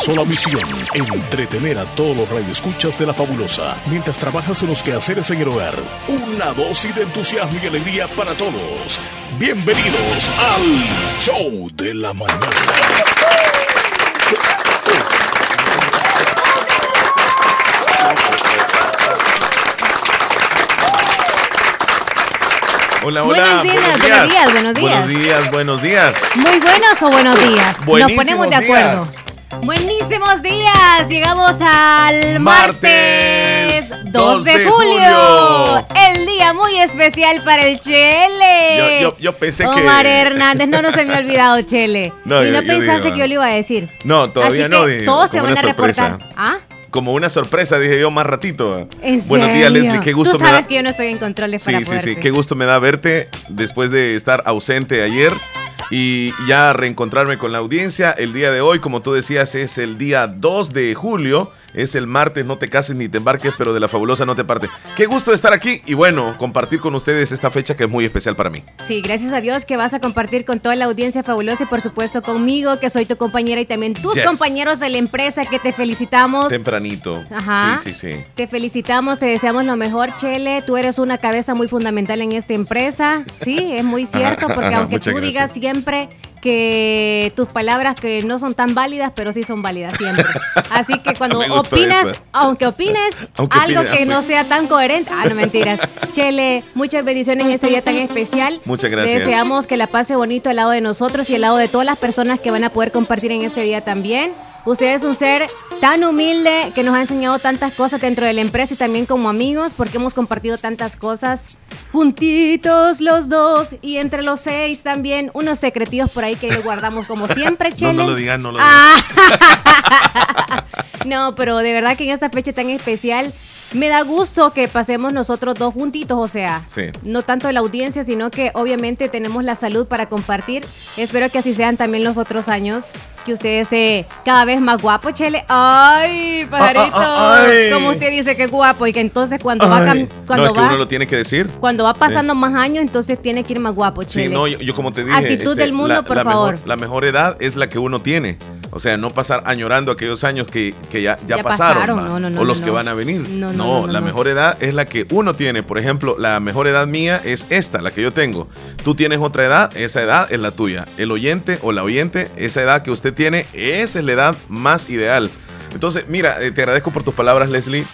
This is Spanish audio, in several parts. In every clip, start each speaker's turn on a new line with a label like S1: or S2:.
S1: sola misión, entretener a todos los radioescuchas de la fabulosa, mientras trabajas en los quehaceres en el hogar. Una dosis de entusiasmo y alegría para todos. Bienvenidos al Show de la Mañana.
S2: Hola,
S3: Buenos
S2: hola.
S3: días, buenos días, buenos días.
S2: Buenos días, buenos días.
S3: Muy buenos o buenos días. Nos
S2: Buenísimos
S3: ponemos de acuerdo.
S2: días.
S3: Buenísimos días. Llegamos al martes,
S2: Martes
S3: 2 de
S2: julio.
S3: julio. El día muy especial para el Chele.
S2: Yo- yo- yo pensé que-
S3: Omar Hernández, no, no se me ha olvidado, Chele.
S2: No,
S3: y
S2: yo-
S3: no
S2: yo
S3: pensaste
S2: digo,
S3: que yo le iba a decir.
S2: No, todavía
S3: Así
S2: no.
S3: que
S2: digo,
S3: todos se
S2: como
S3: van
S2: una
S3: a
S2: sorpresa.
S3: reportar. ¿Ah?
S2: Como una sorpresa, dije yo más ratito.
S3: ¿En
S2: Buenos días,
S3: serio?
S2: Leslie. Qué
S3: Tú
S2: gusto me
S3: sabes
S2: da.
S3: que yo no estoy en controles para
S2: sí, sí, sí.
S3: poderte.
S2: Qué gusto me da verte después de estar ausente ayer y ya reencontrarme con la audiencia. El día de hoy, como tú decías, es el día 2 de julio. Es el martes, no te cases ni te embarques, pero de la fabulosa no te partes. Qué gusto estar aquí y bueno, compartir con ustedes esta fecha que es muy especial para mí.
S3: Sí, gracias a Dios que vas a compartir con toda la audiencia fabulosa y por supuesto conmigo, que soy tu compañera y también tus
S2: Yes.
S3: compañeros de la empresa que te felicitamos. Te,
S2: Tempranito.
S3: Ajá.
S2: Sí, sí, sí.
S3: felicitamos, te deseamos lo mejor, Chele. Tú eres una cabeza muy fundamental en esta empresa. Sí, es muy cierto,
S2: Ajá,
S3: porque
S2: ajá,
S3: aunque
S2: muchas
S3: tú digas
S2: gracias.
S3: siempre que tus palabras que no son tan válidas, pero sí son válidas siempre. Así que cuando
S2: Me gustó
S3: opinas,
S2: esa.
S3: aunque opines
S2: Aunque
S3: algo
S2: opine, ah, pues.
S3: que no
S2: aunque-
S3: sea tan coherente, ah, no mentiras. Chele, muchas bendiciones en este día tan especial.
S2: Muchas gracias.
S3: Deseamos que la pase bonito al lado de nosotros y al lado de todas las personas que van a poder compartir en este día también. Usted es un ser tan humilde que nos ha enseñado tantas cosas dentro de la empresa y también como amigos porque hemos compartido tantas cosas juntitos los dos y entre los seis también unos secretillos por ahí que guardamos como siempre,
S2: No,
S3: Chele.
S2: no lo digas, no lo digas.
S3: Ah. No, pero de verdad que en esta fecha tan especial me da gusto que pasemos nosotros dos juntitos, o sea,
S2: Sí.
S3: no tanto la audiencia, sino que obviamente tenemos la salud para compartir. Espero que así sean también los otros años, que usted esté cada vez más guapo, Chele. Ay, pajarito,
S2: ah, ay.
S3: como usted dice que es guapo y que entonces cuando va cam-
S2: Ay.
S3: cuando
S2: no, es que
S3: va
S2: uno lo tiene que decir.
S3: cuando va pasando más años, entonces tiene que ir más guapo,
S2: Sí,
S3: Chele.
S2: no, yo, yo como te dije.
S3: Actitud del mundo, por
S2: mejor-
S3: favor.
S2: la mejor edad es la que uno tiene. O sea, no pasar añorando aquellos años que, que ya, ya
S3: Ya
S2: pasaron,
S3: pasaron,
S2: ma,
S3: no, no, no,
S2: o los
S3: no,
S2: que
S3: no.
S2: van a venir.
S3: No, no, no, no,
S2: la
S3: no.
S2: mejor edad es la que uno tiene. Por ejemplo, la mejor edad mía es esta, la que yo tengo. Tú tienes otra edad, esa edad es la tuya. El oyente o la oyente, esa edad que usted tiene, esa es la edad más ideal. Entonces, mira, eh, te agradezco por tus palabras, Leslie.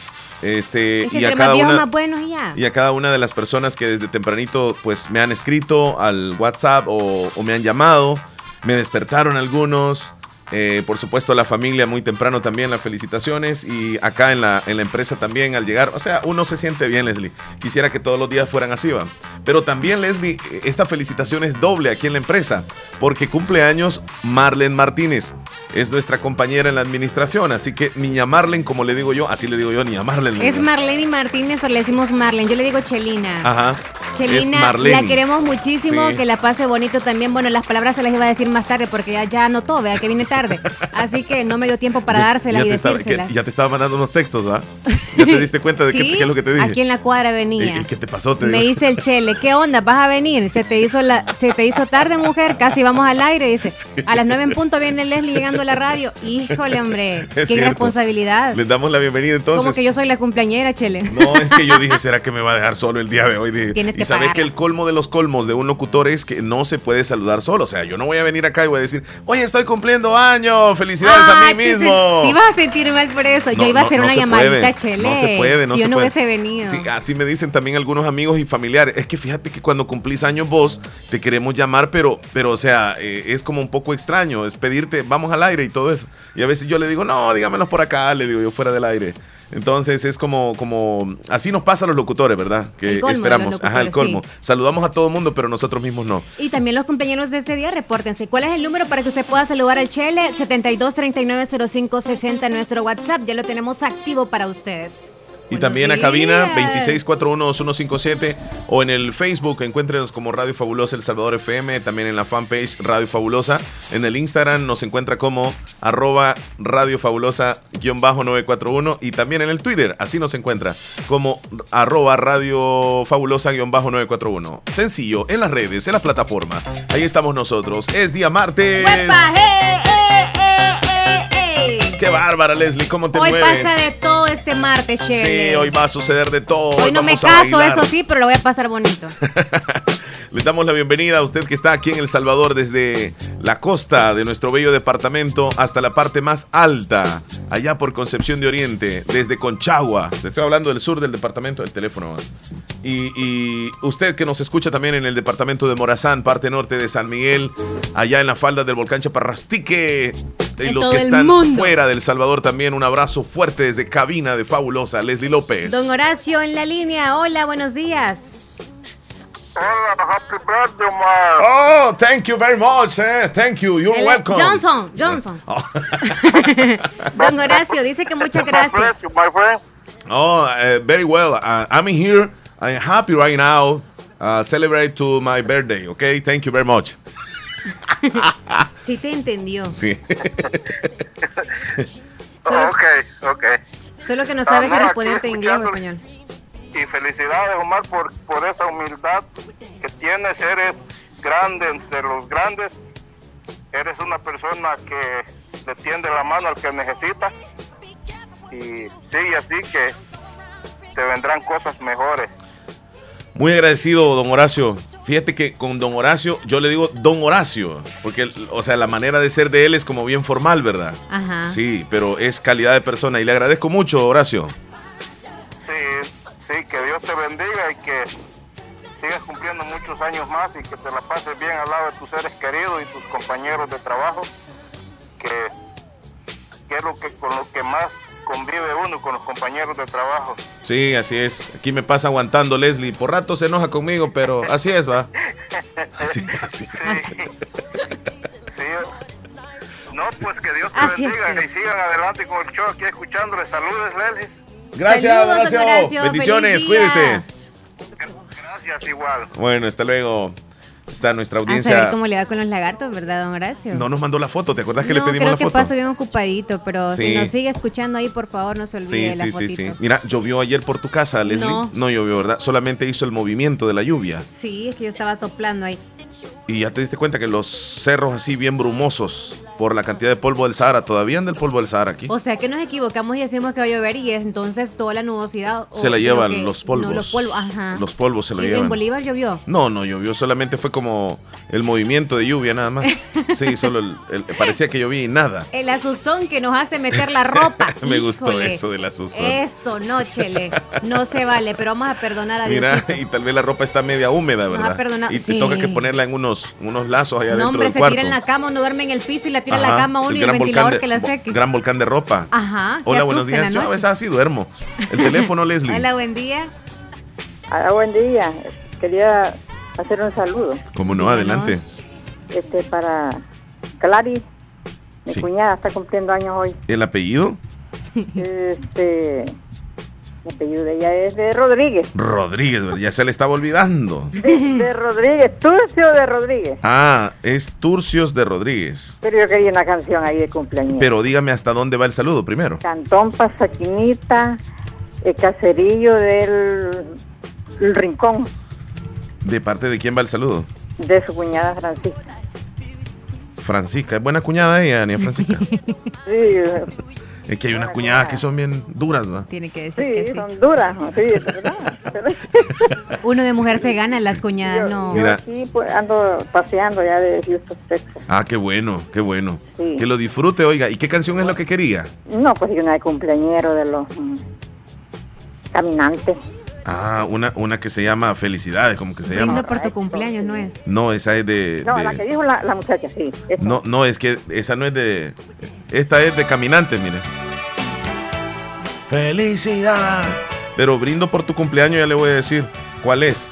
S2: Este,
S3: es que
S2: y a
S3: entre
S2: cada
S3: más viejos,
S2: una,
S3: más buenos y
S4: Ah.
S3: ya.
S2: y a cada una de las personas que desde tempranito pues me han escrito al WhatsApp o, o me han llamado, me despertaron algunos, eh, por supuesto la familia muy temprano también, las felicitaciones y acá en la, en la empresa también al llegar, o sea, uno se siente bien Leslie, quisiera que todos los días fueran así, ¿va? pero también Leslie, eh, esta felicitación es doble aquí en la empresa, porque cumple años Marlene Martínez, es nuestra compañera en la administración, así que niña Marlene, como le digo yo, así le digo yo, niña Marlene. Ah,
S3: Es Marlene Martínez, pero le decimos Marlene. Yo le digo Chelina.
S2: Ajá. es
S3: Chelina,
S2: Marlene.
S3: la queremos muchísimo,
S2: Sí.
S3: que la pase bonito también. Bueno, las palabras se las iba a decir más tarde porque ya, ya anotó, vea que viene tarde. Así que no me dio tiempo para dárselas y
S2: te estaba,
S3: decírselas.
S2: que- ya te estaba mandando unos textos, ¿va? Ya te diste cuenta de qué-
S3: Sí,
S2: qué es lo que te dije.
S3: Aquí en la cuadra
S2: ¿Y,
S3: venía.
S2: y qué te pasó? Te
S3: me
S2: digo.
S3: dice el Chele, ¿qué onda? ¿Vas a venir? Se te hizo la, se te hizo tarde, mujer, casi vamos al aire, dice. A las nueve en punto viene Leslie llegando a la radio. Híjole, hombre,
S2: Es
S3: qué
S2: cierto.
S3: responsabilidad.
S2: Les damos la bienvenida entonces.
S3: Como que yo soy la cumpleañera, Chele.
S2: No, es que yo dije, ¿será que me va a dejar solo el día de hoy? Dije,
S3: Tienes
S2: y
S3: que
S2: sabes
S3: pagar.
S2: que el colmo de los colmos de un locutor es que no se puede saludar solo. O sea, yo no voy a venir acá y voy a decir, oye, estoy cumpliendo año, felicidades a
S3: Ay,
S2: mí
S3: te
S2: mismo.
S3: sen- Ah, Te ibas a sentir mal por eso.
S2: No,
S3: yo iba a
S2: no,
S3: hacer
S2: no
S3: una
S2: se
S3: llamadita,
S2: puede,
S3: Chele.
S2: No se puede, no
S3: si
S2: se
S3: yo no
S2: puede.
S3: hubiese venido.
S2: Sí, así me dicen también algunos amigos y familiares. Es que fíjate que cuando cumplís años vos, te queremos llamar, pero, pero o sea, eh, es como un poco extraño. Es pedirte, vamos al aire y todo eso. Y a veces yo le digo, no, dígamelos por acá, le digo yo fuera del aire. Entonces es como, como, así nos pasa a los locutores, ¿verdad? Que
S3: El colmo de los
S2: esperamos, ajá, el
S3: locutores,
S2: colmo. Saludamos a todo el mundo, pero nosotros mismos no.
S3: Y también los compañeros de este día, repórtense. ¿Cuál es el número para que usted pueda saludar al Chele? 72390560 en nuestro WhatsApp. Ya lo tenemos activo para ustedes.
S2: Y
S3: Buenos
S2: también a
S3: días.
S2: cabina 26412157 o en el Facebook, encuéntrenos como Radio Fabulosa El Salvador FM, también en la fanpage Radio Fabulosa. En el Instagram nos encuentra como arroba Radio Fabulosa-941 y también en el Twitter, así nos encuentra como arroba Radio Fabulosa-941. Sencillo, en las redes, en las plataformas. Ahí estamos nosotros. Es día martes.
S3: ¡Huepa! ¡Eh, eh, eh, eh, eh!
S2: Qué bárbara, Leslie, ¿cómo te
S3: Hoy
S2: mueves?
S3: pasa de todo este martes, Shirley.
S2: Sí, hoy va a suceder de todo.
S3: Hoy no me
S2: vamos a
S3: caso,
S2: bailar.
S3: eso sí, pero lo voy a pasar bonito.
S2: Le damos la bienvenida a usted que está aquí en El Salvador desde la costa de nuestro bello departamento hasta la parte más alta, allá por Concepción de Oriente, desde Conchagua. Le estoy hablando del sur del departamento del teléfono. Y, y usted que nos escucha también en el departamento de Morazán, parte norte de San Miguel, allá en la falda del volcán Chaparrastique. Y
S3: En
S2: los
S3: todo
S2: que
S3: el
S2: están
S3: mundo.
S2: fuera del Salvador también, un abrazo fuerte desde cabina de fabulosa Leslie López.
S3: Don Horacio en la línea, hola, buenos días.
S5: Hey, happy birthday, man.
S2: Oh, thank you very much. eh. Thank you. You're
S3: El-
S2: welcome.
S3: Johnson, Johnson.
S2: Oh,
S3: Don Horacio dice que muchas gracias.
S5: you, my friend.
S2: oh, uh, very well. Uh, I'm here. I'm happy right now. Uh, celebrate to my birthday, okay? Thank you very much.
S3: Sí te entendió.
S2: Sí.
S5: Ok, ok.
S3: Solo que no sabes
S5: Amor,
S3: si
S5: aquí
S3: responderte en inglés o
S5: escuchándole.
S3: español.
S5: Y felicidades, Omar, por, por esa humildad que tienes. Eres grande entre los grandes. Eres una persona que le tiende la mano al que necesita. Y sigue así que te vendrán cosas mejores.
S2: Muy agradecido, don Horacio. Fíjate que con don Horacio, yo le digo don Horacio, porque, o sea, la manera de ser de él es como bien formal, ¿verdad?
S5: Ah.
S3: Ajá.
S2: Sí, pero es calidad de persona y le agradezco mucho, Horacio.
S5: Sí, sí, que Dios te bendiga y que sigas cumpliendo muchos años más y que te la pases bien al lado de tus seres queridos y tus compañeros de trabajo, que, que es lo que con lo que más convive uno con los compañeros de trabajo.
S2: Sí, así es. Aquí me pasa aguantando Leslie. Por rato se enoja conmigo, pero así es, va. Así, así.
S5: Sí. sí. No, pues que Dios te
S3: Así es,
S5: bendiga
S3: Pedro.
S5: y sigan adelante con el show aquí escuchándole. Saludes, Lelis.
S2: Gracias,
S3: Saludos, don
S2: gracias.
S3: Horacio,
S2: Bendiciones,
S3: feliz día.
S2: cuídese.
S5: Gracias igual.
S2: Bueno, hasta luego. Está nuestra
S3: A saber
S2: audiencia.
S3: cómo le va con los lagartos, ¿verdad, don Horacio?
S2: No nos mandó la foto, ¿te acuerdas que
S3: No,
S2: le pedimos
S3: creo
S2: la
S3: que
S2: foto?
S3: pasó bien ocupadito, pero
S2: Sí.
S3: si nos sigue escuchando ahí, por favor, no se olvide
S2: Sí,
S3: de la
S2: sí, sí,
S3: fotito.
S2: sí. Mira, llovió ayer por tu casa, Leslie. No.
S3: No.
S2: llovió, ¿verdad? Solamente hizo el movimiento de la lluvia.
S3: Sí, es que yo estaba soplando ahí.
S2: Y ya te diste cuenta que los cerros así bien brumosos por la cantidad de polvo del Sahara, todavía anda el polvo del Sahara aquí.
S3: O sea que nos equivocamos y decimos que va a llover y es entonces toda la nubosidad. o
S2: se la
S3: lo
S2: llevan
S3: que-
S2: los polvos.
S3: no, los polvos, ajá.
S2: Los polvos se lo
S3: ¿Y
S2: llevan.
S3: en Bolívar llovió.
S2: No, no llovió, solamente fue como el movimiento de lluvia nada más. Sí, solo el- el- parecía que llovía y nada.
S3: El azuzón que nos hace meter la ropa.
S2: Me gustó
S3: Híjole.
S2: eso de la Susan.
S3: Eso, no, Chele. No se vale, pero vamos a perdonar a Dios.
S2: Mira, y tal vez la ropa está media húmeda,
S3: Nos ha
S2: ¿verdad?
S3: perdonado-
S2: Y te
S3: Ah, sí.
S2: toca que ponerla en unos, unos lazos allá
S3: No,
S2: dentro
S3: hombre,
S2: del
S3: se
S2: cuarto.
S3: tira en la cama, uno duerme en el piso y la tira en
S2: Ajá,
S3: la cama a uno y el
S2: gran volcán
S3: ventilador
S2: de-
S3: que la
S2: vo-
S3: seque.
S2: Gran volcán de ropa.
S3: Ajá, que
S2: Hola, buenos
S3: asusta en
S2: días.
S3: la
S2: Yo a
S3: noche.
S2: veces así duermo. El teléfono, Leslie.
S3: Hola, buen día.
S6: Ah, buen día. Quería hacer un saludo
S2: Como no,
S3: Díganos.
S2: adelante.
S6: este para Clary. Mi
S2: Sí.
S6: cuñada está cumpliendo años hoy.
S2: ¿El apellido?
S6: Este, el apellido de ella es de Rodríguez.
S2: Rodríguez, ¿verdad? ya se le estaba olvidando.
S6: De, de Rodríguez, Turcio de Rodríguez.
S2: Ah, es Turcios de Rodríguez.
S6: Pero yo quería una canción ahí de cumpleaños.
S2: Pero dígame hasta dónde va el saludo primero.
S6: Cantón Pasaquinita, el caserillo del el Rincón
S2: ¿De parte de quién va el saludo?
S6: de su cuñada Francisca.
S2: Francisca, es buena cuñada ella, Ania Francisca.
S6: Sí,
S2: es que hay unas
S6: Buena
S2: cuñadas
S6: cuñada.
S2: que son bien duras, ¿verdad?
S3: Tiene que decir que
S6: sí,
S3: sí.
S6: son duras. Sí, es verdad. Pero-
S3: Uno de mujer se gana, las cuñadas
S6: Yo,
S3: no.
S6: yo
S2: Mira.
S6: aquí pues, ando paseando ya de Houston, Texas.
S2: Ah, qué bueno, qué bueno.
S6: Sí.
S2: Que lo disfrute, oiga. ¿Y qué canción es lo que quería?
S6: No, pues y una de cumpleañero de los mm, caminantes.
S2: Ah, una, una que se llama Felicidades, como que se
S3: Brindo
S2: llama.
S3: por tu cumpleaños, ¿no es?
S2: No, esa es de.
S6: No,
S2: de-
S6: la que dijo la, la muchacha, sí. esa.
S2: no, no, es que esa no es de. Esta es de Caminantes, mire. ¡Felicidad! Pero brindo por tu cumpleaños, ya le voy a decir. ¿Cuál es?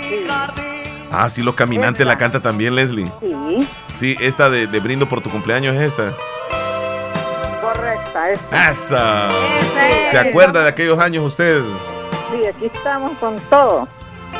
S6: Sí,
S2: Ah, sí, los caminantes la canta también, Leslie.
S6: sí,
S2: Sí, esta de, de brindo por tu cumpleaños es esta.
S6: correcta. es-
S2: Ah. ¡Esa!
S3: Esa es.
S2: ¿Se acuerda de aquellos años usted?
S6: sí, aquí estamos con todo.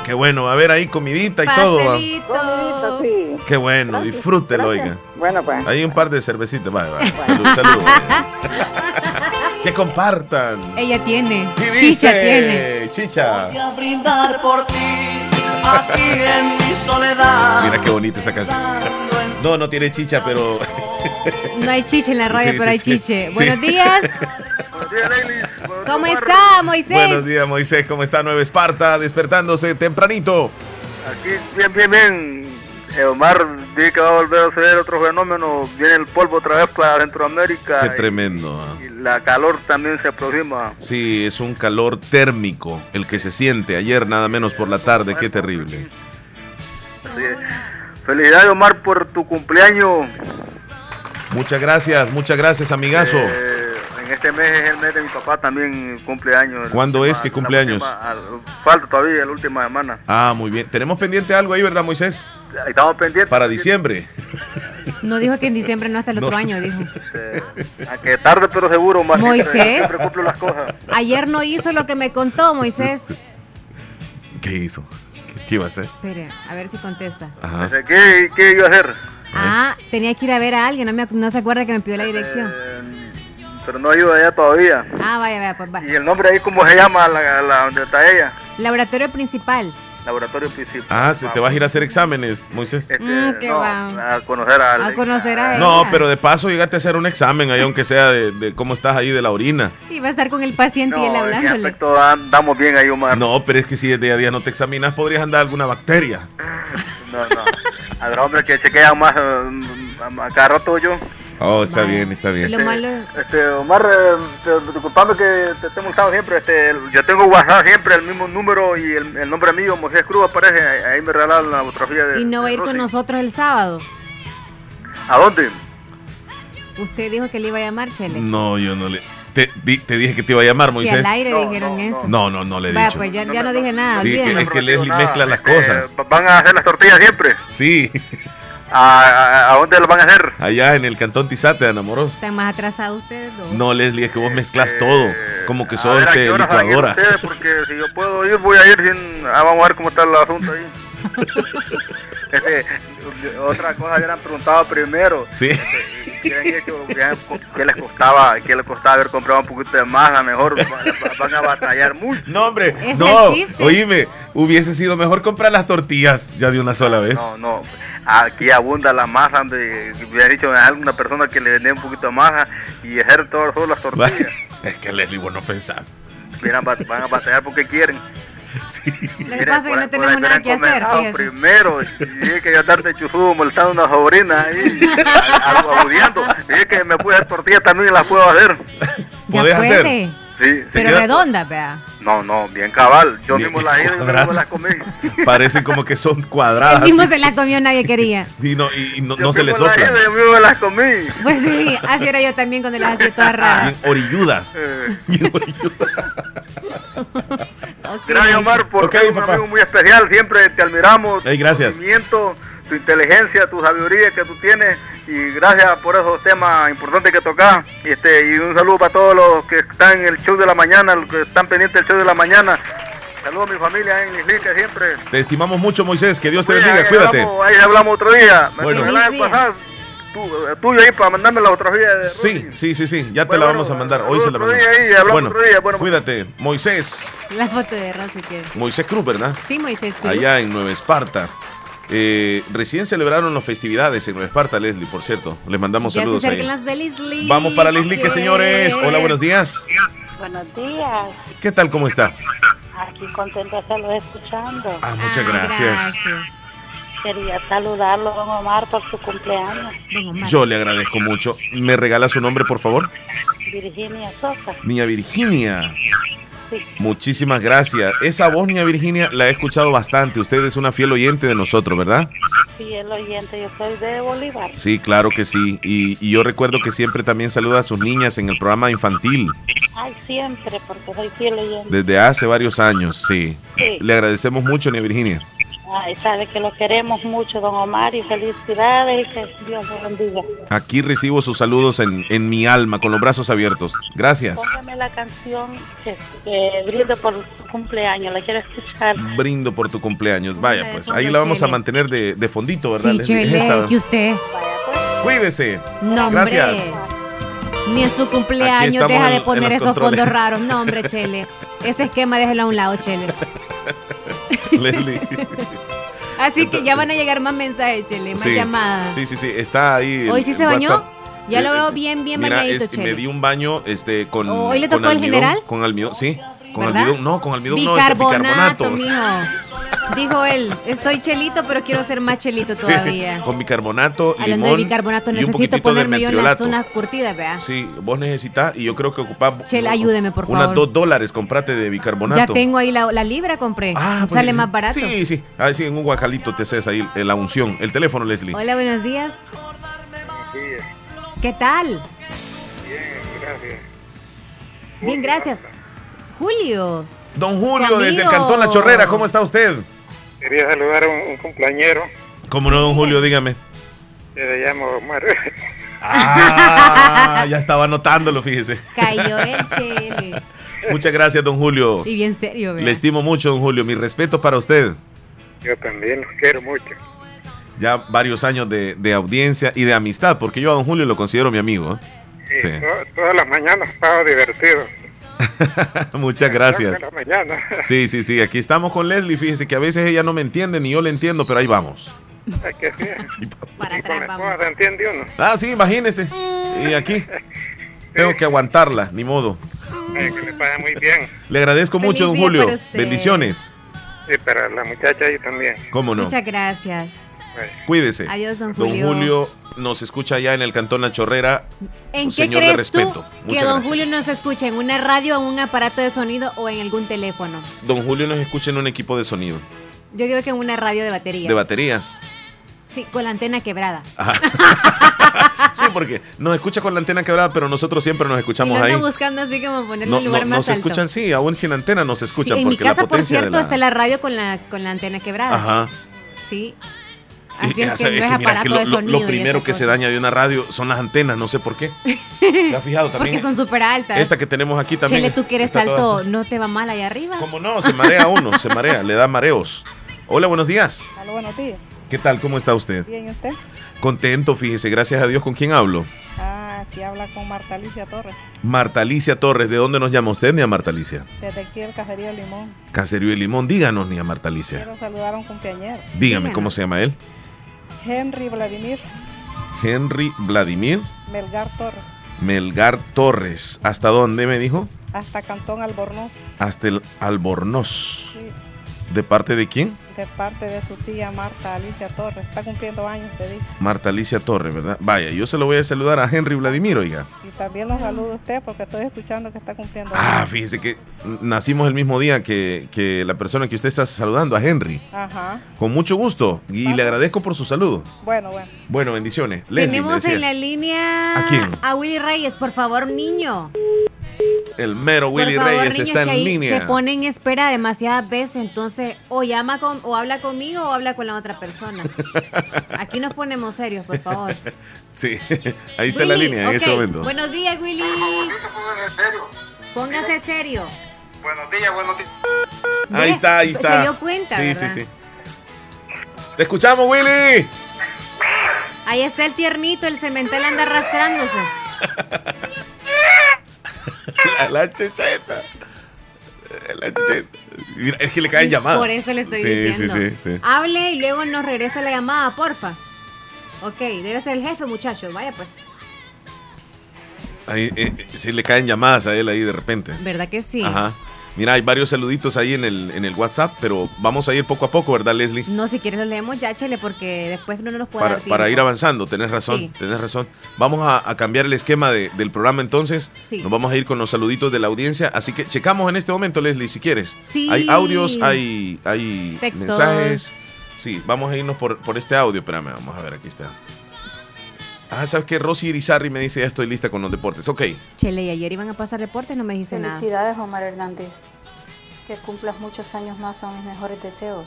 S2: Qué bueno, a ver ahí comidita y todo. va.
S6: Bonito,
S3: Pastelito.
S6: sí.
S2: Qué bueno,
S6: Gracias,
S2: disfrútelo,
S6: gracias.
S2: oiga.
S6: Bueno, pues.
S2: Hay un par de cervecitas, vale, vale. Salud, salud. que compartan.
S3: Ella tiene.
S2: Y
S3: Chicha
S2: dice,
S3: tiene.
S2: Chicha.
S7: Voy a brindar por ti, aquí en mi soledad.
S2: Mira qué bonita esa canción.
S7: Pensando en
S2: No, no tiene chicha, pero
S7: tu amor.
S3: No hay chiche en la radio,
S2: Sí,
S3: pero
S2: sí,
S3: hay
S2: sí.
S3: chiche.
S2: Sí.
S3: Buenos días.
S8: Buenos días, ladies. Buenos días,
S3: ¿Cómo
S8: Omar.
S3: está, Moisés?
S2: Buenos días, Moisés. ¿Cómo está Nueva Esparta? Despertándose tempranito.
S8: Aquí, bien, bien, bien. Eh, Omar, vi que va a volver a suceder otro fenómeno. Viene el polvo otra vez para Centroamérica.
S2: Qué
S8: y-
S2: tremendo. ¿ah?
S8: y la calor también se aproxima.
S2: Sí, es un calor térmico el que se siente ayer, nada menos por la tarde. Qué terrible.
S8: Así es. Felicidades, Omar, por tu cumpleaños.
S2: Muchas gracias, muchas gracias, amigazo.
S8: Eh, en este mes es el mes de mi papá también cumpleaños.
S2: ¿Cuándo es que cumple años?
S8: falta todavía, la última semana.
S2: Ah, muy bien. Tenemos pendiente algo ahí, ¿verdad, Moisés?
S8: Estamos pendientes.
S2: Para diciembre.
S3: No dijo que en diciembre no hasta el otro
S2: No.
S3: año, dijo.
S8: Eh, a que tarde, pero seguro, Omar.
S3: Moisés.
S8: Siempre cumplo las cosas.
S3: Ayer no hizo lo que me contó, Moisés.
S2: ¿Qué hizo? ¿Qué, qué iba a hacer?
S3: Espere, a ver si contesta.
S2: Ajá.
S8: ¿Qué, ¿Qué iba a hacer?
S3: Ah, tenía que ir a ver a alguien, no, me ac- no se acuerda que me pidió la dirección.
S8: Eh, pero no ha ido allá todavía.
S3: Ah, vaya, vaya, pues va.
S8: ¿Y el nombre ahí cómo se llama la, la- donde está ella?
S3: Laboratorio principal.
S8: Laboratorio principal.
S2: Ah, ¿se te vas a ir a hacer exámenes, Moisés?
S8: Este,
S3: Mm, qué
S8: no,
S3: va.
S8: a conocer a
S3: A conocer a él.
S2: No, pero de paso llegaste a hacer un examen ahí, aunque sea de, de cómo estás ahí de la orina.
S3: Y va a estar con el paciente y él
S8: No, en ese
S3: hablándole.
S8: aspecto andamos bien ahí, Omar.
S2: No, pero es que si de día a día no te examinas, podrías andar alguna bacteria.
S8: No, no. Habrá hombres que chequean más eh, a, a cada rato yo.
S2: Oh, está
S3: Vaya.
S2: bien, está
S3: Y
S2: bien.
S3: Lo malo
S8: Este, Omar, eh, te- disculpame que te esté molestando siempre. Este, el- yo tengo WhatsApp siempre, el mismo número y el, el nombre mío, Moisés Cruz, aparece. Ahí, ahí me regalaron la fotografía de.
S3: y no va a
S8: de
S3: ir con
S8: Rosy.
S3: nosotros el sábado.
S8: ¿A dónde?
S3: Usted dijo que le iba a llamar, Chele.
S2: No, yo no le. Te, di- te dije que te iba a
S3: Si
S2: llamar,
S3: al
S2: Moisés.
S3: aire
S8: No,
S3: dijeron
S8: no,
S3: eso.
S2: No, no, no le he
S3: Vaya,
S2: dicho.
S3: pues ya,
S8: No
S3: ya
S8: me-
S3: no dije nada,
S2: Sí, que-
S3: olvídalo.
S2: es que Leslie
S8: Nada.
S2: mezcla las
S8: Este,
S2: cosas.
S8: ¿Van a hacer las tortillas siempre?
S2: Sí,
S8: ¿A, a, a dónde las van a hacer?
S2: allá en el cantón Tizate, Ana Moros.
S3: Están más atrasados ustedes dos.
S2: No, Leslie, es que vos mezclas
S8: Eh,
S2: todo. Como que
S8: a
S2: sos
S8: ver, ¿a
S2: este,
S8: qué horas van a ir
S2: licuadora.
S8: ustedes? Porque si yo puedo ir, voy a ir sin... Ah, vamos a ver cómo está el asunto ahí. Este, otra cosa que eran preguntado primero.
S2: Sí.
S8: ¿Qué, han hecho? ¿Qué han- qué les costaba? ¿Qué les costaba haber comprado un poquito de más? A lo mejor va- va- van a batallar mucho.
S2: No, hombre.
S3: Es
S2: no,
S3: el chiste.
S2: oíme, hubiese sido mejor comprar las tortillas ya de una sola vez.
S8: No, no. Aquí abunda la masa. Donde hubiera dicho a alguna persona que le vendía un poquito de masa y hacer todas solo las
S2: Va-
S8: tortillas.
S2: Es que Leslie, vos no pensás.
S8: Van a bat- van a batallar porque quieren.
S2: Sí.
S3: Lo que
S8: Mire,
S3: pasa es que
S8: por-
S3: no
S8: por
S3: tenemos
S8: ahí
S3: nada
S8: hubieran
S3: que hacer,
S8: comenzado
S3: fíjese.
S8: Primero, y es que yo andar de chuzudo molestando una sobrina ahí, a- algo agudeando. Y es que me pude hacer tortillas también y las puedo hacer.
S3: Ya
S2: podés
S3: puede,
S2: hacer.
S8: Sí, sí.
S3: pero
S2: queda-
S3: redonda, vea.
S8: No, no, bien cabal. Yo
S2: Bien
S8: mismo las hice, yo mismo las comí.
S2: Parecen como que son
S3: El
S2: cuadradas.
S3: mismo
S2: así.
S3: se la comió, nadie quería.
S2: Y no, y- y no-
S8: Yo
S2: no se le
S8: mismo las
S2: soplan.
S8: hice, Yo mismo las comí.
S3: Pues sí, así era yo también cuando las hacía todas raras.
S2: Bien orilludas.
S8: Eh,
S2: Bien orilludas.
S3: Ok,
S8: Gracias, Omar, por
S2: Ok,
S8: ser un
S2: papá.
S8: amigo muy especial. Siempre te admiramos.
S2: Ey, gracias.
S8: Tu conocimiento, tu inteligencia, tu sabiduría que tú tienes. Y gracias por esos temas importantes que tocas. Y, este, y un saludo para todos los que están en el show de la mañana, los que están pendientes del show de la mañana. Saludos a mi familia en Lislica siempre.
S2: Te estimamos mucho, Moisés. Que Dios te
S8: Oye,
S2: bendiga.
S8: ahí
S2: Cuídate.
S8: Hablamos, ahí hablamos otro día. Me
S2: Bueno.
S8: regalás
S3: Feliz
S8: el WhatsApp tu- eh, tuyo ahí para mandarme la otra vía. de
S2: Sí,
S8: Rudy.
S2: sí, sí, sí. Ya te
S8: Bueno,
S2: la vamos a mandar. Hoy se la
S8: otro
S2: mandamos.
S8: día ahí, hablamos
S2: bueno,
S8: otro día. Bueno,
S2: cuídate. Moisés.
S3: La foto de Rosy que
S2: Moisés Cruz, ¿verdad?
S3: Sí, Moisés Cruz.
S2: Allá en Nueva Esparta. Eh, recién celebraron las festividades en Nueva Esparta, Leslie, por cierto. Les mandamos
S3: ya se
S2: saludos
S3: acercan
S2: ahí.
S3: las de Lislique.
S2: Vamos para Leslie, que señores. Hola, buenos días.
S9: Buenos días,
S2: ¿Qué tal? ¿Cómo está?
S9: aquí contenta de los escuchando.
S2: Ah,
S3: Ah,
S2: muchas gracias.
S9: Quería saludarlo, don Omar, por su cumpleaños.
S3: Don Omar.
S2: Yo le agradezco mucho. ¿Me regala su nombre, por favor?
S9: Virginia Sosa.
S2: Niña Virginia.
S9: Sí.
S2: Muchísimas gracias. Esa voz, Niña Virginia, la he escuchado bastante. Usted es una fiel oyente de nosotros, ¿verdad?
S9: Sí, el oyente, yo soy de Bolívar.
S2: Sí, claro que sí. Y, y yo recuerdo que siempre también saluda a sus niñas en el programa infantil
S9: Ay, siempre, porque soy fiel oyente.
S2: desde hace varios años. Sí.
S9: Sí.
S2: Le agradecemos mucho, Niña Virginia.
S9: Ay, sabe que lo queremos mucho, don Omar, y felicidades y que Dios lo bendiga.
S2: Aquí recibo sus saludos en, en mi alma, con los brazos abiertos. Gracias.
S9: Póngame la canción que, que brindo por su cumpleaños, la quiero escuchar.
S2: Brindo por tu cumpleaños. Vaya, pues ahí la vamos a mantener de, de fondito, ¿verdad?
S3: Sí,
S2: Leslie? Es esta.
S3: Chele, que usted.
S9: Vaya, pues.
S2: Cuídese.
S3: No, hombre.
S2: Gracias.
S3: Ni en su
S2: Aquí
S3: cumpleaños
S2: estamos
S3: deja
S2: en-
S3: de
S2: en
S3: poner
S2: los
S3: esos
S2: controles.
S3: fondos raros. No, hombre, Chele. Ese esquema déjelo a un lado, Chele.
S2: Leslie.
S3: Así que ya van a llegar más mensajes, Chele, más
S2: Sí.
S3: llamadas.
S2: Sí, sí, sí. Está ahí. el-
S3: Hoy sí se
S2: el
S3: bañó.
S2: WhatsApp.
S3: Ya lo
S2: Eh,
S3: veo
S2: eh,
S3: bien, bien
S2: Mira,
S3: bañadito,
S2: es- me
S3: Chele.
S2: di un baño este, con.
S3: Oh, ¿hoy le
S2: con
S3: tocó el
S2: almidón,
S3: general?
S2: Con almidón, sí. Con
S3: ¿Verdad?
S2: almidón, no, con almidón no, este,
S3: bicarbonato,
S2: bicarbonato.
S3: mijo. Dijo él, estoy chelito, pero quiero ser más chelito todavía.
S2: con bicarbonato,
S3: Hablando
S2: limón
S3: de bicarbonato,
S2: y un
S3: necesito
S2: poquitito de
S3: ponerme yo en las
S2: mertiolato.
S3: zonas curtidas, vea.
S2: Sí, vos necesitas, y yo creo que ocupás.
S3: Chela, ayúdeme, por
S2: Unas
S3: favor.
S2: dos dólares, comprate de bicarbonato.
S3: Ya tengo ahí la, la libra, compré.
S2: Ah, pues,
S3: Sale más barato.
S2: Sí, sí. Ah, sí, en un guacalito te haces ahí eh, la unción. El teléfono, Leslie.
S3: Hola, buenos días.
S8: Sí,
S3: ¿Qué tal?
S8: bien, gracias.
S3: Bien, gracias. Julio.
S2: Don Julio,
S3: Su
S2: desde el
S3: amigo.
S2: Cantón La Chorrera, ¿cómo está usted?
S8: Quería saludar a un, un compañero
S2: ¿Cómo no, don Julio? Dígame.
S8: que le llamo Omar.
S2: Ah, ya estaba anotándolo, fíjese.
S3: Cayó el chele.
S2: Muchas gracias, don Julio.
S3: Y bien serio, vea.
S2: Le estimo mucho, don Julio. Mi respeto para usted.
S8: Yo también los quiero mucho.
S2: Ya varios años de, de audiencia y de amistad, porque yo a don Julio lo considero mi amigo. ¿eh?
S8: Y
S2: Sí.
S8: to- todas las mañanas estaba divertido.
S2: Muchas gracias.
S8: Todas las mañanas.
S2: Sí, sí, sí. Aquí estamos con Leslie. Fíjese que a veces ella no me entiende ni yo le entiendo, pero ahí vamos.
S8: Ay, que sí.
S3: Para
S8: Y con la
S3: atrás, vamos.
S8: esposa entiende uno.
S2: Ah, sí, imagínese. Y aquí tengo que aguantarla, ni modo.
S8: Ay, que le pasa muy bien.
S2: Le agradezco
S3: Feliz
S2: mucho, don
S3: día
S2: Julio.
S3: para usted.
S2: Bendiciones.
S8: Y para la muchacha ahí también.
S2: ¿Cómo no?
S3: Muchas gracias.
S8: Ay.
S2: Cuídese.
S3: Adiós, don
S2: Don
S3: Julio.
S2: Julio nos escucha allá en el Cantón La Chorrera.
S3: ¿En
S2: Un
S3: qué
S2: señor de
S3: crees tú
S2: respeto.
S3: que
S2: Muchas
S3: don
S2: gracias.
S3: Julio nos escucha? ¿En una radio, en un aparato de sonido o en algún teléfono?
S2: Don Julio nos escucha en un equipo de sonido,
S3: Yo digo que en una radio de baterías.
S2: de Ah, baterías.
S3: Sí, con la antena quebrada.
S2: Sí, porque nos escucha con la antena quebrada, pero nosotros siempre nos
S3: y lo
S2: escuchamos
S3: anda
S2: ahí.
S3: buscando así como ponerle
S2: No,
S3: un lugar
S2: no-
S3: más
S2: nos
S3: alto.
S2: escuchan, sí, aún sin antena nos escuchan.
S3: Sí, en mi
S2: porque
S3: casa,
S2: la
S3: por
S2: potencia de
S3: cierto,
S2: la...
S3: está la radio con la, con la antena quebrada.
S2: Ajá.
S3: Sí.
S2: Y-
S3: Así es
S2: ya
S3: que
S2: sabes
S3: no es
S2: que mira
S3: aparato
S2: que lo,
S3: de
S2: lo- lo
S3: sonido. y
S2: primero
S3: esas
S2: que se
S3: cosas.
S2: daña de una radio son las antenas, no sé por qué. ¿Te has fijado también?
S3: Porque son súper altas.
S2: Esta que tenemos aquí también.
S3: Chele, tú que eres
S2: está toda
S3: alto,
S2: así.
S3: ¿no te va mal allá arriba?
S2: ¿Cómo no? Se marea uno, se marea, le da mareos. Hola, buenos días.
S5: Aló, buenos días.
S2: ¿Qué tal? ¿Cómo está usted?
S5: Bien, ¿y usted?
S2: Contento, fíjese, gracias a Dios. ¿Con quién hablo?
S5: Ah, aquí habla con Marta Alicia Torres,
S2: Marta Alicia Torres, ¿de dónde nos llama usted, ni a Marta Alicia?
S5: desde aquí el Caserío Limón.
S2: Caserío y Limón, díganos, ni a Marta Alicia.
S5: Quiero saludar a un compañero,
S2: Dígame,
S3: Díganos.
S2: ¿cómo se llama él?
S5: Henry Vladimir
S2: Henry Vladimir
S5: Melgar Torres,
S2: Melgar Torres. ¿Hasta dónde me dijo?
S5: hasta Cantón Albornoz,
S2: Hasta el Albornoz.
S5: sí,
S2: ¿De parte de quién?
S5: de parte de su tía Marta Alicia Torres. Está cumpliendo años, te dice.
S2: Marta Alicia Torres, ¿verdad? Vaya, yo se lo voy a saludar a Henry Vladimir, oiga.
S5: Y también los saludo a usted porque estoy escuchando que está cumpliendo
S2: Ah,
S5: años.
S2: fíjese que nacimos el mismo día que, que la persona que usted está saludando, a Henry.
S5: Ajá.
S2: Con mucho gusto y le agradezco por su saludo.
S5: Bueno, bueno.
S2: Bueno, bendiciones. Leslie, me
S3: Tenemos en la
S2: decías,
S3: línea
S2: ¿A quién?
S3: a Willy Reyes, por favor, niño.
S2: el mero Willy
S3: Por favor,
S2: Reyes
S3: niño,
S2: está
S3: que
S2: en
S3: ahí
S2: línea.
S3: Se pone en espera demasiadas veces, entonces o llama con, o habla conmigo o habla con la otra persona. Aquí nos ponemos serios, por favor.
S2: Sí, ahí está la
S3: Willy,
S2: línea en este
S3: ok.
S2: momento.
S3: Buenos días, Willy. Póngase serio.
S8: Buenos días, buenos días.
S2: ahí
S3: Ve,
S2: está, ahí
S3: se
S2: está.
S3: dio cuenta,
S2: Sí,
S3: ¿verdad?
S2: sí, sí. Te escuchamos, Willy.
S3: Ahí está el tiernito, el cemental anda arrastrándose.
S2: La, la chicheta. La chicheta. Mira, es que le caen llamadas.
S3: Por eso le estoy
S2: Sí,
S3: diciendo. Ah.
S2: Sí, sí, sí.
S3: Hable y luego nos regresa la llamada, porfa. Ok, debe ser el jefe, muchacho. Vaya pues.
S2: Ahí, eh, eh, sí le caen llamadas a él ahí de repente.
S3: ¿Verdad que sí?
S2: Ajá. Mira, hay varios saluditos ahí en el, en el WhatsApp, pero vamos a ir poco a poco, ¿verdad, Leslie?
S3: No, si quieres lo leemos ya, Chele, porque después no nos puede
S2: Para,
S3: dar tiempo.
S2: para ir avanzando, tenés razón,
S3: Sí.
S2: tenés razón. Vamos a, a cambiar el esquema de- del programa entonces.
S3: Sí.
S2: Nos vamos a ir con los saluditos de la audiencia. Así que checamos en este momento, Leslie, si quieres.
S3: Sí.
S2: Hay audios, hay, hay
S3: Textos.
S2: mensajes. Sí, vamos a irnos por, por este audio. Espérame, vamos a ver, aquí está. Ah, ¿sabes qué? Rosy Irizarry me dice, ya estoy lista con los deportes. Ok.
S3: Chele, y ayer iban a pasar reportes, no me dice nada.
S10: Felicidades, Omar Hernández. Que cumplas muchos años más son mis mejores deseos.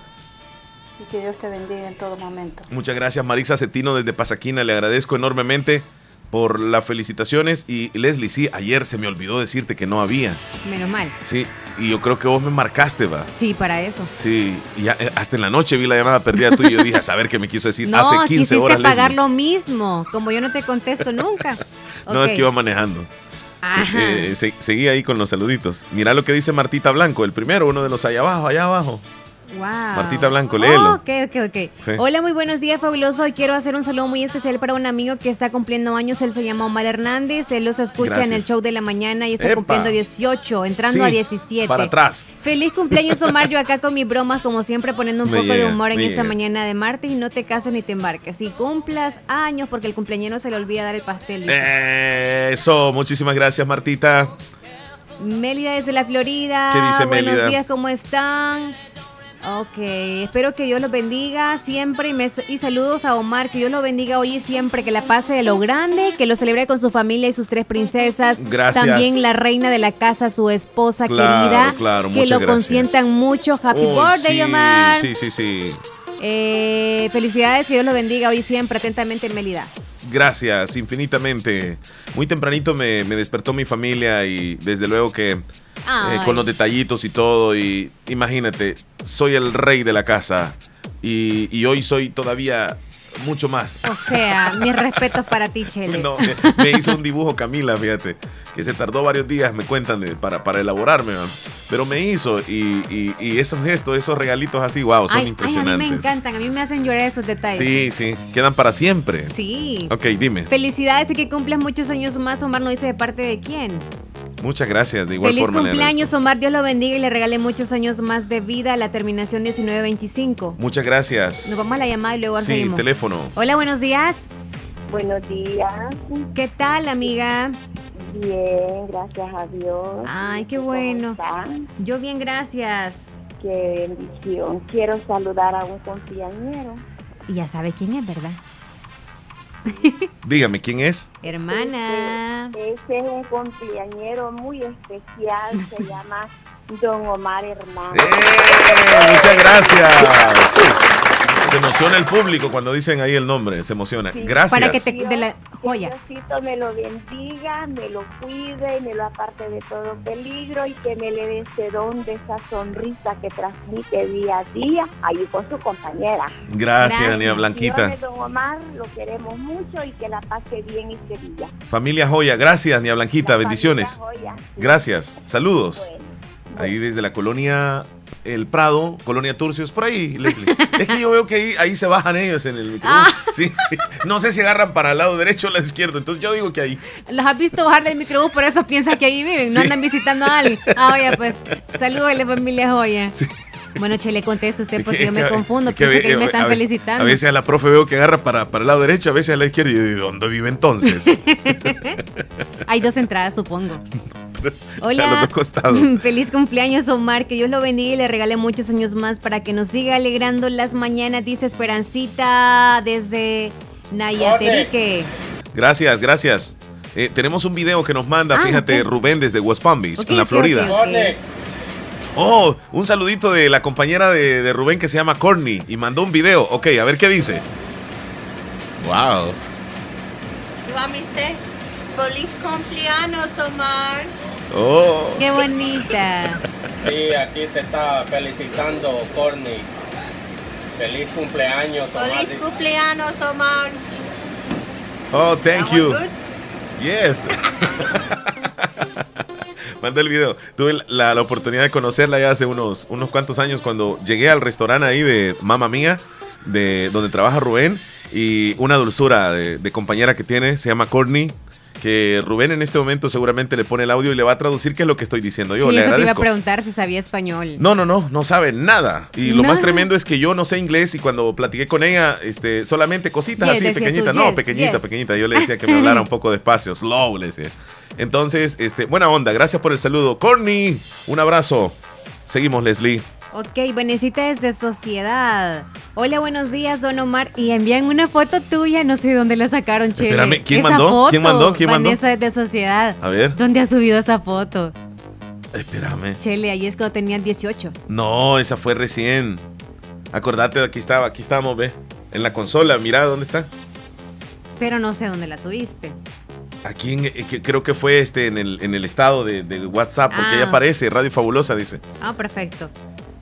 S10: Y que Dios te bendiga en todo momento.
S2: Muchas gracias, Marisa Cetino desde Pasaquina. Le agradezco enormemente por las felicitaciones. Y Leslie, sí, ayer se me olvidó decirte que no había.
S3: Menos mal.
S2: Sí, y yo creo que vos me marcaste, va.
S3: Sí, para eso.
S2: Sí, y ya, eh, hasta en la noche vi la llamada perdida tuya y yo dije, a saber qué me quiso decir
S3: no,
S2: hace 15
S3: quisiste
S2: horas. Leslie.
S3: pagar lo mismo. Como yo no te contesto nunca.
S2: No, es
S3: Ok.
S2: que iba manejando.
S3: Ajá.
S2: Eh, se- seguí ahí con los saluditos. Mira lo que dice Martita Blanco, el primero, uno de los allá abajo, allá abajo.
S3: Wow.
S2: Martita Blanco, léelo.
S3: ok, ok, ok.
S2: Sí.
S3: Hola, muy buenos días, fabuloso. Hoy quiero hacer un saludo muy especial para un amigo que está cumpliendo años. Él se llama Omar Hernández. Él los escucha en el
S2: Gracias.
S3: show de la mañana y está
S2: Epa.
S3: cumpliendo 18, entrando
S2: Sí,
S3: a 17.
S2: Para atrás.
S3: Feliz cumpleaños, Omar. Yo acá con mis bromas, como siempre, poniendo un
S2: Me
S3: poco de
S2: llega,
S3: humor en
S2: me
S3: esta
S2: llega.
S3: mañana de martes. Y no te cases ni te embarques. Y cumplas años porque el cumpleañero se le olvida dar el pastel. dice.
S2: Eso, muchísimas gracias Martita.
S3: Mélida desde la Florida.
S2: ¿Qué dice
S3: Buenos
S2: Mélida?
S3: días, ¿cómo están? Ok, espero que Dios los bendiga siempre y, me- y saludos a Omar, que Dios los bendiga hoy y siempre, que la pase de lo grande, que lo celebre con su familia y sus tres princesas,
S2: Gracias.
S3: también la reina de la casa, su esposa
S2: Claro,
S3: querida,
S2: claro,
S3: que
S2: muchas
S3: lo
S2: gracias.
S3: consientan mucho. Happy
S2: Uy,
S3: birthday,
S2: sí,
S3: Omar.
S2: Sí, sí, sí.
S3: Eh, felicidades, que Dios los bendiga hoy y siempre, atentamente, Mélida.
S2: Gracias, infinitamente. Muy tempranito me, me despertó mi familia y desde luego que eh,
S3: Ay.
S2: con los detallitos y todo. Y imagínate, soy el rey de la casa y, y hoy soy todavía mucho más.
S3: O sea, mis respetos para ti, Chele.
S2: No, me, me hizo un dibujo Camila, fíjate, que se tardó varios días, me cuentan, de- para, para elaborarme, ¿no? pero me hizo y, y- y esos gestos, esos regalitos así, wow, Oh,
S3: Ay,
S2: son
S3: ay, a mí
S2: impresionantes.
S3: me encantan, a mí me hacen llorar esos detalles.
S2: sí, sí, quedan para siempre.
S3: Sí.
S2: Ok, dime.
S3: Felicidades y que cumplas muchos años más. Omar no dice de parte de quién.
S2: Muchas gracias, de igual
S3: Feliz
S2: forma. le
S3: cumpleaños, Omar. Dios lo bendiga y le regale muchos años más de vida. La terminación 1925.
S2: agradezco. Muchas gracias.
S3: Nos vamos a la llamada y luego
S2: Sí,
S3: seguimos.
S2: teléfono.
S3: Hola, buenos días.
S11: Buenos días.
S3: ¿Qué tal, amiga?
S11: Bien, gracias a Dios.
S3: Ay, qué
S11: ¿Cómo
S3: bueno.
S11: está?
S3: Yo bien, gracias.
S11: Qué bendición. Quiero saludar a un compañero.
S3: Y ya sabes quién es, ¿verdad?
S2: Dígame, ¿quién es?
S3: Hermana.
S11: Ese Este, es un compañero muy especial. Se llama Don Omar Hernández.
S2: ¡Eh! Muchas gracias. Se emociona el público cuando dicen ahí el nombre, se emociona. Gracias.
S3: Para que te de la joya.
S11: Diosito me lo bendiga, me lo cuide y me lo aparte de todo peligro y que me le dé ese don de esa sonrisa que transmite día a día ahí con su compañera.
S2: Gracias, Daniela Blanquita.
S11: Bendiciones, Don Omar, lo queremos mucho y que la pase bien este día.
S2: Familia Joya, gracias, Nia Blanquita,
S11: La
S2: bendiciones.
S11: familia Joya.
S2: Gracias, saludos. Ahí desde la colonia El Prado, colonia Turcios, por ahí, Leslie. es que yo veo que ahí, ahí se bajan ellos en el micrófono. Sí. No sé si agarran para el lado derecho o el lado izquierdo, entonces yo digo que ahí.
S3: Las has visto bajar del microbús, por eso piensas que ahí viven, no andan visitando a alguien. Ah, oye, pues, saludos a la familia Joya. Bueno, Che, le contesto a usted porque
S2: Es
S3: yo me
S2: que-
S3: confundo,
S2: es que
S3: pienso
S2: ve-
S3: que ahí me
S2: a
S3: están
S2: ve-
S3: felicitando.
S2: A veces a la profe veo que agarra para, para el lado derecho, a veces a la izquierda. Y yo digo, ¿dónde vive entonces?
S3: Hay dos entradas, supongo. Hola.
S2: A los dos costados.
S3: Feliz cumpleaños, Omar. Que Dios lo bendiga y le regale muchos años más para que nos siga alegrando las mañanas, dice Esperancita desde Nayaterique.
S2: Gracias, gracias. Eh, tenemos un video que nos manda,
S3: Ah,
S2: fíjate,
S3: ok.
S2: Rubén desde West Palm Beach,
S3: Ok,
S2: en la
S3: ok,
S2: Florida.
S3: ok, ok.
S2: Oh, un saludito de la compañera de, de Rubén que se llama Corny y mandó un video. Ok, a ver qué dice. Wow.
S6: You want me to say, Feliz cumpleaños, Omar.
S2: Oh.
S3: Qué bonita.
S12: Sí, aquí te está felicitando, Corny. Feliz cumpleaños, Omar.
S6: Feliz cumpleaños, Omar.
S2: Oh, thank
S6: That
S2: you.
S6: was good.
S2: Yes. Mandó el video. Tuve la, la oportunidad de conocerla ya hace unos, unos cuantos años cuando llegué al restaurante ahí de Mamá Mía, de donde trabaja Rubén, y una dulzura de, de compañera que tiene, se llama Courtney, que Rubén en este momento seguramente le pone el audio y le va a traducir qué es lo que estoy diciendo yo.
S3: sí,
S2: le
S3: eso te iba a
S2: agradezco.
S3: preguntar si sabía español.
S2: No, no, no, no sabe nada. Y lo más
S3: Nada.
S2: tremendo es que yo no sé inglés y cuando platiqué con ella, este, solamente cositas
S13: Yes,
S2: así,
S13: decías tú,
S2: pequeñitas.
S13: yes,
S2: No, pequeñita,
S13: yes.
S2: pequeñita. Yo le decía que me hablara un poco despacio, slow, le decía. Entonces, este, buena onda, gracias por el saludo. Corny, un abrazo. Seguimos, Leslie.
S3: Ok, Venecita es de Sociedad. Hola, buenos días, don Omar. Y envían una foto tuya, no sé de dónde la sacaron, Chele.
S2: Espérame, ¿quién
S3: Esa
S2: mandó?
S3: foto,
S2: ¿Quién mandó? ¿Quién mandó?
S3: Vanessa es de Sociedad.
S2: A ver,
S3: ¿Dónde ha subido esa foto?
S2: espérame.
S3: Chele, ahí es cuando tenías 18.
S2: No, esa fue recién. Acordate, aquí estaba, aquí estamos, ve. En la consola, mira dónde está.
S3: Pero no sé dónde la subiste.
S2: Aquí en- eh, que creo que fue este en el, en el estado de, de WhatsApp, porque
S3: Ah.
S2: ahí aparece, Radio Fabulosa, dice.
S3: Ah, perfecto.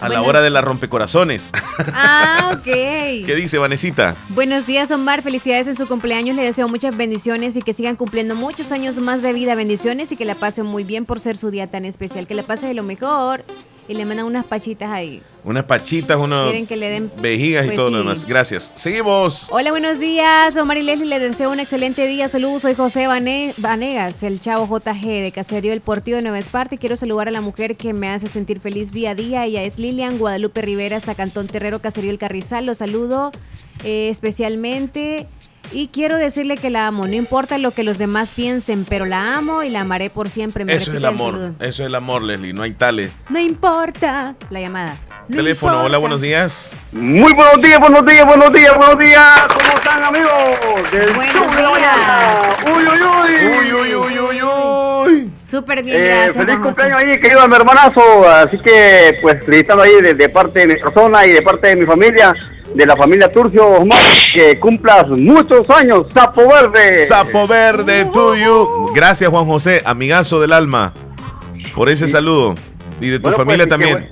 S2: A la
S3: Bueno.
S2: hora de la rompecorazones.
S3: Ah, ok.
S2: ¿Qué dice Vanesita?
S3: Buenos días, Omar. Felicidades en su cumpleaños. Le deseo muchas bendiciones y que sigan cumpliendo muchos años más de vida. Bendiciones y que la pasen muy bien por ser su día tan especial. Que la pase de lo mejor. Y le mandan unas pachitas ahí.
S2: Unas pachitas, unas
S3: Quieren que le den.
S2: vejigas y
S3: Pues
S2: todo lo
S3: sí.
S2: demás. Gracias. Seguimos.
S3: Hola, buenos días. Omar y Leslie, les deseo un excelente día. Saludos, soy José Vane- Vanegas, el chavo JG de Caserío El Portillo de Nueva Esparta. Y quiero saludar a la mujer que me hace sentir feliz día a día. Ella es Lilian Guadalupe Rivera, hasta Cantón Terrero, Caserío El Carrizal. Los saludo eh, especialmente. Y quiero decirle que la amo, no importa lo que los demás piensen, pero la amo y la amaré por siempre. Me
S2: Eso es el
S3: retiro del
S2: amor.
S3: saludo.
S2: Eso es el amor, Leslie. No hay tales.
S3: No importa la llamada. No
S2: Teléfono,
S3: importa.
S2: hola, buenos días.
S13: Muy buenos días, buenos días, buenos días, buenos días. ¿Cómo están, amigos? Del
S3: Buenos
S13: show de la
S3: días.
S13: mañana. Uy, uy, uy.
S2: Uy, uy, uy, uy.
S3: Súper bien,
S13: Eh,
S3: gracias.
S13: feliz
S3: Juan José.
S13: cumpleaños ahí, querido mi hermanazo. Así que, pues, felicitando ahí de, de parte de mi persona y de parte de mi familia, de la familia Turcio Osmar, que cumplas muchos años, sapo verde.
S2: Sapo verde tuyo. Gracias, Juan José, amigazo del alma, por ese saludo. Y de tu
S13: Bueno, pues,
S2: familia
S13: sí que
S2: también.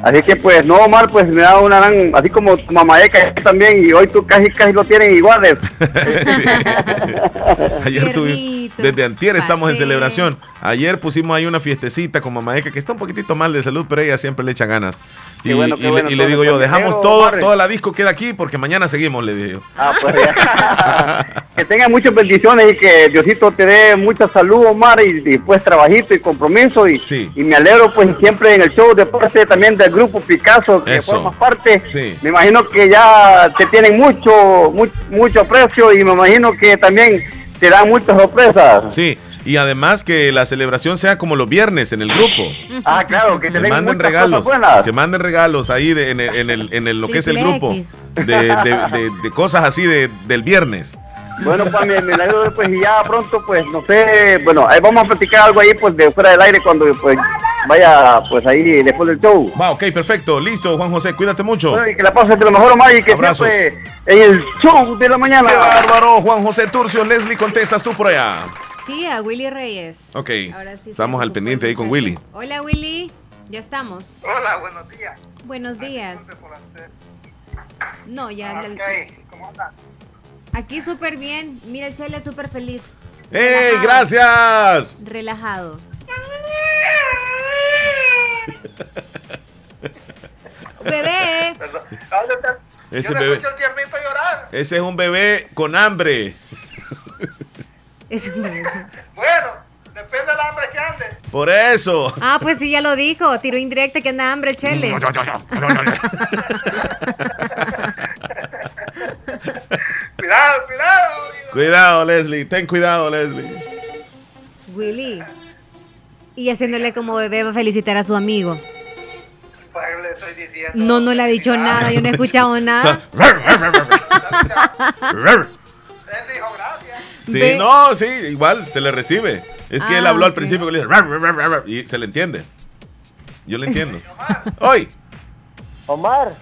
S13: Así que, pues, no, Omar, pues, me da una gran, así como tu mamadeca también, y hoy tú casi, casi lo tienen iguales.
S2: Ayer tuvimos,
S3: Tiernito.
S2: desde antier estamos en
S3: Pasé.
S2: celebración. Ayer pusimos ahí una fiestecita con mamá Eca, que está un poquitito mal de salud, pero ella siempre le echa ganas.
S13: Qué
S2: Y,
S13: bueno,
S2: y
S13: qué
S2: le-
S13: bueno,
S2: y le
S13: entonces,
S2: digo yo,
S13: pues,
S2: dejamos
S13: ligero,
S2: todo,
S13: Barry.
S2: toda la disco queda aquí porque mañana seguimos, le digo.
S13: Ah, pues, ya. que tengan muchas bendiciones y que Diosito te dé mucha salud, Omar, y, y, pues trabajito y compromiso. Y, y me alegro pues siempre en el show de parte también del grupo Picasso, que
S2: Eso.
S13: formas parte.
S2: Sí.
S13: Me imagino que ya te tienen mucho, mucho, mucho aprecio y me imagino que también te dan muchas sorpresas.
S2: Sí, y además que la celebración sea como los viernes en el grupo.
S13: Ah, claro, que
S2: Que
S13: te den
S2: manden
S13: muchas
S2: regalos.
S13: cosas buenas.
S2: Que manden regalos ahí de- en, el, en, el- en el- lo que es el
S13: Triple
S2: grupo.
S13: X.
S2: De, de- de- de cosas así de- del viernes.
S13: Bueno, pues me, me alegro pues y ya pronto pues no sé, bueno, ahí vamos a platicar algo ahí pues de fuera del aire cuando pues vaya pues ahí después del show.
S2: Va, ok, perfecto. Listo, Juan José, cuídate mucho.
S13: Bueno, y que la pases de lo mejor, Omar, y que
S2: Abrazos.
S13: siempre en el show de la mañana.
S2: ¡Qué bárbaro! Juan José Turcio, Leslie, contestas tú por allá.
S3: Sí, a Willy Reyes.
S2: Ok,
S3: Ahora sí se
S2: estamos al
S3: ocupó
S2: pendiente ahí con Willy.
S3: Hola Willy, ya estamos.
S14: Hola, buenos días.
S3: Buenos días. No, ya. la-
S14: ¿Cómo andan?
S3: Aquí súper bien. Mira, Chele, súper feliz.
S2: ¡Ey, gracias!
S3: Relajado. Bebé.
S2: Ese bebé. Ese es un bebé con hambre.
S3: Es un bebé.
S14: Depende del hambre que ande.
S2: Por eso.
S3: Ah, pues sí, ya lo dijo. Tiro indirecta que anda hambre, Chele.
S14: Cuidado, cuidado.
S2: Cuidado, Leslie. Ten cuidado, Leslie.
S3: Willy. Y haciéndole como bebé va a felicitar a su amigo. No, no le ha dicho nada, yo no he escuchado nada.
S2: Sí,
S3: Ah, Ve.
S2: no, sí, igual se le recibe. Es que él
S3: Ah,
S2: habló al
S3: ok.
S2: principio que le dice, "Rar, rar, rar, rar", y se le entiende. Yo le entiendo. Hoy,
S15: Omar.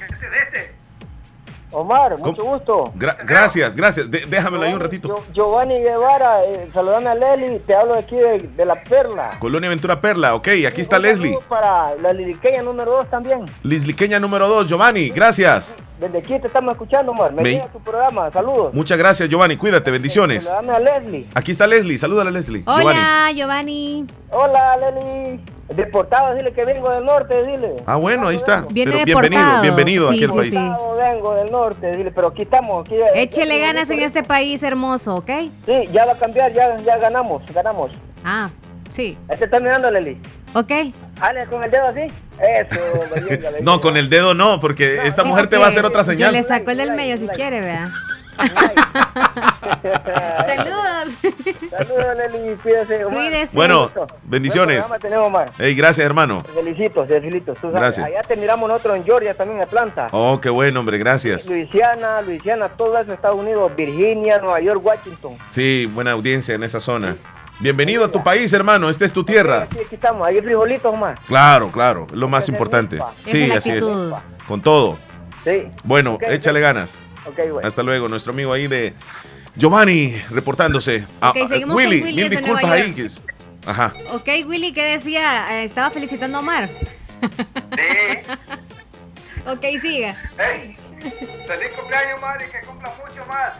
S15: Omar, mucho gusto.
S2: gra- gracias, gracias. De- déjamelo ahí un ratito.
S15: Giovanni Guevara, eh, saludando a Leli, te hablo aquí de, de La Perla.
S2: Colonia Ventura Perla, ok, aquí está Leslie.
S15: Para la liriqueña número 2 también.
S2: Lisliqueña número 2, Giovanni, gracias.
S15: Desde aquí te estamos escuchando, Omar. Me
S2: Me-
S15: llega tu programa, saludos.
S2: Muchas gracias, Giovanni, cuídate, bendiciones.
S15: Saludame a Leslie.
S2: Aquí está Leslie, salúdala a Leslie. Giovanni.
S3: Hola, Giovanni.
S15: Hola, Leli. Deportado, dile que vengo del norte, dile.
S2: Ah, bueno, ahí está.
S3: Viene
S2: Pero bienvenido,
S3: deportado.
S2: bienvenido
S3: Sí,
S2: aquí al
S3: sí,
S2: país.
S3: sí.
S15: Deportado vengo del norte, dile, pero aquí estamos. Aquí, eh,
S3: Échele ganas en este país hermoso, ¿ok?
S15: Sí, ya va a cambiar, ya, ya ganamos, ganamos.
S3: Ah, sí.
S15: Ahí te está mirando, Leli.
S3: ¿Ok?
S15: Jale con el dedo así. Eso, hombre, venga, venga.
S2: No, con el dedo no, porque esta
S3: Sí,
S2: mujer te va a hacer
S3: porque
S2: otra
S3: Yo le
S2: señal.
S3: saco el del medio si quiere, vea. Saludos.
S15: Saludos, Leli, cuídese. Omar.
S3: Cuídese.
S2: Bueno, bendiciones.
S15: Buen programa tenemos, Omar.
S2: Ey, gracias, hermano.
S15: Te Felicito, te felicito. Tú sabes,
S2: Gracias.
S15: Allá te miramos nosotros en Georgia, también en Atlanta.
S2: Oh, qué bueno, hombre, gracias.
S15: Luisiana, Luisiana, todo eso, Estados Unidos, Virginia, Nueva York, Washington.
S2: Sí, buena audiencia en esa zona. Bienvenido a tu país, hermano. Esta es tu tierra.
S15: Aquí, aquí estamos, ahí frijolitos, Omar.
S2: Claro, claro. Lo más importante. Sí, así es. Con todo.
S15: Sí.
S2: Bueno,
S15: Ok,
S2: échale ganas.
S15: Ok, bueno.
S2: Hasta luego. Nuestro amigo ahí de Giovanni reportándose. Ah,
S3: Ok,
S2: ah,
S3: seguimos con
S2: Willy,
S3: Willy
S2: mil
S3: desde Nueva
S2: disculpas ahí.
S3: York.
S2: que es- Ajá.
S3: Ok, Willy, ¿qué decía? Eh, estaba felicitando a Omar. ok, siga.
S14: Feliz cumpleaños, Mari, que cumpla mucho más.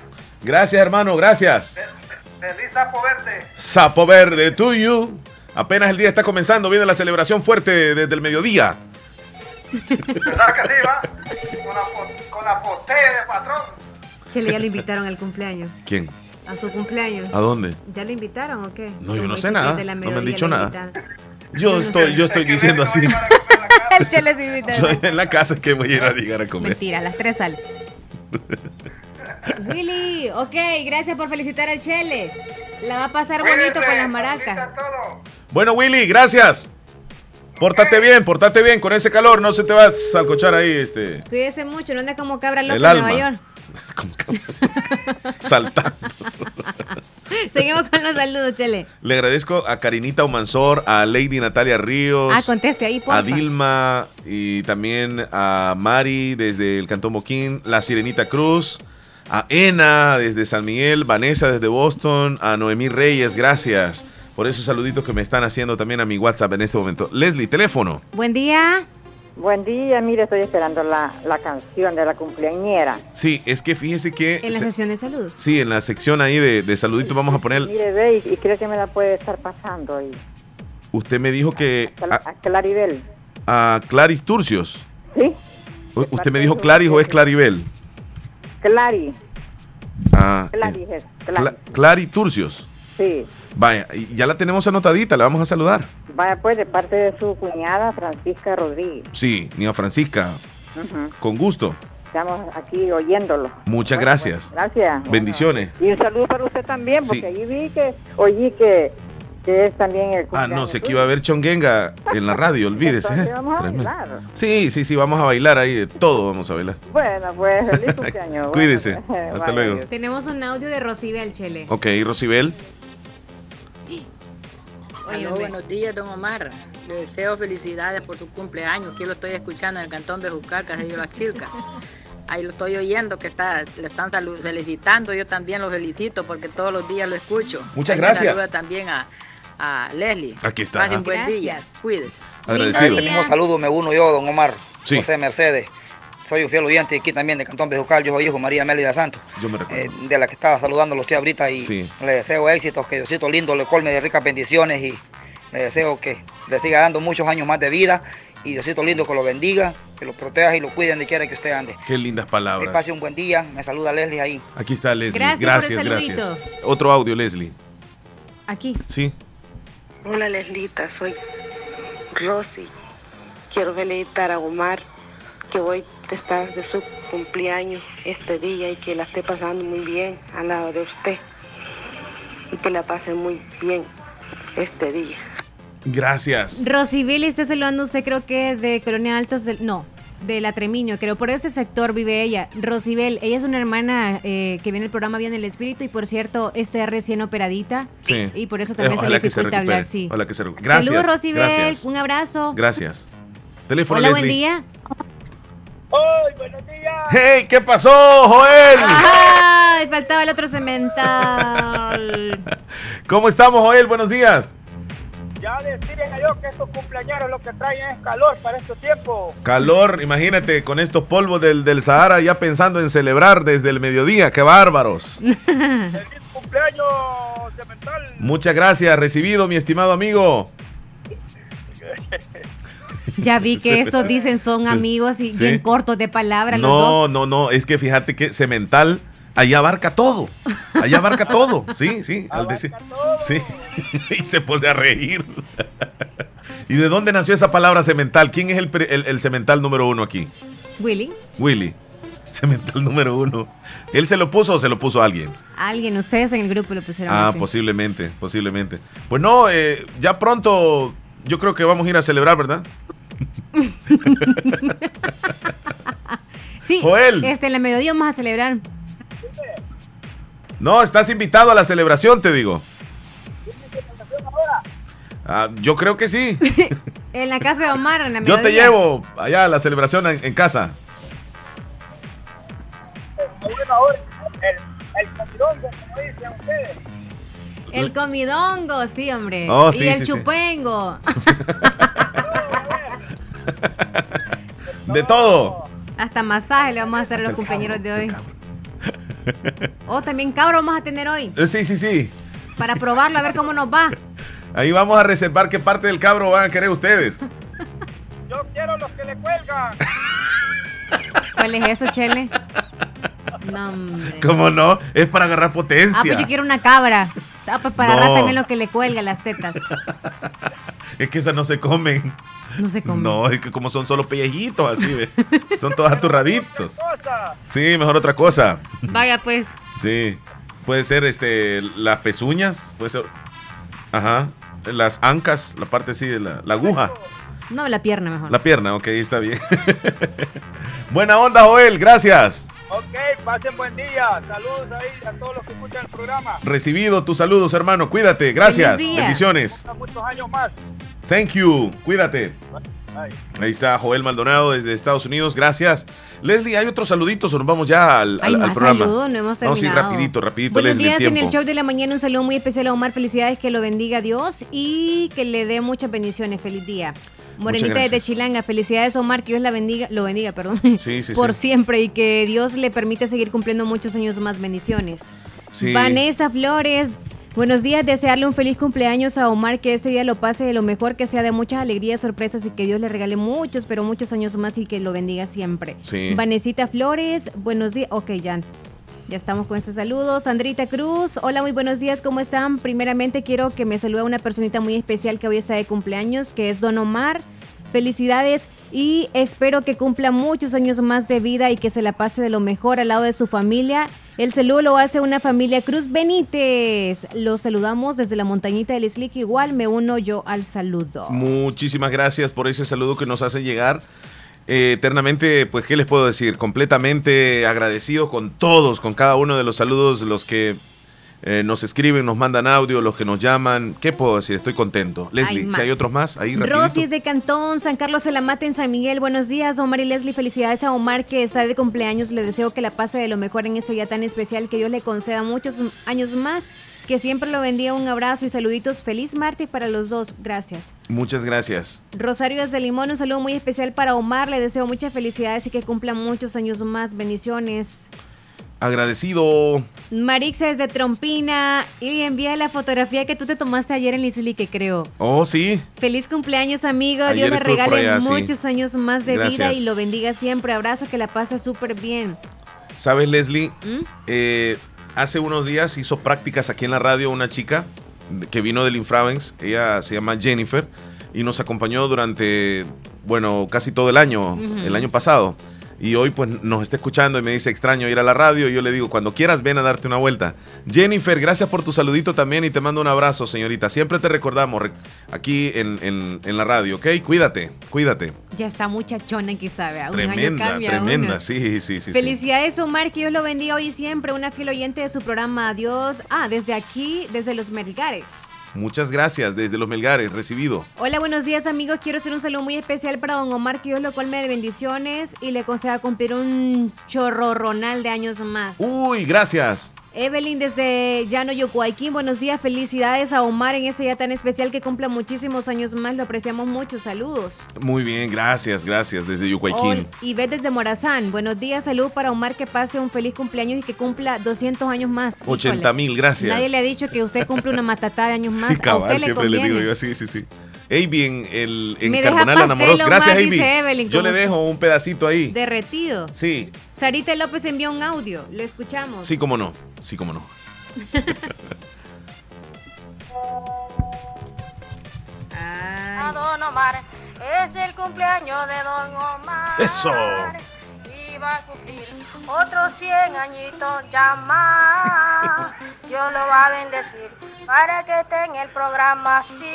S2: Gracias, hermano. Gracias.
S14: Feliz sapo verde.
S2: Sapo verde tuyo. Apenas el día está comenzando. Viene la celebración fuerte desde el mediodía.
S13: ¿Verdad que sí, va? Con la, po- con la potella de patrón.
S3: Chele, ya le invitaron al cumpleaños.
S2: ¿Quién?
S3: A su cumpleaños.
S2: ¿A dónde?
S3: ¿Ya le invitaron o qué?
S2: No, yo
S3: Como
S2: no sé
S3: dice
S2: nada.
S3: que de la
S2: No me han
S3: mediodía
S2: dicho
S3: le
S2: nada.
S3: invitaron.
S2: Yo estoy, yo estoy diciendo así.
S3: El Chele se invita.
S2: Yo en la casa que voy a ir a llegar a comer.
S3: Mentira, a las tres sale. Willy, ok, gracias por felicitar al Chele. La va a pasar bonito con las maracas.
S2: Bueno, Willy, gracias. Pórtate bien, pórtate bien con ese calor. No se te va a salcochar ahí, este.
S3: Cuídese mucho, no andes como cabra loca
S2: El
S3: en Nueva
S2: alma.
S3: York.
S2: Salta.
S3: Seguimos con los saludos, Chele.
S2: Le agradezco a Karinita Omansor, a Lady Natalia Ríos,
S3: Ah, conteste ahí, porfa.
S2: a Dilma y también a Mari desde el Cantón Boquín, la Sirenita Cruz, a Ena desde San Miguel, Vanessa desde Boston, a Noemí Reyes, gracias por esos saluditos que me están haciendo también a mi WhatsApp en este momento. Leslie, teléfono.
S3: Buen día.
S6: Buen día, mire, estoy esperando la, la canción de la cumpleañera.
S2: Sí, es que fíjese que...
S3: En la
S2: se-
S3: sesión de saludos.
S2: sí, en la sección ahí de, de saluditos vamos a poner...
S6: Mire, ve, y, y creo que me la puede estar pasando ahí.
S2: Usted me dijo que...
S6: A, a Claribel.
S2: A, a Claris Turcios.
S6: Sí.
S2: U- Usted me dijo Claris o es Claribel.
S6: Clari.
S2: Ah,
S6: Clari es. Clari.
S2: Cla- Clary Turcios.
S6: Sí.
S2: Vaya, y ya la tenemos anotadita, la vamos a saludar.
S6: Vaya, pues, de parte de su cuñada, Francisca Rodríguez.
S2: Sí, Nia Francisca,
S6: Ujú.
S2: con gusto.
S6: Estamos aquí oyéndolo.
S2: Muchas gracias.
S6: Gracias.
S2: Bendiciones.
S6: Y un saludo para usted también, porque
S2: Sí.
S6: ahí vi que, oí que, que es también el
S2: Ah, no, sé que iba a haber chongenga en la radio, olvídese.
S6: Entonces vamos a
S2: Tremendo.
S6: bailar.
S2: Sí, sí, sí, vamos a bailar ahí, de todo vamos a bailar.
S6: Bueno, pues feliz cumpleaños.
S2: Cuídese.
S6: Bueno, pues,
S2: Hasta
S6: vaya,
S2: luego.
S6: Dios.
S3: Tenemos un audio de Rocibel, Chele.
S2: Ok, Rosibel.
S16: Aló, buenos días, don Omar. Le deseo felicidades por tu cumpleaños. Aquí lo estoy escuchando en el cantón Bejucar, Casillo Las Chilcas. Ahí lo estoy oyendo que está, le están salu- felicitando. Yo también lo felicito porque todos los días lo escucho.
S2: Muchas
S16: Ahí
S2: gracias.
S16: Saluda también a, a Leslie.
S2: Aquí está.
S16: Pase un buen día. Cuídese.
S17: Agradecido. El mismo saludo me uno yo, don Omar. José Mercedes. Soy un fiel oyente aquí también de Cantón Bejucal. Yo soy hijo María Mélida Santos,
S2: Yo me recuerdo.
S17: eh, de la que estaba saludando los usted ahorita y
S2: Sí.
S17: le deseo éxitos, que Diosito lindo le colme de ricas bendiciones y le deseo que le siga dando muchos años más de vida y Diosito lindo que lo bendiga, que lo proteja y lo cuide donde quiera que usted ande.
S2: Qué lindas
S17: Que
S2: palabras.
S17: pase un buen día. Me saluda Leslie ahí.
S2: Aquí está Leslie.
S17: Gracias
S2: Gracias,
S17: por el
S2: gracias.
S17: saludito.
S2: Otro audio, Leslie.
S3: Aquí.
S2: Sí.
S18: Hola Leslita, soy Rosy. Quiero felicitar a Omar que hoy está de su cumpleaños este día y que la esté pasando muy bien al lado de usted. Y que la pase muy bien este día.
S2: Gracias.
S3: Rocibel está saludando usted, creo que de Colonia Altos del. No, de la Tremiño, creo. Por ese sector vive ella. Rocibel, ella es una hermana eh, que viene el programa Bien el Espíritu y por cierto, está recién operadita.
S2: Sí. Eh,
S3: Y por eso también se le
S2: Ojalá que se
S3: dificulta
S2: recupere.
S3: hablar, sí.
S2: Ojalá que se recupere. Gracias.
S3: Saludos, Rocibel.
S2: Gracias.
S3: Un abrazo.
S2: Gracias. Teléfono,
S3: Hola,
S2: Leslie.
S3: buen día.
S2: ¡Hey! ¿Qué pasó, Joel?
S3: ¡Ay! Faltaba el otro
S17: Ah.
S3: cemental.
S2: ¿Cómo estamos, Joel? Buenos días.
S13: Ya decirles a Dios que estos cumpleaños lo que traen es calor para este estos tiempos.
S2: Calor, imagínate, con estos polvos del, del Sahara ya pensando en celebrar desde el mediodía. ¡Qué bárbaros! Muchas gracias, recibido, mi estimado amigo.
S3: Ya vi que estos dicen son amigos y
S2: Sí.
S3: bien cortos de palabra los dos.
S2: No, no, no, es que fíjate que cemental, ahí abarca todo. Ahí abarca todo. Sí, sí, al decir. Sí, y se pone a reír. ¿Y de dónde nació esa palabra cemental? ¿Quién es el, pre- el- el cemental número uno aquí?
S3: Willy,
S2: Willy. Cemental número uno. ¿Él se lo puso o se lo puso alguien?
S3: alguien, ustedes en el grupo lo pusieron
S2: Ah,
S3: así.
S2: posiblemente, posiblemente. Pues no, eh, ya pronto yo creo que vamos a ir a celebrar, ¿verdad?
S3: Sí,
S2: Joel.
S3: Este, en la mediodía vamos a celebrar.
S2: No, estás invitado a la celebración, te digo. Ah, yo creo que sí.
S3: En la casa de Omar, en la mediodía.
S2: Yo te llevo allá a la celebración en, en casa.
S13: El patirongo, como dicen ustedes.
S3: El comidongo, sí, hombre.
S2: Oh,
S3: y
S2: sí,
S3: el
S2: sí, sí.
S3: chupengo.
S2: De todo.
S3: Hasta masaje le vamos a hacer a los compañeros de hoy. Oh, también cabro vamos a tener hoy.
S2: Eh, Sí, sí, sí.
S3: Para probarlo, a ver cómo nos va.
S2: Ahí vamos a reservar qué parte del cabro van a querer ustedes.
S13: Yo quiero
S14: son los que le cuelgan.
S3: ¿Cuál es eso, Chele? No, hombre.
S2: ¿Cómo no? Es para agarrar
S3: Ah, pues yo
S2: potencia.
S3: quiero una cabra. Ah, pues para
S2: No.
S3: agarrar también lo que le cuelga, las tetas.
S2: Es que esas no se comen.
S3: No se comen.
S2: No, es que como son solo pellejitos así, ve. Son todos aturraditos.
S14: Cosa.
S2: Sí, mejor otra cosa.
S3: Vaya, pues.
S2: Sí. Puede ser este las pezuñas, puede ser ajá, las ancas, la parte así de la, la aguja,
S3: No, la pierna mejor.
S2: la pierna, ok, está bien. Buena onda, Joel, gracias.
S14: Ok, pasen buen día. Saludos ahí a todos los que escuchan el programa.
S2: Recibido tus saludos, hermano. Cuídate, gracias.
S14: Feliz día.
S2: Bendiciones.
S14: Muchos años más.
S2: Thank you. Cuídate. Ahí está Joel Maldonado desde Estados Unidos, gracias. Leslie, hay otros saluditos o nos vamos ya al, al-
S3: Hay
S2: al
S3: más
S2: programa.
S3: saludos, no hemos
S2: Vamos a ir
S3: terminado.
S2: rapidito, rapidito,
S3: Buenos
S2: Leslie,
S3: días
S2: el
S3: en
S2: tiempo.
S3: el show de la mañana. Un saludo muy especial a Omar. Felicidades, que lo bendiga Dios y que le dé muchas bendiciones. Feliz día. Morenita
S2: gracias.
S3: desde Chilanga, felicidades Omar, que Dios la bendiga, lo bendiga, perdón,
S2: Sí, sí,
S3: por
S2: sí.
S3: siempre y que Dios le permita seguir cumpliendo muchos años más, bendiciones.
S2: Sí.
S3: Vanessa Flores, buenos días, desearle un feliz cumpleaños a Omar, que este día lo pase de lo mejor, que sea de muchas alegrías, sorpresas y que Dios le regale muchos, pero muchos años más y que lo bendiga siempre.
S2: Sí.
S3: Vanesita Flores, buenos días, ok, ya. Ya estamos con estos saludos. Sandrita Cruz, hola, muy buenos días, ¿cómo están? Primeramente quiero que me salude una personita muy especial que hoy está de cumpleaños, que es Don Omar. Felicidades y espero que cumpla muchos años más de vida y que se la pase de lo mejor al lado de su familia. El saludo lo hace una familia Cruz Benítez. Los saludamos desde la montañita del Slick. Igual me uno yo al saludo.
S2: Muchísimas gracias por ese saludo que nos hacen llegar. Eh, eternamente, pues, ¿qué les puedo decir? Completamente agradecido con todos, con cada uno de los saludos, los que eh, nos escriben, nos mandan audio, los que nos llaman. ¿Qué puedo decir? Estoy contento. Leslie, si
S3: más.
S2: hay otros más, ahí
S3: Rosy
S2: rapidito.
S3: es de Cantón, San Carlos se la mata en San Miguel. Buenos días, Omar y Leslie. Felicidades a Omar que está de cumpleaños. Le deseo que la pase de lo mejor en este día tan especial. Que Dios le conceda muchos años más. Que siempre lo bendiga. Un abrazo y saluditos. Feliz martes para los dos. Gracias.
S2: Muchas gracias.
S3: Rosario desde Limón, un saludo muy especial para Omar. Le deseo muchas felicidades y que cumpla muchos años más. Bendiciones.
S2: Agradecido.
S3: Marixa desde Trompina. Y envía la fotografía que tú te tomaste ayer en Lizuli, que creo.
S2: Oh, sí.
S3: Feliz cumpleaños, amigo.
S2: Ayer
S3: Dios le
S2: estuve por
S3: regale
S2: allá, sí.
S3: muchos años más de vida
S2: Gracias.
S3: y lo bendiga siempre. Abrazo, que la pase súper bien.
S2: ¿Sabes, Leslie?
S3: ¿Mm?
S2: Eh, hace unos días hizo prácticas aquí en la radio una chica que vino del Infravens, ella se llama Jennifer, y nos acompañó durante, bueno, casi todo el año,
S19: Ujú.
S2: el año pasado. Y hoy pues nos está escuchando y me dice extraño ir a la radio. Y yo le digo, cuando quieras, ven a darte una vuelta. Jennifer, gracias por tu saludito también y te mando un abrazo, señorita. Siempre te recordamos re- aquí en, en- en la radio, ¿ok? Cuídate, cuídate.
S3: Ya está muchachona que sabe. a Un año
S2: Tremenda,
S3: cambia
S2: tremenda.
S3: uno.
S2: Sí, sí, sí. sí.
S3: Felicidades, Omar, que Dios lo bendiga hoy y siempre. Una fiel oyente de su programa. Adiós. Ah, desde aquí, desde los Melgares.
S2: Muchas gracias desde los Melgares, recibido.
S3: Hola, buenos días, amigos. Quiero hacer un saludo muy especial para don Omar, que Dios lo colme de bendiciones y le conceda cumplir un chorrorronal de años más.
S2: Uy, gracias.
S3: Evelyn desde Llano Yocuaiquín, buenos días, felicidades a Omar en este día tan especial que cumpla muchísimos años más, lo apreciamos mucho, saludos.
S2: Muy bien, gracias, gracias desde Yucuayquín.
S3: Y Ivette desde Morazán, buenos días, salud para Omar, que pase un feliz cumpleaños y que cumpla 200 años más.
S2: 80
S3: Híjole,
S2: mil, gracias.
S3: Nadie le ha dicho que usted cumple una matatá de años más,
S2: Sí, cabal,
S3: a usted le
S2: siempre le
S3: conviene.
S2: digo yo, sí, sí, sí. Avi en, el, en
S3: Me deja
S2: Carbonal
S3: pastel,
S2: Enamoros.
S3: Omar,
S2: Gracias,
S3: dice
S2: Avi.
S3: Evelyn,
S2: Yo le
S3: como-
S2: dejo un pedacito ahí.
S3: Derretido.
S2: Sí,
S3: Sarita López envió un audio, lo escuchamos.
S2: sí, cómo no. Sí, cómo no.
S20: A Ah, Don Omar es el cumpleaños de Don Omar.
S2: Eso.
S20: Y va a cumplir otros 100 añitos ya más. Dios lo va a bendecir para que esté en el programa así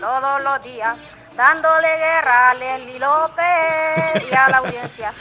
S20: todos los días. Dándole guerra a Leslie López y a la audiencia.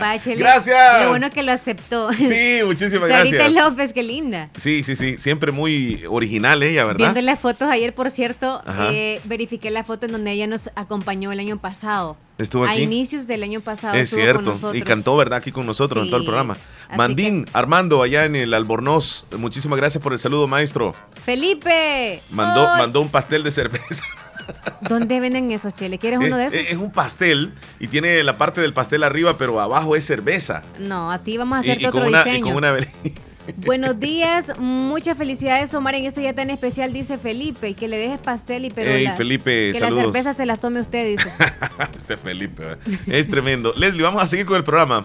S3: Báchele.
S2: Gracias.
S3: Lo bueno que lo aceptó.
S2: Sí, muchísimas
S3: Sarita
S2: gracias.
S3: López, qué linda.
S2: Sí, sí, sí. Siempre muy original ella, ¿verdad?
S3: Viendo las fotos ayer, por cierto,
S2: Ajá.
S3: eh, verifiqué la foto en donde ella nos acompañó el año pasado.
S2: Estuvo
S3: A
S2: aquí.
S3: inicios del año pasado.
S2: Es
S3: estuvo con
S2: cierto,
S3: nosotros.
S2: y cantó, ¿verdad? Aquí con nosotros en todo el
S3: Sí,
S2: programa.
S3: así
S2: Mandín, Armando, allá en el Albornoz, muchísimas gracias por el saludo, maestro.
S3: Felipe.
S2: Mandó,
S3: Ay,
S2: mandó un pastel de cerveza.
S3: ¿Dónde venden esos chile? ¿Quieres uno de
S2: Es-
S3: esos?
S2: Es, es un pastel y tiene la parte del pastel arriba, pero abajo es cerveza.
S3: no, a ti vamos a
S2: Y,
S3: hacerte
S2: y con
S3: otro
S2: una, y
S3: diseño.
S2: con una vel-
S3: Buenos días, muchas felicidades, Omar, en este día tan especial, dice Felipe, y que le dejes pastel y pero
S2: Ey, Felipe,
S3: que
S2: saludos.
S3: las cervezas se las tome usted, dice.
S2: Este Felipe ¿verdad? es tremendo. Leslie, vamos a seguir con el programa.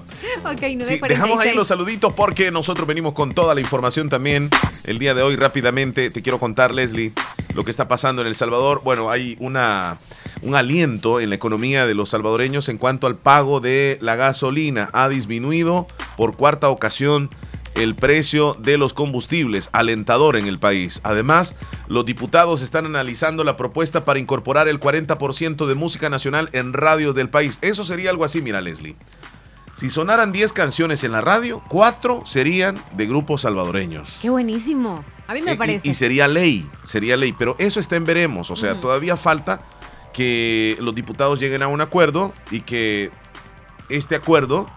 S3: ok,
S2: Sí,
S3: 946.
S2: dejamos ahí los saluditos porque nosotros venimos con toda la información también el día de hoy rápidamente. Te quiero contar, Leslie, lo que está pasando en El Salvador. Bueno, hay una, un aliento en la economía de los salvadoreños en cuanto al pago de la gasolina. Ha disminuido por cuarta ocasión el precio de los combustibles, alentador en el país. Además, los diputados están analizando la propuesta para incorporar el 40% de música nacional en radios del país. Eso sería algo así, mira, Leslie. Si sonaran 10 canciones en la radio, 4 serían de grupos salvadoreños.
S3: Qué buenísimo. A mí me
S2: Eh, Y- y-
S3: parece.
S2: Y, sería ley, sería ley. Pero eso está en veremos. O sea,
S3: Ujú.
S2: todavía falta que los diputados lleguen a un acuerdo y que este acuerdo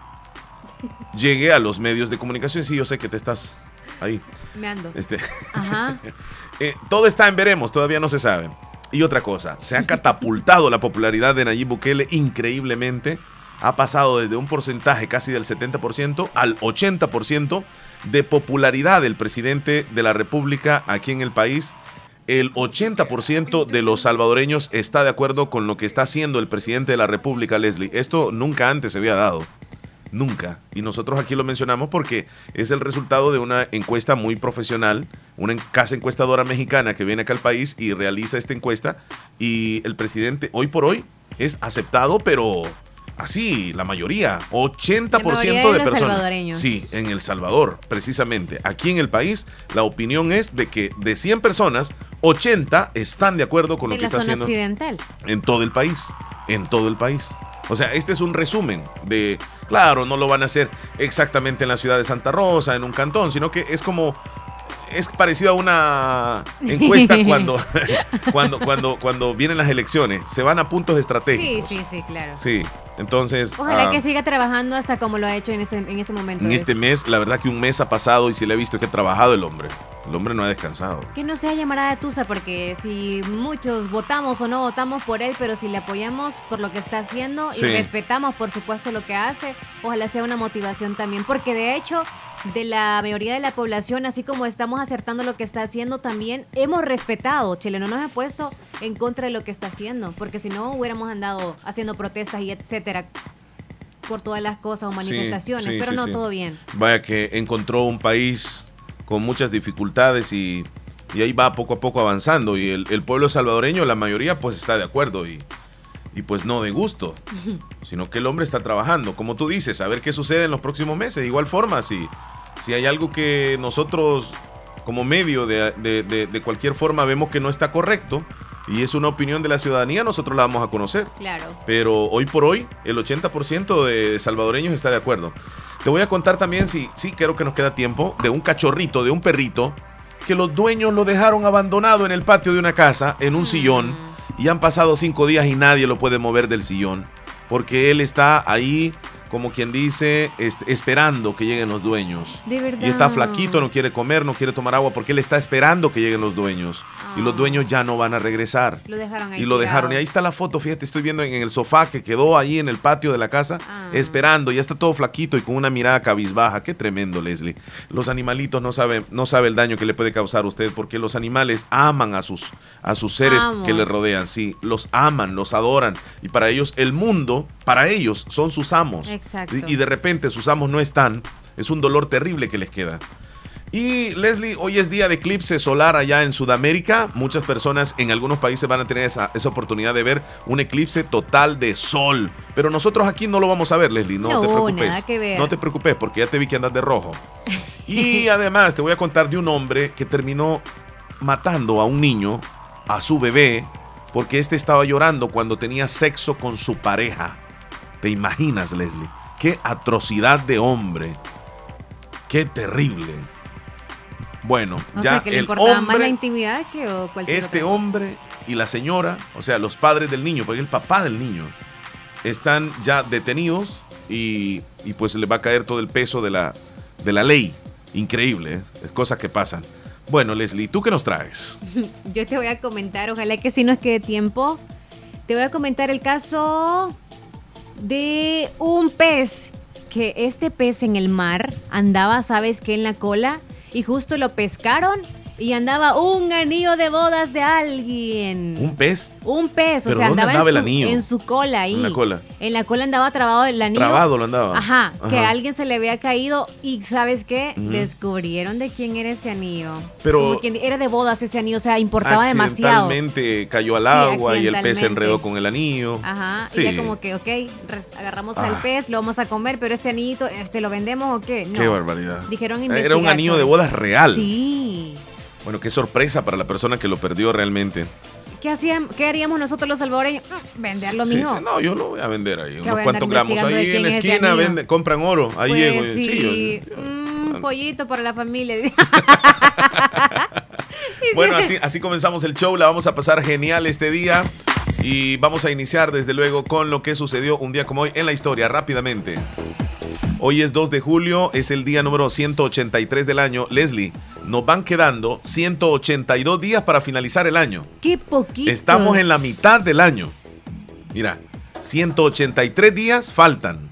S2: llegue a los medios de comunicación. Sí, yo sé que te estás ahí.
S3: Me ando.
S2: Este.
S3: Ajá.
S2: Eh, todo está en veremos, todavía no se sabe. Y otra cosa, se ha catapultado la popularidad de Nayib Bukele increíblemente. Ha pasado desde un porcentaje casi del 70% al 80% de popularidad del presidente de la República aquí en el país. El 80% de los salvadoreños está de acuerdo con lo que está haciendo el presidente de la República, Leslie. Esto nunca antes se había dado. Nunca. Y nosotros aquí lo mencionamos porque es el resultado de una encuesta muy profesional, una en- casa encuestadora mexicana que viene acá al país y realiza esta encuesta. Y el presidente, hoy por hoy, es aceptado, pero así, la mayoría, 80%
S3: La mayoría
S2: de,
S3: de los
S2: personas.
S3: salvadoreños.
S2: Sí, en El Salvador, precisamente. Aquí en el país, la opinión es de que de 100 personas, 80 están de acuerdo con lo
S3: En
S2: que
S3: la
S2: está
S3: zona
S2: haciendo
S3: occidental.
S2: en todo el país, en todo el país. O sea, este es un resumen de, claro, no lo van a hacer exactamente en la ciudad de Santa Rosa, en un cantón, sino que es como es parecido a una encuesta cuando cuando cuando cuando vienen las elecciones, se van a puntos
S3: Sí,
S2: estratégicos.
S3: sí, sí, claro.
S2: Sí, entonces
S3: Ojalá
S2: ah,
S3: que siga trabajando hasta como lo ha hecho en este, en ese momento.
S2: en
S3: ¿ves?
S2: este mes, la verdad que un mes ha pasado y se le ha visto que ha trabajado el hombre. El hombre no ha descansado.
S3: Que no sea llamada de Tusa, porque si muchos votamos o no votamos por él, pero si le apoyamos por lo que está haciendo y
S2: Sí.
S3: respetamos, por supuesto, lo que hace, ojalá sea una motivación también, porque de hecho, de la mayoría de la población, así como estamos acertando lo que está haciendo, también hemos respetado. Chile no nos ha puesto en contra de lo que está haciendo, porque si no hubiéramos andado haciendo protestas y etcétera por todas las cosas o manifestaciones,
S2: sí,
S3: pero
S2: sí,
S3: no
S2: sí.
S3: todo bien.
S2: Vaya que encontró un país con muchas dificultades y, y ahí va poco a poco avanzando. Y el, el pueblo salvadoreño, la mayoría, pues está de acuerdo y, y pues no de gusto, sino que el hombre está trabajando. Como tú dices, a ver qué sucede en los próximos meses. De igual forma, si, si hay algo que nosotros como medio de, de- de- de cualquier forma vemos que no está correcto y es una opinión de la ciudadanía, nosotros la vamos a conocer.
S3: Claro.
S2: Pero hoy por hoy, el 80% de salvadoreños está de acuerdo. Te voy a contar también, si sí, creo que nos queda tiempo, de un cachorrito, de un perrito, que los dueños lo dejaron abandonado en el patio de una casa, en un sillón, y han pasado cinco días y nadie lo puede mover del sillón, porque él está ahí, como quien dice, este, esperando que lleguen los dueños.
S3: De verdad.
S2: Y está flaquito, no quiere comer, no quiere tomar agua, porque él está esperando que lleguen los dueños. Y los dueños ya no van a regresar.
S3: Lo dejaron ahí.
S2: Y lo dejaron.
S3: tirado.
S2: Y ahí está la foto, fíjate, estoy viendo en el sofá que quedó ahí en el patio de la casa
S3: Ah.
S2: esperando. Ya está todo flaquito y con una mirada cabizbaja. Qué tremendo, Leslie. Los animalitos no saben, no sabe el daño que le puede causar a usted porque los animales aman a sus, a sus seres
S1: Amos.
S2: que le rodean. Sí, los aman, los adoran. Y para ellos, el mundo, para ellos, son sus amos.
S1: Exacto.
S2: Y- Y de repente sus amos no están. Es un dolor terrible que les queda. Y Leslie, hoy es día de eclipse solar allá en Sudamérica. Muchas personas en algunos países van a tener esa, esa oportunidad de ver un eclipse total de sol. Pero nosotros aquí no lo vamos a ver, Leslie. No,
S3: No,
S2: te preocupes.
S3: nada que ver.
S2: No te preocupes porque ya te vi que andas de rojo. Y además te voy a contar de un hombre que terminó matando a un niño, a su bebé, porque este estaba llorando cuando tenía sexo con su pareja. ¿Te imaginas, Leslie? Qué atrocidad de hombre. Qué terrible. Bueno,
S3: O
S2: ya
S3: sea, que le
S2: el
S3: importaba más la
S2: hombre,
S3: intimidad que o cualquier
S2: este
S3: otra
S2: hombre y la señora, o sea, los padres del niño, porque el papá del niño, están ya detenidos y, y pues le va a caer todo el peso de la, de la ley. Increíble, ¿eh? es cosas que pasan. Bueno, Leslie, ¿tú qué nos traes?
S3: Yo te voy a comentar, ojalá que si nos quede tiempo, te voy a comentar el caso de un pez, que este pez en el mar andaba, ¿sabes qué? En la cola y justo lo pescaron y andaba un anillo de bodas de alguien.
S2: ¿Un pez?
S3: Un pez, o
S2: ¿Pero
S3: sea,
S2: dónde
S3: andaba,
S2: andaba
S3: en,
S2: el
S3: su,
S2: anillo?
S3: en su cola ahí.
S2: En la cola.
S3: En la cola andaba trabado el anillo.
S2: Trabado lo andaba.
S3: Ajá, que
S2: Ajá.
S3: alguien se le había caído y ¿sabes qué?
S2: Ujú.
S3: Descubrieron de quién era ese anillo.
S2: Pero-
S3: Como quien era de bodas ese anillo, o sea, importaba demasiado.
S2: Accidentalmente cayó al
S3: Sí,
S2: agua y el pez se
S3: accidentalmente.
S2: enredó con el anillo.
S3: Ajá,
S2: Sí.
S3: y ya como que, ok, res- agarramos
S2: Ah.
S3: al pez, lo vamos a comer, pero este anillito, ¿este lo vendemos o qué? No.
S2: Qué barbaridad.
S3: Dijeron
S2: Era un
S3: investigar
S2: anillo
S3: sobre-
S2: de bodas real.
S3: Sí.
S2: Bueno, qué sorpresa para la persona que lo perdió realmente.
S3: ¿Qué, hacían, ¿Qué haríamos nosotros los salvadoreños? Mm, Vender lo
S2: Sí,
S3: mío.
S2: sí, no, yo lo voy a vender ahí.
S3: voy
S2: Unos
S3: a
S2: cuantos
S3: andar
S2: gramos.
S3: investigando de
S2: Ahí en
S3: quién
S2: la
S3: es ese
S2: esquina
S3: anillo.
S2: venden- compran oro. Ahí
S3: Pues
S2: llego.
S3: sí,
S2: yo-
S3: mm, un pollito para la familia.
S2: Bueno, así, así comenzamos el show, la vamos a pasar genial este día y vamos a iniciar desde luego con lo que sucedió un día como hoy en la historia rápidamente. Hoy es 2 de julio, es el día número 183 del año. Leslie, nos van quedando 182 días para finalizar el año.
S3: Qué poquito.
S2: Estamos en la mitad del año. Mira, 183 días faltan.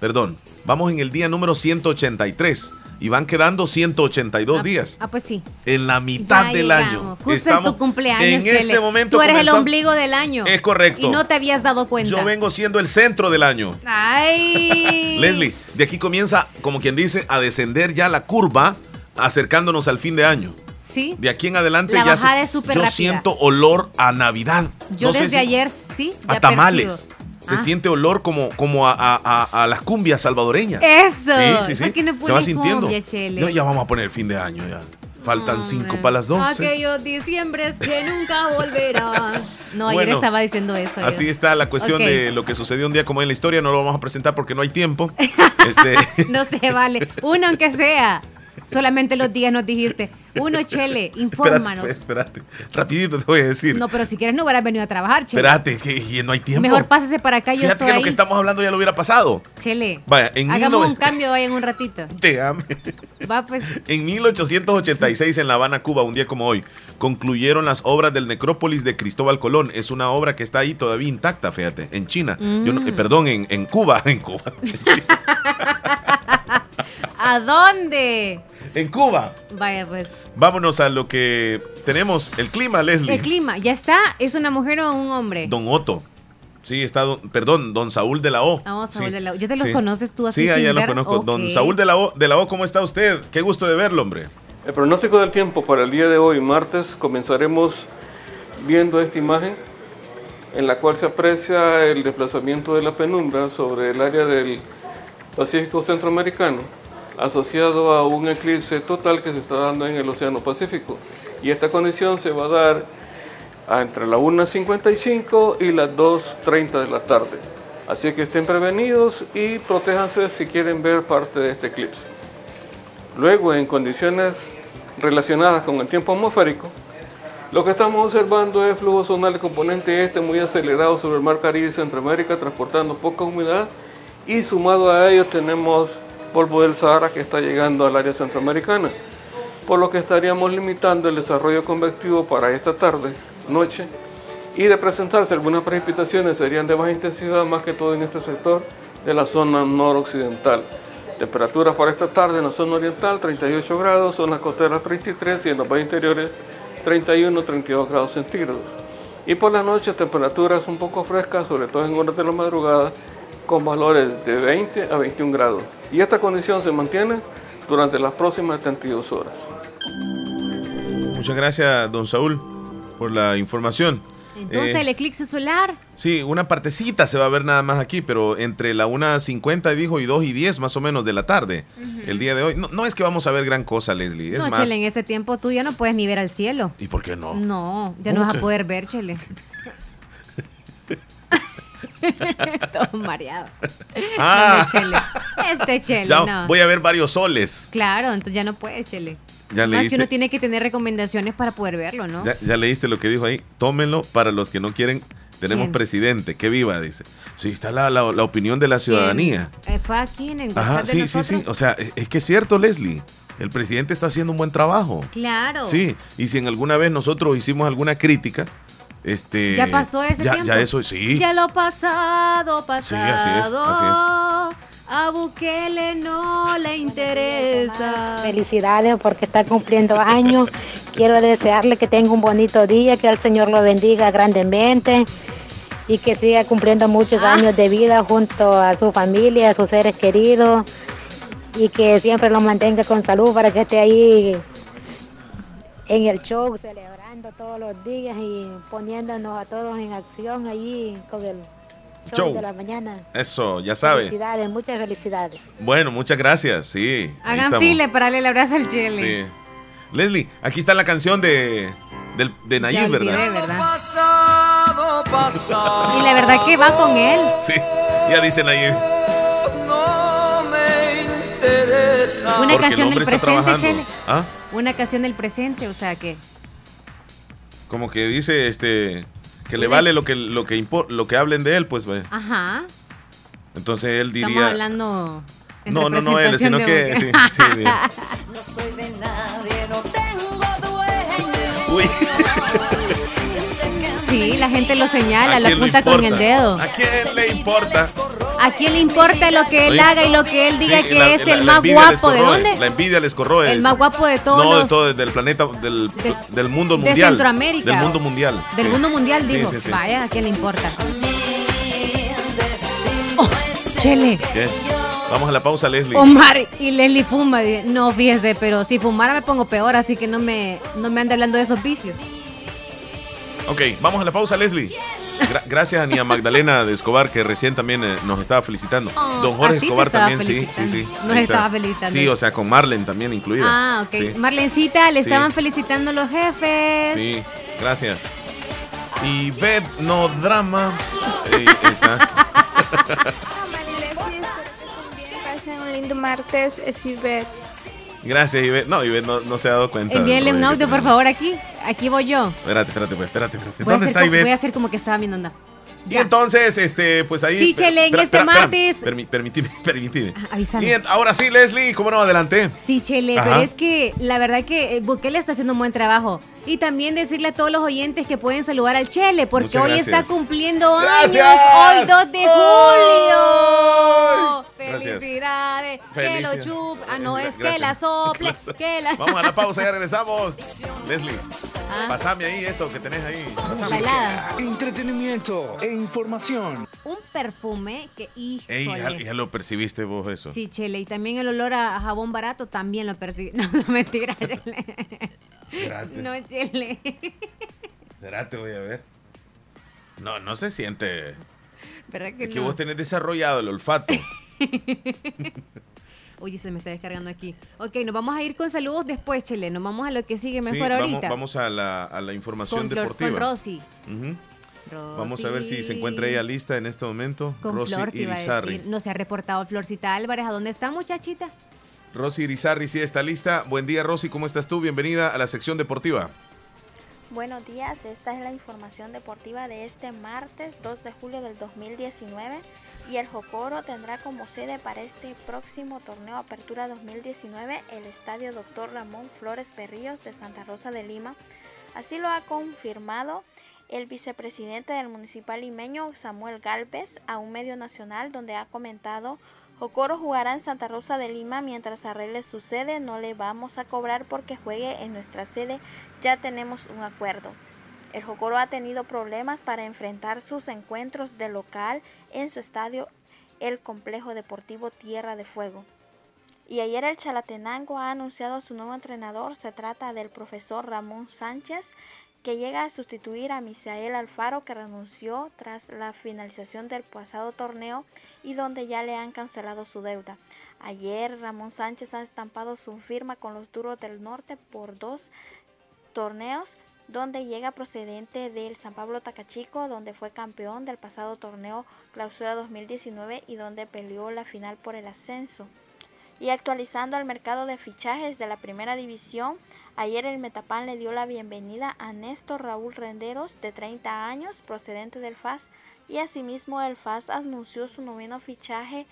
S2: Perdón, vamos en el día número 183 y van quedando 182
S3: Ah,
S2: días
S3: Ah, pues sí.
S2: en la mitad
S3: Ya
S2: del
S3: llegamos.
S2: año.
S3: Justo en tu cumpleaños.
S2: en este
S3: Lele.
S2: momento
S3: Tú eres el
S2: comenzamos-
S3: ombligo del año.
S2: Es correcto.
S3: Y no te habías dado cuenta.
S2: Yo vengo siendo el centro del año.
S3: Ay.
S2: Leslie, de aquí comienza, como quien dice, a descender ya la curva, acercándonos al fin de año.
S3: Sí.
S2: De aquí en adelante
S3: La
S2: ya
S3: bajada
S2: se-
S3: es súper
S2: yo
S3: rápida.
S2: siento olor a Navidad.
S3: Yo
S2: No sé
S3: desde
S2: si-
S3: ayer sí. ya
S2: a tamales.
S3: percibo.
S2: Se
S3: Ah.
S2: siente olor como, como a, a- a- a las cumbias salvadoreñas.
S3: Eso.
S2: Sí, sí, sí.
S3: ¿Por qué no
S2: Se va
S3: pones
S2: sintiendo.
S3: cumbia, Chele?
S2: No, ya vamos a poner fin de año ya. Faltan cinco para las 12.
S3: Aquellos diciembres que nunca volverán. No, ayer
S2: Bueno,
S3: estaba diciendo eso. yo.
S2: Así está la cuestión
S3: Ok.
S2: de lo que sucedió un día como en la historia. No lo vamos a presentar porque no hay tiempo. Este,
S3: No se vale. Uno aunque sea. Solamente los días nos dijiste. Uno, Chele, infórmanos.
S2: espérate, espérate. Rapidito te voy a decir.
S3: No, pero si quieres no hubieras venido a trabajar, Chele.
S2: espérate, es que y no hay tiempo.
S3: Mejor pásese para acá, yo
S2: Fíjate
S3: estoy
S2: que
S3: ahí.
S2: lo que estamos hablando ya lo hubiera pasado.
S3: Chele,
S2: Vaya, en,
S3: hagamos
S2: 19
S3: un cambio ahí en un ratito.
S2: Te amo.
S3: Va, pues.
S2: ah, en 1886 en La Habana, Cuba, un día como hoy, concluyeron las obras del Necrópolis de Cristóbal Colón. Es una obra que está ahí todavía intacta, fíjate, en China. Yo no- eh,
S3: Mm.
S2: perdón, en, en Cuba, en Cuba.
S3: ¿A dónde?
S2: En Cuba.
S3: Vaya, pues.
S2: Vámonos a lo que tenemos, el clima, Leslie.
S3: El clima, ¿ya está? ¿Es una mujer o un hombre?
S2: Don Otto. Sí, está, don- perdón, don Saúl de la O.
S3: Ah, Saúl
S2: Sí,
S3: de la O. ¿Ya te los
S2: sí.
S3: conoces tú así
S2: Sí, ah,
S3: sin
S2: ya lo
S3: ver?
S2: conozco. Don
S3: Ok.
S2: Saúl de la, o, de la O, ¿cómo está usted? Qué gusto de verlo, hombre.
S19: El pronóstico del tiempo para el día de hoy, martes, comenzaremos viendo esta imagen en la cual se aprecia el desplazamiento de la penumbra sobre el área del Pacífico Centroamericano, asociado a un eclipse total que se está dando en el Océano Pacífico. Y esta condición se va a dar a entre las 1.55 y las 2.30 de la tarde. Así que estén prevenidos y protéjanse si quieren ver parte de este eclipse. Luego, en condiciones relacionadas con el tiempo atmosférico, lo que estamos observando es flujo zonal de componente este muy acelerado sobre el mar Caribe y Centroamérica, transportando poca humedad. Y sumado a ello tenemos polvo del Sahara que está llegando al área centroamericana, por lo que estaríamos limitando el desarrollo convectivo para esta tarde, noche. Y de presentarse algunas precipitaciones serían de baja intensidad, más que todo en este sector de la zona noroccidental. Temperaturas para esta tarde en la zona oriental 38 grados, zonas costeras 33 y en las valles interiores 31, 32 grados centígrados. Y por la noche temperaturas un poco frescas, sobre todo en horas de la madrugada, con valores de 20 a 21 grados. Y esta condición se mantiene durante las próximas 72 horas.
S2: Muchas gracias, don Saúl, por la información.
S3: Entonces
S2: Eh,
S3: el eclipse solar.
S2: Sí, una partecita se va a ver nada más aquí, pero entre la 1.50 dijo y 2 y 10 más o menos de la tarde,
S3: Ujú.
S2: el día de hoy. No, no es que vamos a ver gran cosa, Leslie. Es
S3: no,
S2: más,
S3: Chele, en ese tiempo tú ya no puedes ni ver al cielo.
S2: ¿Y por qué no?
S3: No, ya
S2: ¿Cómo
S3: no vas
S2: que?
S3: a poder ver, Chele. Todo mareado.
S2: Ah.
S3: No, no, Chele. Este Chele,
S2: Ya
S3: no.
S2: Voy a ver varios soles.
S3: Claro, entonces ya no puedes, Chele.
S2: Ya
S3: Más que
S2: leíste,
S3: uno tiene que tener recomendaciones para poder verlo, ¿no?
S2: ya, ya leíste lo que dijo ahí. Tómenlo para los que no quieren. Tenemos
S3: ¿Quién?
S2: presidente, que viva, dice. Sí, está la, la- la opinión de la ciudadanía.
S3: Eh, fue aquí en el
S2: Ajá,
S3: WhatsApp de
S2: sí, sí, sí.
S3: nosotros.
S2: O sea, e, es, es que es cierto, Leslie. El presidente está haciendo un buen trabajo.
S3: Claro.
S2: Sí, y si en alguna vez nosotros hicimos alguna crítica, este...
S3: Ya pasó ese
S2: ya,
S3: tiempo.
S2: Ya eso, sí.
S3: Ya lo pasado, pasado.
S2: así es, así
S3: A Bukele no le interesa.
S4: Felicidades porque está cumpliendo años. Quiero desearle que tenga un bonito día, que el Señor lo bendiga grandemente y que siga cumpliendo muchos
S3: Ah.
S4: años de vida junto a su familia, a sus seres queridos y que siempre lo mantenga con salud para que esté ahí en el show celebrando todos los días y poniéndonos a todos en acción allí con el show,
S2: Show.
S4: de la mañana.
S2: Eso, ya sabe.
S4: Felicidades, muchas felicidades.
S2: Bueno, muchas gracias. Sí. ahí
S3: Hagan
S2: estamos.
S3: file para darle el abrazo al chile.
S2: Sí. Leslie, aquí está la canción de, del- de
S3: Ya
S2: Nayib,
S3: olvidé,
S2: ¿verdad?
S21: Pasado, pasado.
S3: Y la verdad que va con él.
S2: Sí, ya dice Nayib.
S21: No me interesa.
S3: Una
S2: Porque el
S3: canción
S2: hombre
S3: del
S2: está
S3: presente,
S2: trabajando.
S3: Chele.
S2: Ah,
S3: Una canción del presente, o sea que.
S2: como que dice este que le vale lo que lo que impo- lo que hablen de él, pues vaya.
S3: Ajá.
S2: Entonces él
S3: Estamos
S2: diría
S3: hablando. en
S2: No, no, no él,
S3: representación
S2: sino
S3: de
S2: que sí,
S3: Bukele.
S2: sí, de-
S21: No soy de nadie, no
S2: Uy.
S3: Sí, la gente lo
S2: ¿A
S3: señala, lo
S2: quién le
S3: apunta con el
S2: importa?
S3: dedo.
S2: ¿A quién le importa?
S3: ¿A quién le importa lo que él
S2: Oye.
S3: haga y lo que él diga
S2: Sí,
S3: que
S2: la-
S3: es
S2: la-
S3: el
S2: la
S3: más
S2: envidia les
S3: guapo? ¿De
S2: corroe,
S3: dónde?
S2: La envidia les corroe.
S3: El más guapo de todos
S2: no, de
S3: los-
S2: todo, del planeta, del, del mundo
S3: de
S2: mundial.
S3: Centroamérica.
S2: Del mundo mundial.
S3: del
S2: sí.
S3: mundo mundial,
S2: Sí,
S3: digo.
S2: sí, sí.
S3: Vaya, ¿a quién le importa? Oh, Chele.
S2: ¿Qué? Vamos a la pausa, Leslie.
S3: Omar y Leslie fuma. dice, No, fíjese, pero si fumara me pongo peor, así que no me, no me ande hablando de esos vicios.
S2: Ok, vamos a la pausa, Leslie. Gra- gracias a Nia Magdalena de Escobar, que recién también eh, nos estaba felicitando.
S3: Oh,
S2: Don
S3: a
S2: Jorge
S3: ti te
S2: Escobar
S3: estaba
S2: también, sí, sí,
S3: felicitando.
S2: sí.
S3: Nos
S2: Ahí está.
S3: estaba felicitando.
S2: Sí, o sea, con Marlen también incluida.
S3: Ah, ok.
S2: Sí.
S3: Marlencita, le
S2: Sí.
S3: estaban felicitando los jefes.
S2: Sí, gracias. Y Beth no drama. Ahí está.
S22: Pasen un lindo martes, es Ivette.
S2: Gracias, Ivette. No, Ivette no, no se ha dado cuenta.
S3: Envíale un
S2: Roger,
S3: audio,
S2: que
S3: por
S2: tenemos.
S3: favor, aquí. Aquí voy yo.
S2: Espérate, espérate, pues, espérate, espérate.
S3: Voy a,
S2: ¿Dónde
S3: hacer
S2: está
S3: como, voy a
S2: Ivette?
S3: hacer como que estaba viendo onda.
S2: Y entonces, este, pues ahí.
S3: Sí,
S2: espera-
S3: Chele, en
S2: espera-
S3: este
S2: espera- espera.
S3: martes- Ah,
S2: Permi- Permitime, permitime.
S3: Avísame.
S2: Y en- ahora sí, Leslie, ¿cómo no? Adelante.
S3: Sí, Chele,
S2: Ajá.
S3: pero es que la verdad que eh, Bukele está haciendo un buen trabajo. Y también decirle a todos los oyentes que pueden saludar al Chele, porque
S2: Muchas
S3: hoy
S2: gracias.
S3: está cumpliendo
S2: Gracias.
S3: años, hoy 2 de
S2: ¡Ay!
S3: julio.
S2: Gracias.
S3: Felicidades, que lo
S2: Felicidades.
S3: chup, ah no, es que
S2: Gracias.
S3: la sople, que la...
S2: Vamos a la pausa, ya regresamos. Leslie,
S3: Ah.
S2: pasame ahí eso que tenés ahí. Pasame.
S3: Ensalada.
S1: Entretenimiento e información.
S3: Un perfume que, híjole.
S2: Ey, ya, ya lo percibiste vos eso.
S3: Sí, Chele, y también el olor a a jabón barato también lo percibe. No, no, mentira, Chele.
S2: Espérate,
S3: No, Chele.
S2: espérate, voy a ver. No, no se siente.
S3: ¿Verdad que
S2: Es que
S3: no?
S2: vos tenés desarrollado el olfato.
S3: Oye, se me está descargando aquí. Ok, nos vamos a ir con saludos después, Chele. Nos vamos a lo que sigue mejor
S2: Sí, vamos,
S3: ahorita.
S2: vamos a la, a la información
S3: con, Flor-
S2: deportiva.
S3: con Rosy.
S2: Ujú. Vamos a ver si se encuentra ella lista en este momento.
S3: Con
S2: Rosy
S3: Flor, te iba a
S2: Irizarry.
S3: decir. No se ha reportado Florcita Álvarez. ¿A dónde está, muchachita?
S2: Rosy Irizarry sí está lista. Buen día, Rosy, ¿cómo estás tú? Bienvenida a la sección deportiva.
S23: Buenos días, esta es la información deportiva de este martes 2 de julio del 2019 y el Jocoro tendrá como sede para este próximo torneo Apertura 2019 el Estadio Dr. Ramón Flores Berríos de Santa Rosa de Lima. Así lo ha confirmado el vicepresidente del municipal limeño Samuel Galvez a un medio nacional donde ha comentado Jocoro jugará en Santa Rosa de Lima mientras arregle su sede, no le vamos a cobrar porque juegue en nuestra sede, ya tenemos un acuerdo. El Jocoro ha tenido problemas para enfrentar sus encuentros de local en su estadio, el Complejo Deportivo Tierra de Fuego. Y ayer el Chalatenango ha anunciado a su nuevo entrenador, se trata del profesor Ramón Sánchez, que llega a sustituir a Misael Alfaro que renunció tras la finalización del pasado torneo y donde ya le han cancelado su deuda. Ayer Ramón Sánchez ha estampado su firma con los Duros del Norte por dos torneos donde llega procedente del San Pablo Tacachico, donde fue campeón del pasado torneo Clausura 2019 y donde peleó la final por el ascenso. Y actualizando al mercado de fichajes de la primera división, ayer el Metapan le dio la bienvenida a Néstor Raúl Renderos, de 30 años, procedente del FAS, y asimismo el FAS anunció su noveno fichaje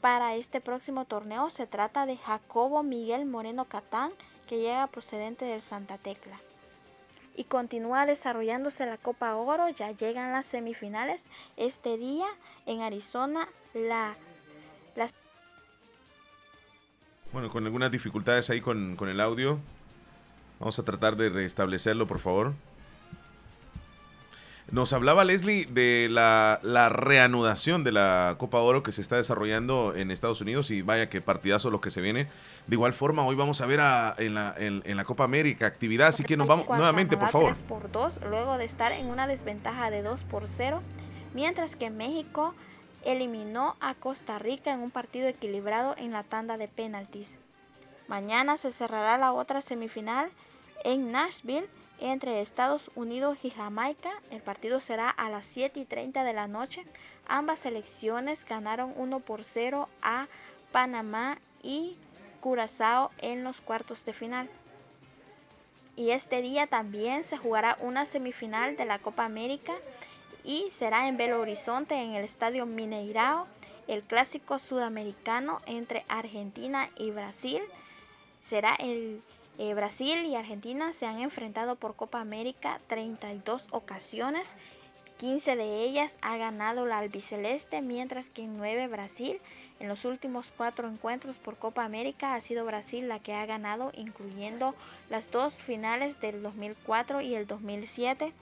S23: para este próximo torneo. Se trata de Jacobo Miguel Moreno Catán, que llega procedente del Santa Tecla y continúa desarrollándose la Copa Oro. Ya llegan las semifinales este día en Arizona. La, las
S2: Bueno, con algunas dificultades ahí con, con el audio. Vamos a tratar de restablecerlo, por favor. Nos hablaba Leslie de la, la reanudación de la Copa Oro que se está desarrollando en Estados Unidos y vaya que partidazo lo que se viene. De igual forma, hoy vamos a ver a- en, la, en- en la Copa América actividad, así que nos vamos
S23: Cuando
S2: nuevamente, por
S23: ganaba
S2: favor.
S23: 3 por 2, luego de estar en una desventaja de 2 por 0, mientras que México eliminó a Costa Rica en un partido equilibrado en la tanda de penaltis. Mañana se cerrará la otra semifinal en Nashville entre Estados Unidos y Jamaica. El partido será a las 7 y 30 de la noche. Ambas selecciones ganaron 1 por 0 a Panamá y Curazao en los cuartos de final. Y este día también se jugará una semifinal de la Copa América y será en Belo Horizonte en el Estadio Mineirao, el clásico sudamericano entre Argentina y Brasil. Será el eh, Brasil y Argentina se han enfrentado por Copa América 32 ocasiones. 15 de ellas ha ganado la albiceleste, mientras que en 9 Brasil. En los últimos 4 encuentros por Copa América ha sido Brasil la que ha ganado, incluyendo las dos finales del 2004 y el 2007.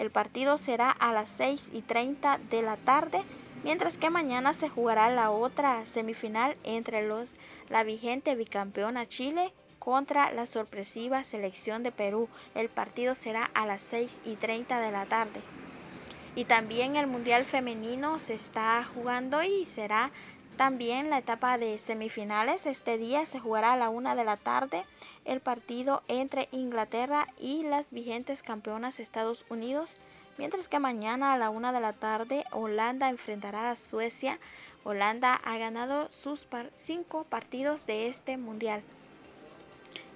S23: El partido será a las 6 y 30 de la tarde, mientras que mañana se jugará la otra semifinal entre los, la vigente bicampeona Chile contra la sorpresiva selección de Perú. El partido será a las 6 y 30 de la tarde. Y también el Mundial Femenino se está jugando y será también la etapa de semifinales. Este día se jugará a la una de la tarde el partido entre Inglaterra y las vigentes campeonas Estados Unidos. Mientras que mañana a la una de la tarde Holanda enfrentará a Suecia. Holanda ha ganado sus par- cinco partidos de este Mundial.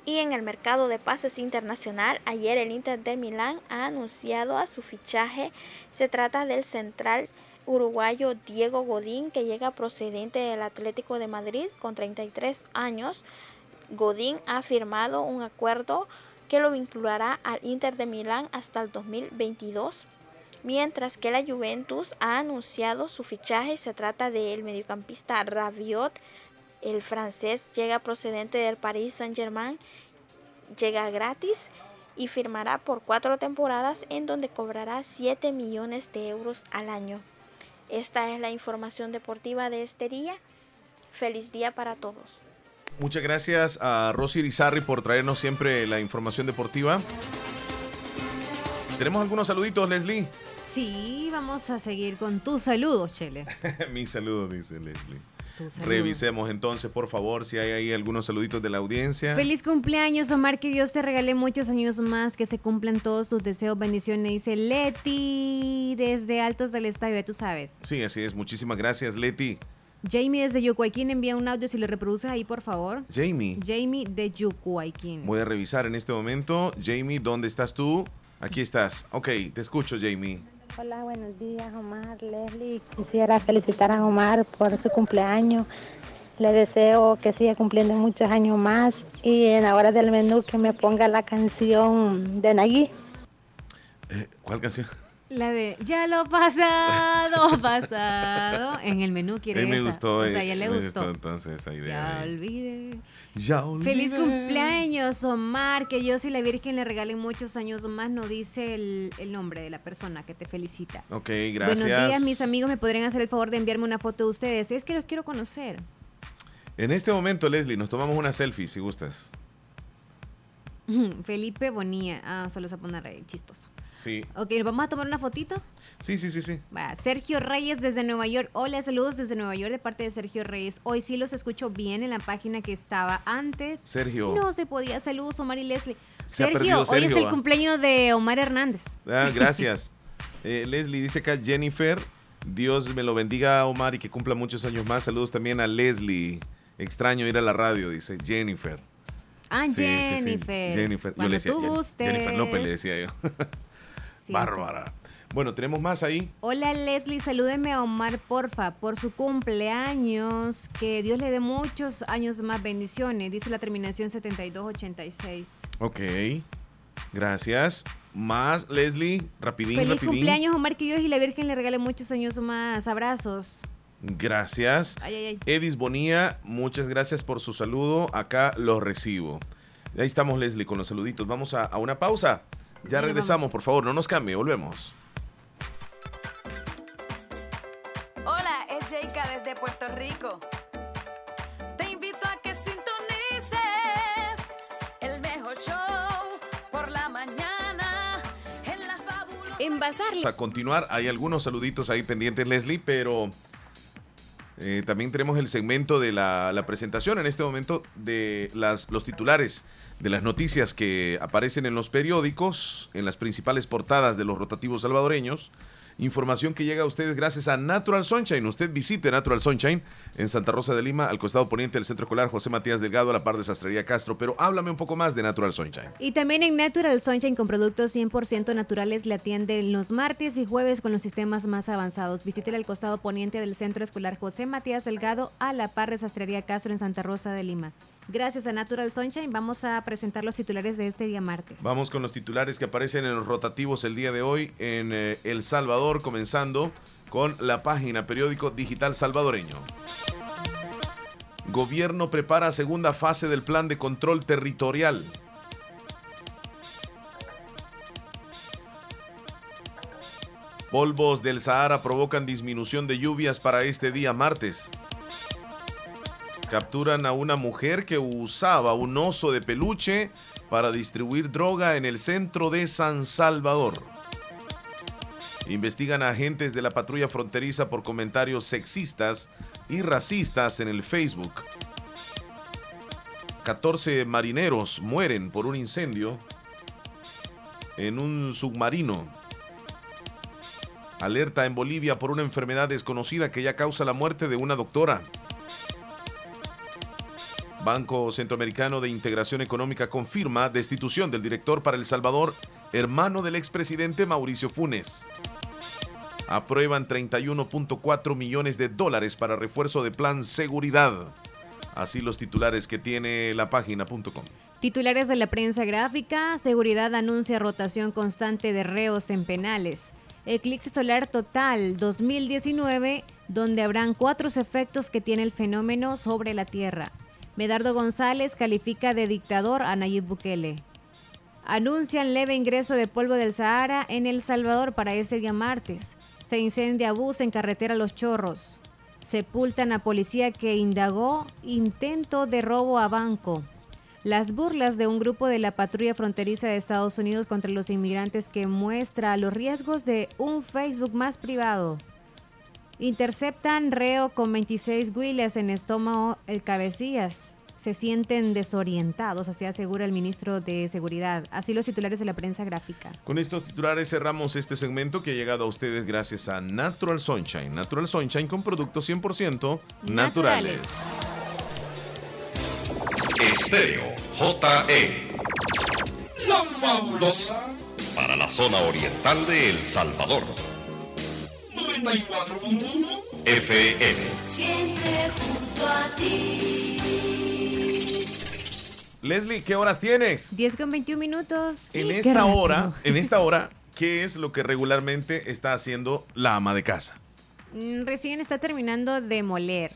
S23: Y en el mercado de pases internacional, ayer el Inter de Milán ha anunciado a su fichaje. Se trata del central uruguayo Diego Godín, que llega procedente del Atlético de Madrid con 33 años. Godín ha firmado un acuerdo que lo vinculará al Inter de Milán hasta el 2022. Mientras que la Juventus ha anunciado su fichaje, se trata del mediocampista Rabiot el francés llega procedente del Paris Saint-Germain, llega gratis y firmará por cuatro temporadas en donde cobrará 7 millones de euros al año. Esta es la información deportiva de este día. Feliz día para todos.
S2: Muchas gracias a Rosy Irizarry por traernos siempre la información deportiva. Tenemos algunos saluditos, Leslie.
S3: Sí, vamos a seguir con tus saludos, Chele.
S2: Mi saludo, dice Leslie.
S3: Tus saludos.
S2: Revisemos entonces, por favor, si hay ahí algunos saluditos de la audiencia.
S3: Feliz cumpleaños, Omar, que Dios te regale muchos años más, que se cumplan todos tus deseos, bendiciones, dice Leti desde Altos del Estadio, ya tú sabes.
S2: Sí, así es. Muchísimas gracias, Leti.
S3: Jamie desde Yucuaiquín envía un audio, si lo reproduces ahí, por favor.
S2: Jamie,
S3: Jamie de Yucuaiquín.
S2: voy a revisar en este momento. Jamie, ¿dónde estás tú? Aquí estás. Ok, te escucho, Jamie.
S8: Hola, buenos días, Omar, Leslie.
S4: Quisiera felicitar a Omar por su cumpleaños. Le deseo que siga cumpliendo muchos años más y en la hora del menú que me ponga la canción de Nagui.
S2: Eh, ¿Cuál canción?
S3: La de ya lo pasado, pasado. En el menú quiere
S2: Eh, me
S3: esa.
S2: gustó.
S3: O
S2: eh,
S3: sea, ya le
S2: me
S3: gustó.
S2: entonces esa idea.
S3: Ya
S2: de-
S3: olvidé.
S2: Ya olvidé.
S3: Feliz cumpleaños, Omar. Que Dios y la Virgen le regalen muchos años más. No dice el, el nombre de la persona que te felicita.
S2: Ok, gracias.
S3: Buenos días, mis amigos. ¿Me podrían hacer el favor de enviarme una foto de ustedes? Es que los quiero conocer.
S2: En este momento, Leslie, nos tomamos una selfie, si gustas.
S3: Felipe Bonilla. Ah, solo se pone re chistoso.
S2: Sí.
S3: Ok, ¿nos vamos a tomar una fotito?
S2: Sí, sí, sí, sí.
S3: Va, Sergio Reyes desde Nueva York. Hola, saludos desde Nueva York de parte de Sergio Reyes. Hoy sí los escucho bien en la página que estaba antes.
S2: Sergio.
S3: No se podía. Saludos, Omar y Leslie.
S2: Se ha perdido
S3: hoy es
S2: Sergio,
S3: el
S2: ¿va?
S3: cumpleaños de Omar Hernández.
S2: Ah, gracias. Eh, Leslie dice acá Jennifer, Dios me lo bendiga Omar y que cumpla muchos años más. Saludos también a Leslie. Extraño ir a la radio, dice Jennifer.
S3: Ah,
S2: Sí, sí, sí,
S3: Jennifer.
S2: Jennifer. Yo
S3: Cuando
S2: le decía,
S3: tú
S2: Jen-
S3: gustes.
S2: Jennifer López le decía yo.
S3: Sí.
S2: Bárbara. Bueno, tenemos más ahí.
S3: Hola Leslie, salúdeme a Omar, porfa, por su cumpleaños. Que Dios le dé muchos años más bendiciones, dice la terminación 7286.
S2: Ok. Gracias. Más, Leslie. Rapidín,
S3: Feliz
S2: rapidín.
S3: cumpleaños, Omar, que Dios y la Virgen le regale muchos años más. Abrazos.
S2: Gracias.
S3: Ay, ay, ay.
S2: Edis Bonía, muchas gracias por su saludo. Acá los recibo. Ahí estamos, Leslie, con los saluditos. Vamos a, a una pausa. Ya
S3: Bueno,
S2: regresamos, por favor, no nos cambie, volvemos.
S9: Hola, es Sheika desde Puerto Rico. Te invito a que sintonices el mejor show por la mañana en la fabulosa.
S3: En Bazar
S2: Para continuar, hay algunos saluditos ahí pendientes, Leslie, pero eh, también tenemos el segmento de la, la presentación en este momento de las, los titulares de las noticias que aparecen en los periódicos, en las principales portadas de los rotativos salvadoreños. Información que llega a ustedes gracias a Natural Sunshine. Usted visite Natural Sunshine en Santa Rosa de Lima, al costado poniente del Centro Escolar José Matías Delgado, a la par de Sastrería Castro. Pero háblame un poco más de Natural Sunshine.
S3: Y también en Natural Sunshine con productos 100% naturales le atienden los martes y jueves con los sistemas más avanzados. Visítela al costado poniente del Centro Escolar José Matías Delgado a la par de Sastrería Castro en Santa Rosa de Lima. Gracias a Natural Sunshine vamos a presentar los titulares de este día martes.
S2: Vamos con los titulares que aparecen en los rotativos el día de hoy en eh, El Salvador, comenzando con la página periódico digital salvadoreño. Gobierno prepara segunda fase del plan de control territorial. Polvos del Sahara provocan disminución de lluvias para este día martes. Capturan a una mujer que usaba un oso de peluche para distribuir droga en el centro de San Salvador. Investigan a agentes de la patrulla fronteriza por comentarios sexistas y racistas en el Facebook. 14 marineros mueren por un incendio en un submarino. Alerta en Bolivia por una enfermedad desconocida que ya causa la muerte de una doctora. Banco Centroamericano de Integración Económica confirma destitución del director para El Salvador, hermano del expresidente Mauricio Funes. Aprueban 31.4 millones de dólares para refuerzo de plan seguridad. Así los titulares que tiene la página.com.
S3: Titulares de la prensa gráfica, seguridad anuncia rotación constante de reos en penales. Eclipse solar total 2019, donde habrán cuatro efectos que tiene el fenómeno sobre la Tierra. Medardo González califica de dictador a Nayib Bukele. Anuncian leve ingreso de polvo del Sahara en El Salvador para ese día martes. Se incendia bus en carretera Los Chorros. Sepultan a policía que indagó intento de robo a banco. Las burlas de un grupo de la patrulla fronteriza de Estados Unidos contra los inmigrantes que muestra los riesgos de un Facebook más privado. Interceptan reo con 26 huiles en estómago el cabecillas. Se sienten desorientados, así asegura el ministro de Seguridad. Así los titulares de la prensa gráfica.
S2: Con estos titulares cerramos este segmento que ha llegado a ustedes gracias a Natural Sunshine. Natural Sunshine con productos 100% naturales.
S5: Estéreo JE. E, La fabulosa. Para la zona oriental de El Salvador.
S21: 94.1
S5: FM.
S21: Siempre junto a ti.
S2: Leslie, ¿qué horas tienes?
S3: 10 con 21 minutos.
S2: En
S3: Qué
S2: esta
S3: rápido.
S2: hora, en esta hora, ¿qué es lo que regularmente está haciendo la ama de casa?
S3: Mm, Recién está terminando de moler.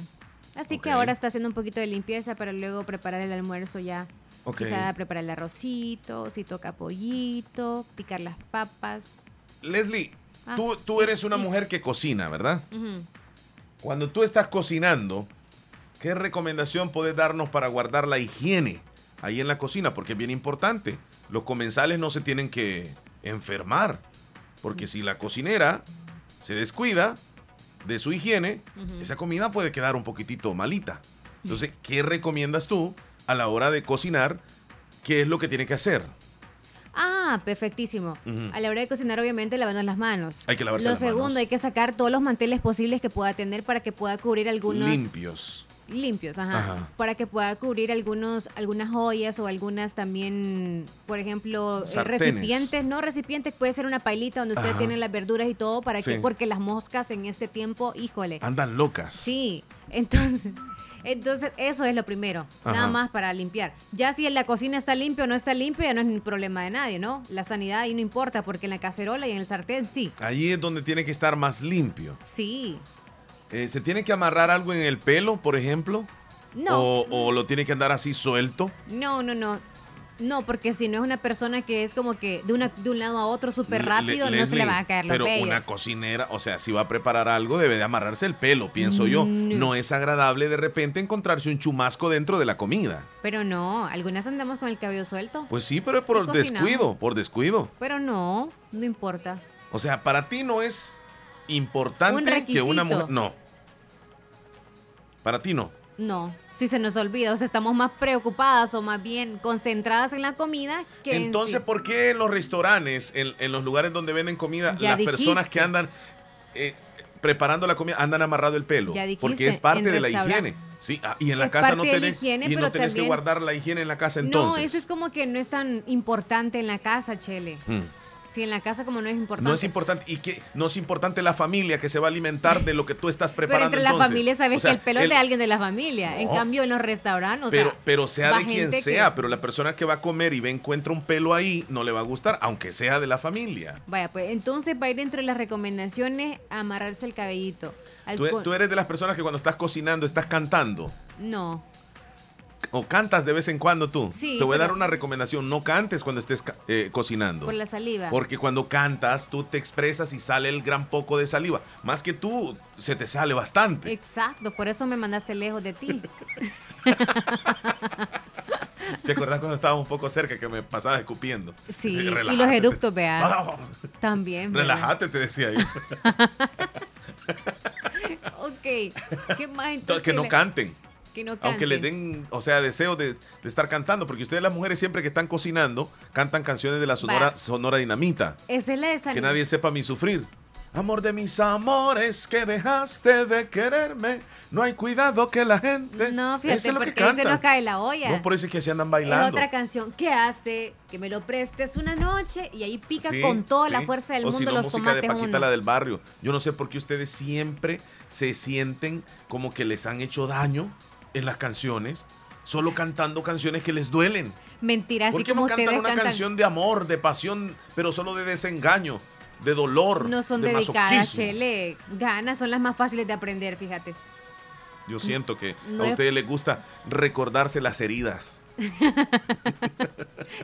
S3: Así que ahora está haciendo un poquito de limpieza para luego preparar el almuerzo ya.
S2: Ok.
S3: Quizá preparar el arrocito, si toca pollito, picar las papas.
S2: Leslie,
S3: Ah,
S2: tú, tú eres una mujer que cocina, ¿verdad?
S3: Ujú.
S2: Cuando tú estás cocinando, ¿qué recomendación puedes darnos para guardar la higiene ahí en la cocina? Porque es bien importante. Los comensales no se tienen que enfermar, porque si la cocinera se descuida de su higiene, esa comida puede quedar un poquitito malita. Entonces, ¿qué recomiendas tú a la hora de cocinar? ¿Qué es lo que tiene que hacer?
S3: Ah, perfectísimo.
S2: Ujú.
S3: A la hora de cocinar, obviamente, lavarnos las manos.
S2: Mm. Hay que lavarse
S3: Lo
S2: las
S3: segundo,
S2: manos.
S3: hay que sacar todos los manteles posibles que pueda tener para que pueda cubrir algunos...
S2: Limpios.
S3: limpios, ajá,
S2: Ajá.
S3: para que pueda cubrir algunos algunas joyas o algunas también, por ejemplo, eh,
S2: Sartenes.
S3: recipientes, no recipientes, puede ser una pailita donde usted
S2: Ajá.
S3: tiene las verduras y todo, para que
S2: Sí.
S3: porque las moscas en este tiempo, híjole.
S2: Andan locas.
S3: Sí, entonces entonces eso es lo primero, nada
S2: Ajá.
S3: más para limpiar. Ya si en la cocina está limpio o no está limpio, ya no es ni problema de nadie, ¿no? La sanidad ahí no importa porque en la cacerola y en el sartén sí.
S2: Ahí es donde tiene que estar más limpio.
S3: Sí.
S2: Eh, ¿Se tiene que amarrar algo en el pelo, por ejemplo?
S3: No.
S2: O, o lo tiene que andar así suelto?
S3: No, no, no. No, porque si no es una persona que es como que de, una, de un lado a otro súper
S2: Le-
S3: Pues rápido, no se
S2: Leslie,
S3: le van a caer los
S2: Pero
S3: vellos.
S2: una cocinera, o sea, si va a preparar algo, debe de amarrarse el pelo, pienso yo.
S3: Mm, No.
S2: No es agradable de repente encontrarse un chumasco dentro de la comida.
S3: Pero no, algunas andamos con el cabello suelto.
S2: Pues sí, pero es por
S3: Y cocinamos.
S2: descuido, por descuido.
S3: Pero no, no importa.
S2: O sea, para ti no es
S3: Un
S2: importante que
S3: requisito.
S2: una mujer... No. Para ti no.
S3: No, si se nos olvida, o sea, estamos más preocupadas o más bien concentradas en la comida que en
S2: Entonces,
S3: sí.
S2: ¿por qué en los restaurantes, en, en los lugares donde venden comida,
S3: Ya
S2: las personas
S3: dijiste.
S2: que andan eh, preparando la comida andan amarrado el pelo?
S3: Ya dijiste,
S2: porque es
S3: en
S2: parte de la
S3: restaurante.
S2: higiene. Sí, ah, y en la
S3: Es
S2: casa
S3: parte
S2: no
S3: de la
S2: tenés,
S3: higiene,
S2: y no
S3: pero
S2: tenés que
S3: también-
S2: guardar la higiene en la casa
S3: No,
S2: pues, entonces.
S3: eso es como que no es tan importante en la casa, Chele.
S2: Mm.
S3: Si en la casa como no es importante.
S2: No es importante y que no es importante la familia que se va a alimentar de lo que tú estás
S3: pero
S2: preparando.
S3: entre la
S2: entonces.
S3: familia sabes
S2: O sea,
S3: que el pelo es de alguien de la familia. En
S2: No.
S3: cambio, en los restaurantes, o
S2: pero,
S3: sea,
S2: pero sea
S3: va
S2: de quien
S3: gente que-
S2: sea, pero la persona que va a comer y ve encuentra un pelo ahí, no le va a gustar, aunque sea de la familia.
S3: Vaya, pues entonces va a ir dentro de las recomendaciones amarrarse el cabellito. Al
S2: Tú, e-,
S3: con-
S2: tú eres de las personas que cuando estás cocinando, estás cantando.
S3: No,
S2: O cantas de vez en cuando tú.
S3: Sí,
S2: te voy a dar
S3: pero-
S2: una recomendación. No cantes cuando estés ca- eh, cocinando.
S3: por la saliva.
S2: Porque cuando cantas, tú te expresas y sale el gran poco de saliva. Más que tú, se te sale bastante.
S3: Exacto, por eso me mandaste lejos de ti.
S2: ¿Te acordás cuando estábamos un poco cerca que me pasabas escupiendo?
S3: Sí, y los
S2: Relájate,
S3: eructos, vea. También. ¿verdad?
S2: Relájate, te decía yo.
S3: Ok, ¿qué más
S2: Entonces,
S3: entonces?
S2: que no
S3: le-
S2: canten.
S3: Que no canten.
S2: Aunque les den, o sea, deseo de, de estar cantando, porque ustedes las mujeres siempre que están cocinando, cantan canciones de la Sonora,
S3: Va.
S2: sonora Dinamita.
S3: Eso es la desanimada.
S2: Que nadie sepa mi sufrir. Amor de mis amores, que dejaste de quererme. No hay cuidado que la gente.
S3: No,
S2: Eso
S3: fíjate,
S2: es lo que
S3: porque ahí se
S2: cantan.
S3: nos cae la olla.
S2: No, por eso es que así andan
S3: Es
S2: bailando.
S3: otra canción que hace que me lo prestes una noche y ahí pica
S2: Sí,
S3: con toda la
S2: sí.
S3: fuerza del
S2: o si
S3: mundo
S2: no,
S3: los
S2: música de
S3: tomates
S2: Paquita,
S3: uno.
S2: la del barrio. Yo no sé por qué ustedes siempre se sienten como que les han hecho daño en las canciones, solo cantando canciones que les duelen.
S3: Mentira, así
S2: ¿Por qué
S3: como
S2: no
S3: ustedes
S2: cantan una
S3: cantan.
S2: canción de amor, de pasión, pero solo de desengaño, de dolor,
S3: no son
S2: de
S3: dedicadas,
S2: masoquismo?
S3: Chele. Ganas son las más fáciles de aprender, fíjate.
S2: Yo siento que
S3: No
S2: a
S3: es-
S2: ustedes les gusta recordarse las heridas.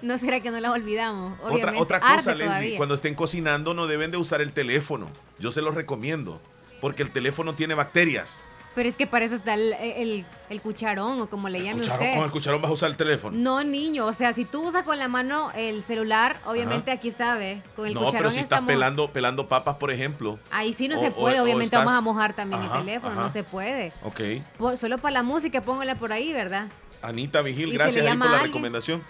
S3: No será que no las olvidamos.
S2: Otra,
S3: Obviamente,
S2: otra
S3: arde
S2: cosa, Leslie,
S3: todavía.
S2: cuando estén cocinando no deben de usar el teléfono. Yo se los recomiendo, porque el teléfono tiene bacterias.
S3: Pero es que para eso está el, el- el cucharón o como le llame
S2: Cucharón,
S3: usted. Mm,
S2: con el cucharón vas a usar el teléfono.
S3: No, niño, o sea, si tú usas con la mano el celular, obviamente aquí está, ¿ves? Con el
S2: no,
S3: cucharón
S2: pero si estás
S3: estamos-
S2: pelando, pelando papas, por ejemplo.
S3: Ahí sí no
S2: o-
S3: se
S2: o-
S3: puede,
S2: o
S3: obviamente
S2: estás-
S3: vamos a mojar también
S2: Ajá,
S3: el teléfono,
S2: ajá.
S3: no se puede.
S2: Ok.
S3: Por- solo para la música, póngala por ahí, ¿verdad?
S2: Anita
S3: ¿Y
S2: Vigil,
S3: se
S2: gracias
S3: le
S2: ahí
S3: llama
S2: por
S3: a
S2: la
S3: alguien?
S2: recomendación.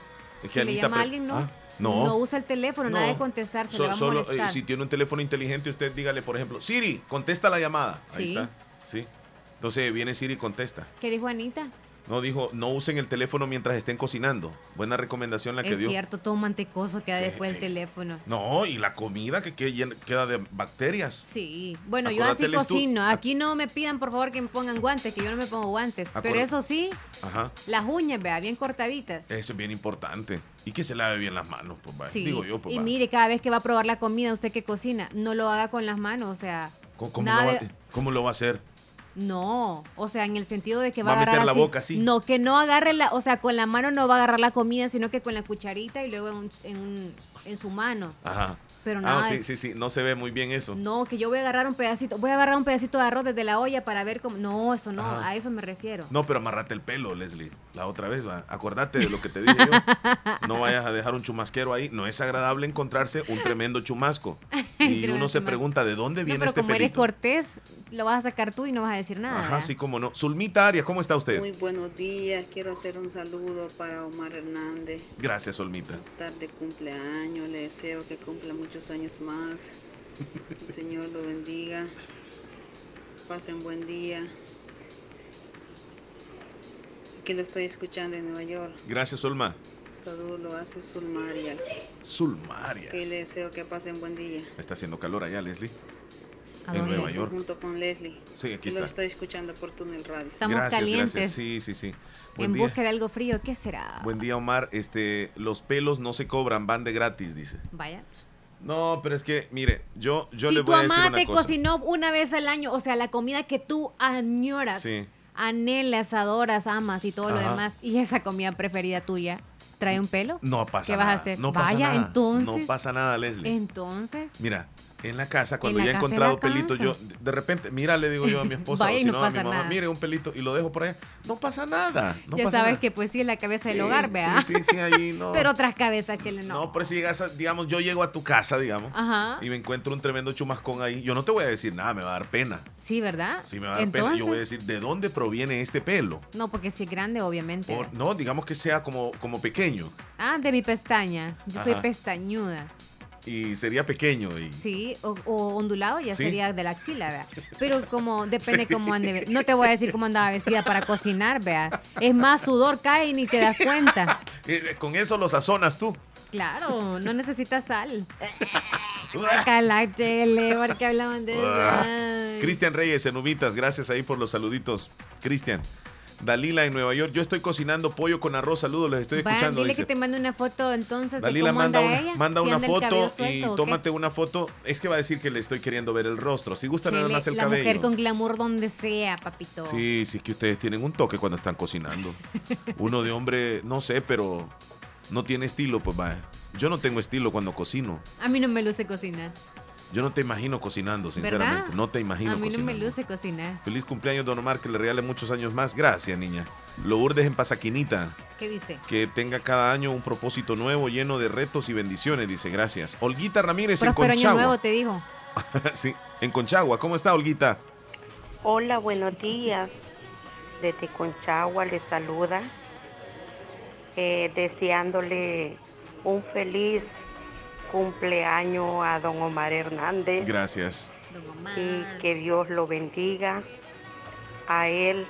S2: Es
S3: Si le
S2: Anita
S3: llama a
S2: pre-
S3: alguien, no.
S2: Ah, no.
S3: usa el teléfono, nada de contestarse,
S2: So-
S3: le va a
S2: solo, eh,
S3: molestar.
S2: si tiene un teléfono inteligente, usted dígale, por ejemplo, Siri, contesta la llamada.
S3: Sí.
S2: Ahí está. Sí. Entonces viene Siri y contesta.
S3: ¿Qué dijo Anita?
S2: No dijo, no usen el teléfono mientras estén cocinando. Buena recomendación la que
S3: es
S2: dio.
S3: cierto, todo mantecoso queda después el teléfono.
S2: No, y la comida que que llen- queda de bacterias.
S3: Sí, bueno,
S2: Acordate,
S3: yo
S2: Lex,
S3: así
S2: tú-
S3: cocino. Aquí no me pidan, por favor, que me pongan guantes, que yo no me pongo guantes. Pero
S2: Acuérdate.
S3: eso sí,
S2: Ajá.
S3: las uñas, vea, bien cortaditas.
S2: Eso es bien importante. Y que se lave bien las manos, pues vaya.
S3: Sí.
S2: Digo yo, pues
S3: y
S2: vaya.
S3: mire, cada vez que va a probar la comida, usted que cocina, no lo haga con las manos, o sea,
S2: ¿Cómo, cómo
S3: nada
S2: lo va,
S3: de-
S2: cómo lo va a hacer?
S3: no, o sea, en el sentido de que va,
S2: Va a meter
S3: agarrar
S2: la
S3: así.
S2: boca así.
S3: No, que no agarre la, o sea, con la mano no va a agarrar la comida, sino que con la cucharita y luego en, un- en un- en su mano.
S2: Ajá.
S3: Pero
S2: ah,
S3: nada de-
S2: sí, sí, sí. No se ve muy bien eso.
S3: No, que yo voy a agarrar un pedacito, voy a agarrar un pedacito de arroz desde la olla para ver cómo. No, eso no,
S2: Ajá.
S3: a eso me refiero.
S2: No, pero amarrate el pelo, Leslie. La otra vez, va. Acordate de lo que te dije yo. No vayas a dejar un chumasquero ahí. No es agradable encontrarse un tremendo chumasco. Y
S3: Tremendo
S2: uno se
S3: chumasco.
S2: pregunta, ¿de dónde
S3: No,
S2: viene
S3: pero
S2: este
S3: como eres
S2: pelito?
S3: cortés, lo vas a sacar tú y no vas a decir nada.
S2: Ajá,
S3: ¿verdad?
S2: sí, cómo no. Zulmita Arias, ¿cómo está usted?
S10: Muy buenos días, quiero hacer un saludo para Omar Hernández.
S2: Gracias, Zulmita.
S10: Estar de cumpleaños, le deseo que cumpla muchos años más. El Señor lo bendiga. Pasen buen día. Aquí lo estoy escuchando en Nueva York.
S2: Gracias, Zulma.
S10: Saludo lo hace Zulma Arias.
S2: Zulma Arias.
S10: Que le deseo que pasen buen día.
S2: Está haciendo calor allá, Leslie.
S10: ¿A
S2: En
S10: dónde?
S2: Nueva York.
S10: Junto con Leslie.
S2: Sí, aquí
S10: Lo
S2: está.
S10: estoy escuchando por Túnel Radio.
S3: Estamos
S2: gracias,
S3: calientes.
S2: gracias. Sí, sí, sí. Ah, Buen
S3: en
S2: día.
S3: busca de algo frío, ¿qué será?
S2: Buen día, Omar. Este, los pelos no se cobran, van de gratis, dice.
S3: Vaya. pst,
S2: No, pero es que, mire, yo, yo
S3: si
S2: le
S3: tu
S2: voy a decir
S3: mamá
S2: una
S3: te
S2: cosa.
S3: cocinó una vez al año, o sea, la comida que tú añoras,
S2: Sí.
S3: anhelas, adoras, amas y todo lo
S2: Ajá.
S3: demás, y esa comida preferida tuya, ¿trae un pelo?
S2: No
S3: ¿Qué
S2: pasa nada.
S3: vas a hacer?
S2: No pasa
S3: Vaya,
S2: nada.
S3: entonces.
S2: No pasa nada, Leslie.
S3: Entonces.
S2: Mira, en la casa, cuando
S3: En la
S2: ya he
S3: casa, en
S2: encontrado
S3: la casa.
S2: pelitos, yo de repente, mira, le digo yo a mi esposa,
S3: Vaya
S2: o
S3: y
S2: si
S3: no
S2: no, a mi
S3: pasa
S2: mamá,
S3: nada.
S2: mire un pelito y lo dejo por allá. No pasa nada. No
S3: ya
S2: pasa
S3: sabes
S2: nada.
S3: que pues sí es la cabeza
S2: Sí,
S3: del hogar, ¿verdad?
S2: Sí, sí, sí, ahí no.
S3: Pero otras cabezas, chile, no.
S2: No, pero si llegas, a- digamos, yo llego a tu casa, digamos,
S3: Ajá.
S2: y me encuentro un tremendo chumascón ahí, yo no te voy a decir nada, me va a dar pena.
S3: Sí, ¿verdad?
S2: Sí, me va a dar
S3: Entonces,
S2: pena. Yo voy a decir, ¿de dónde proviene este pelo?
S3: No, porque si es grande, obviamente.
S2: O- no, digamos que sea como, como pequeño.
S3: Ah, de mi pestaña. Yo soy
S2: Ajá.
S3: pestañuda.
S2: Y sería pequeño. Y,
S3: Sí, o, o ondulado ya
S2: Sí.
S3: sería de la axila, vea. Pero como depende cómo ande. No te voy a decir cómo andaba vestida para cocinar, vea. Es más, sudor cae y ni te das cuenta.
S2: Eh, con eso lo sazonas tú.
S3: Claro, no necesitas sal.
S11: Eh,
S3: Guacala, chele, ¿por qué hablaban de eso? Ay.
S2: Ah. Cristian Reyes en Ubitas, gracias ahí por los saluditos. Cristian. Dalila en Nueva York, yo estoy cocinando pollo con arroz, saludos, los estoy
S3: Vayan,
S2: escuchando.
S3: dile
S2: dice.
S3: que te mande una foto entonces de
S2: Dalila
S3: cómo
S2: manda
S3: anda
S2: una,
S3: ella.
S2: manda
S3: si
S2: una
S3: anda el cabello
S2: foto y
S3: suelto o qué.
S2: tómate una foto. Es que va a decir que le estoy queriendo ver el rostro. Si gusta nada
S3: Chele,
S2: más el
S3: la
S2: cabello.
S3: mujer con glamour donde sea, papito.
S2: Sí, sí, es que ustedes tienen un toque cuando están cocinando. Uno de hombre, no sé, pero no tiene estilo, pues vaya. Yo no tengo estilo cuando cocino.
S3: A mí no me luce cocinar.
S2: Yo no te imagino cocinando, sinceramente.
S3: ¿Verdad?
S2: No te imagino
S3: a mí no
S2: cocinando.
S3: me luce cocinar.
S2: Feliz cumpleaños, don Omar, que le regale muchos años más. Gracias, niña. Lourdes en Pasaquinita.
S3: ¿Qué dice?
S2: Que tenga cada año un propósito nuevo lleno de retos y bendiciones, dice gracias. Olguita Ramírez en
S3: Próspero año
S2: Conchagua.
S3: nuevo, te dijo.
S2: sí, en Conchagua. ¿Cómo está, Olguita?
S11: Hola, buenos días. Desde Conchagua les saluda, eh, deseándole un feliz cumpleaños a don Omar Hernández
S2: Gracias.
S11: y que Dios lo bendiga a él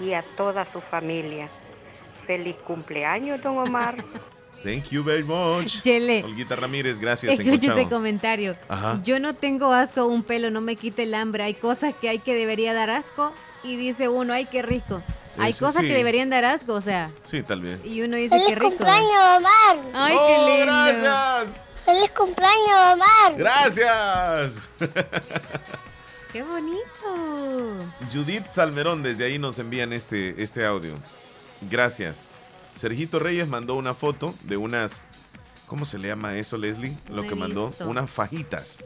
S11: y a toda su familia. Feliz cumpleaños, don Omar.
S2: Thank you very much.
S3: Chele.
S2: Olguita Ramírez, gracias. en
S3: Escuche este
S2: Conchagua.
S3: comentario.
S2: Ajá.
S3: Yo no tengo asco a un pelo, no me quite el hambre. Hay cosas que hay que debería dar asco y dice uno, ay, qué rico. Hay
S2: Eso
S3: cosas
S2: sí.
S3: que deberían dar asco, o sea,
S2: Sí, tal vez.
S3: y uno dice, qué rico.
S21: Omar!
S3: Ay, qué
S21: Oh,
S3: lindo.
S21: gracias. ¡Feliz cumpleaños, Omar!
S2: Gracias.
S3: Qué bonito.
S2: Judith Salmerón, desde ahí nos envían este, este audio. Gracias. Sergito Reyes mandó una foto de unas. ¿Cómo se le llama eso, Leslie? Lo
S6: No he
S2: que mandó.
S6: visto.
S2: Unas fajitas.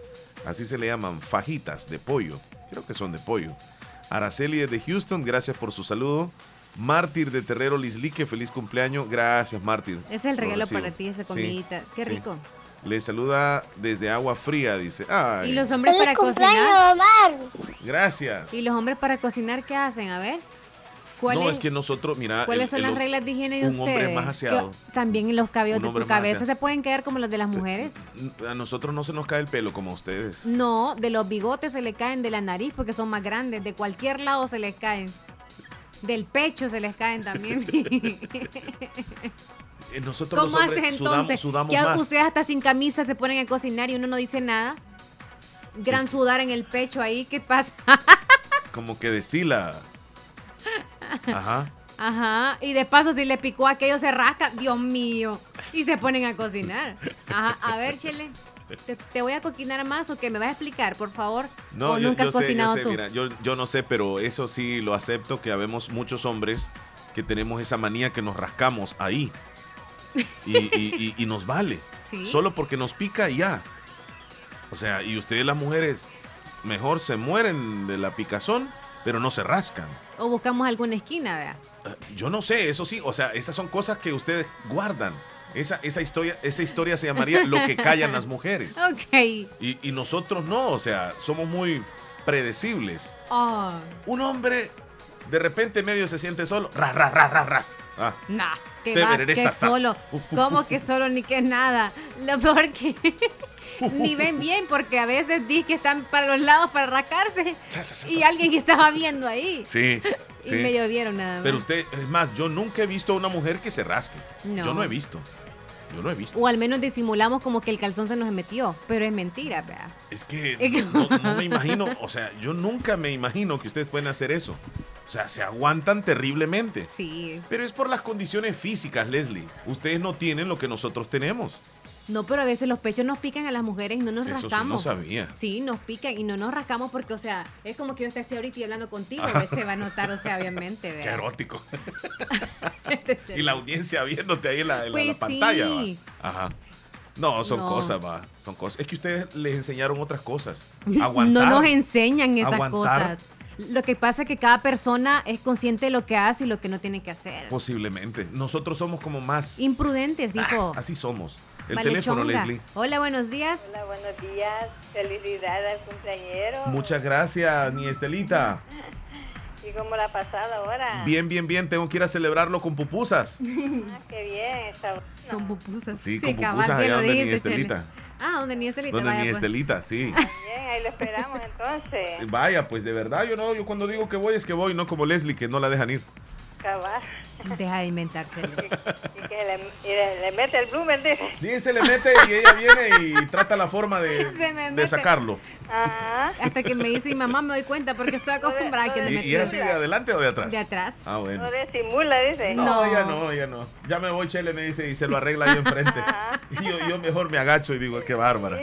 S2: Así se le llaman, fajitas de pollo. Creo que son de pollo. Araceli desde Houston, gracias por su saludo. Mártir de Terrero Lislique, feliz cumpleaños. Gracias, Mártir.
S3: Es el
S2: Lo
S3: regalo
S2: recibo.
S3: para ti, esa
S2: Oh, Sí,
S3: comidita. qué
S2: sí.
S3: rico.
S2: Le saluda desde Agua Fría, dice. Ay,
S3: Y los hombres
S21: ¡Feliz
S3: para
S21: cumpleaños,
S3: cocinar.
S21: Omar!
S2: Gracias.
S3: Y los hombres para cocinar, ¿qué hacen? A ver. ¿Cuál
S2: No,
S3: es-
S2: es que nosotros, mira.
S3: ¿Cuáles
S2: Ah,
S3: son
S2: el- el
S3: las
S2: hom-
S3: reglas de higiene de
S2: un
S3: ustedes?
S2: hombre es más aseado.
S3: Que También los cabellos
S2: Un
S3: de
S2: hombre
S3: su
S2: es más
S3: cabeza
S2: aseado.
S3: se pueden quedar como los de las mujeres.
S2: A nosotros no se nos cae el pelo como a ustedes.
S3: No, de los bigotes se le caen de la nariz porque son más grandes. De cualquier lado se les caen. Del pecho se les caen también.
S2: Eh, Nosotros
S3: ¿Cómo
S2: los
S3: haces
S2: hombres
S3: entonces?
S2: sudam- sudamos,
S3: que
S2: más.
S3: ustedes hasta sin camisa se ponen a cocinar y uno no dice nada. Gran sudar en el pecho ahí, ¿qué pasa?
S2: Como que destila. Ajá.
S3: Ajá, y de paso si le picó aquello se rasca, Dios mío, y se ponen a cocinar. Ajá, a ver, Chele, ¿te, te voy a cocinar más o que me vas a explicar, por favor?
S2: No,
S3: ¿O
S2: yo,
S3: nunca
S2: yo
S3: has
S2: sé, yo
S3: cocinado
S2: sé,
S3: tú?
S2: mira, yo, yo no sé, pero eso sí lo acepto, que habemos muchos hombres que tenemos esa manía que nos rascamos ahí. Y, y- y- y nos vale.
S3: Sí.
S2: Solo porque nos pica y ya. O sea, y ustedes las mujeres mejor se mueren de la picazón, pero no se rascan.
S3: O buscamos alguna esquina, vea.
S2: Yo no sé, eso sí, o sea, esas son cosas que ustedes guardan. Esa, esa, historia, esa historia se llamaría lo que callan las mujeres.
S3: Ok.
S2: Y, y nosotros no, o sea, somos muy predecibles.
S3: Oh,
S2: Un hombre de repente medio se siente solo. Ras, ras, ras, ras, ras. Ah.
S3: nah, que
S2: Te
S3: va,
S2: veré
S3: que
S2: estas tazas.
S3: solo. ¿Cómo que solo ni que nada? Lo peor que ni ven bien porque a veces dicen que están para los lados para rascarse y alguien que estaba viendo ahí.
S2: Sí,
S3: Y
S2: sí.
S3: medio vieron nada más.
S2: Pero usted, es más, yo nunca he visto a una mujer que se rasque.
S3: No.
S2: Yo no he visto. Yo no he visto.
S3: O al menos disimulamos como que el calzón se nos metió, pero es mentira, vea.
S2: Es que no, no me imagino, o sea, yo nunca me imagino que ustedes pueden hacer eso. O sea, se aguantan terriblemente.
S3: Sí.
S2: Pero es por las condiciones físicas, Leslie. Ustedes no tienen lo que nosotros tenemos.
S3: No, pero a veces los pechos nos pican a las mujeres y no nos
S2: Eso sí
S3: rascamos.
S2: no sabía.
S3: Sí, nos pican y no nos rascamos porque, o sea, es como que yo esté así ahorita y hablando contigo,
S2: Ajá.
S3: pues, se va a notar, o sea, obviamente.
S2: Qué
S3: ¿verdad?
S2: erótico. y la audiencia viéndote ahí en la, en la-
S3: Pues
S2: la
S3: sí.
S2: pantalla. va. Ajá. No, son
S3: No.
S2: cosas, va. Son cosas. Es que ustedes les enseñaron otras cosas.
S3: No
S2: Aguantar.
S3: nos enseñan esas
S2: Aguantar.
S3: cosas. Lo que pasa es que cada persona es consciente de lo que hace y lo que no tiene que hacer.
S2: Posiblemente. Nosotros somos como más. Ah,
S3: Imprudentes, hijo.
S2: Así somos. El
S3: Vale,
S2: teléfono,
S3: chonga.
S2: Leslie.
S3: Hola, buenos días.
S6: Hola, buenos días. Felicidades al cumpleañero.
S2: Muchas gracias, mi Estelita.
S6: ¿Y cómo la ha pasado ahora?
S2: Bien, bien, bien. Tengo que ir a celebrarlo con pupusas.
S6: Ah, qué bien. Está bueno.
S3: Con pupusas.
S2: Sí,
S3: Sí,
S2: con
S3: cabal,
S2: pupusas
S3: bien
S2: allá
S3: lo
S2: donde ni
S3: dijiste, Chele.
S2: Estelita.
S3: Ah, donde ni Estelita.
S2: Donde
S3: vaya,
S2: ni
S3: pues.
S2: Estelita, sí.
S6: Ah, Bien, ahí lo esperamos entonces.
S2: Vaya, pues de verdad, yo no, yo cuando digo que voy es que voy, no como Leslie, que no la dejan ir.
S6: Cabal.
S3: Deja de inventarse.
S6: Y que le, y le- le mete el blumen, dice.
S2: Y se le mete y ella viene y trata la forma de,
S3: Se me
S2: de
S3: mete.
S2: sacarlo.
S6: Ah.
S3: Hasta que me dice mi mamá, me doy cuenta porque estoy acostumbrada a que me
S2: ¿Y, y
S3: metan
S2: así de adelante o de atrás?
S3: de atrás.
S2: Ah, bueno.
S6: disimula, dice.
S2: No, ya no, ya no. Ya me voy, Chele, me dice, y se lo arregla yo enfrente. Y yo, yo mejor me agacho y digo, qué bárbara.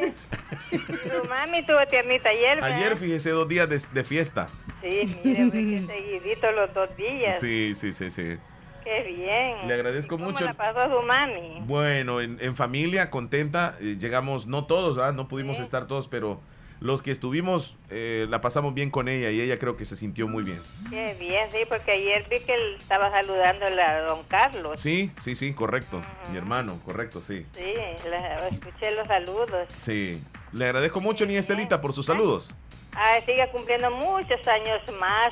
S6: Y tu mami tuvo tiernita ayer. ¿verdad?
S2: Ayer fíjese dos días de, de fiesta.
S6: Sí, mire, pues, que seguidito los dos días.
S2: Sí, sí, sí, sí.
S6: Qué bien.
S2: Le agradezco
S6: ¿Cómo
S2: mucho.
S6: la pasó su mami?
S2: Bueno, en, en familia, contenta. eh, Llegamos, no todos, ¿ah? no pudimos estar todos, pero los que estuvimos eh, la pasamos bien con ella y ella creo que se sintió muy bien.
S6: Qué bien, sí, porque ayer vi que él estaba saludando a don Carlos.
S2: Sí, sí, sí, correcto. Mi hermano, correcto, sí.
S6: Sí, la- escuché los saludos.
S2: Sí. Le agradezco mucho, ni Estelita, por sus saludos.
S6: Ay, siga cumpliendo muchos años más.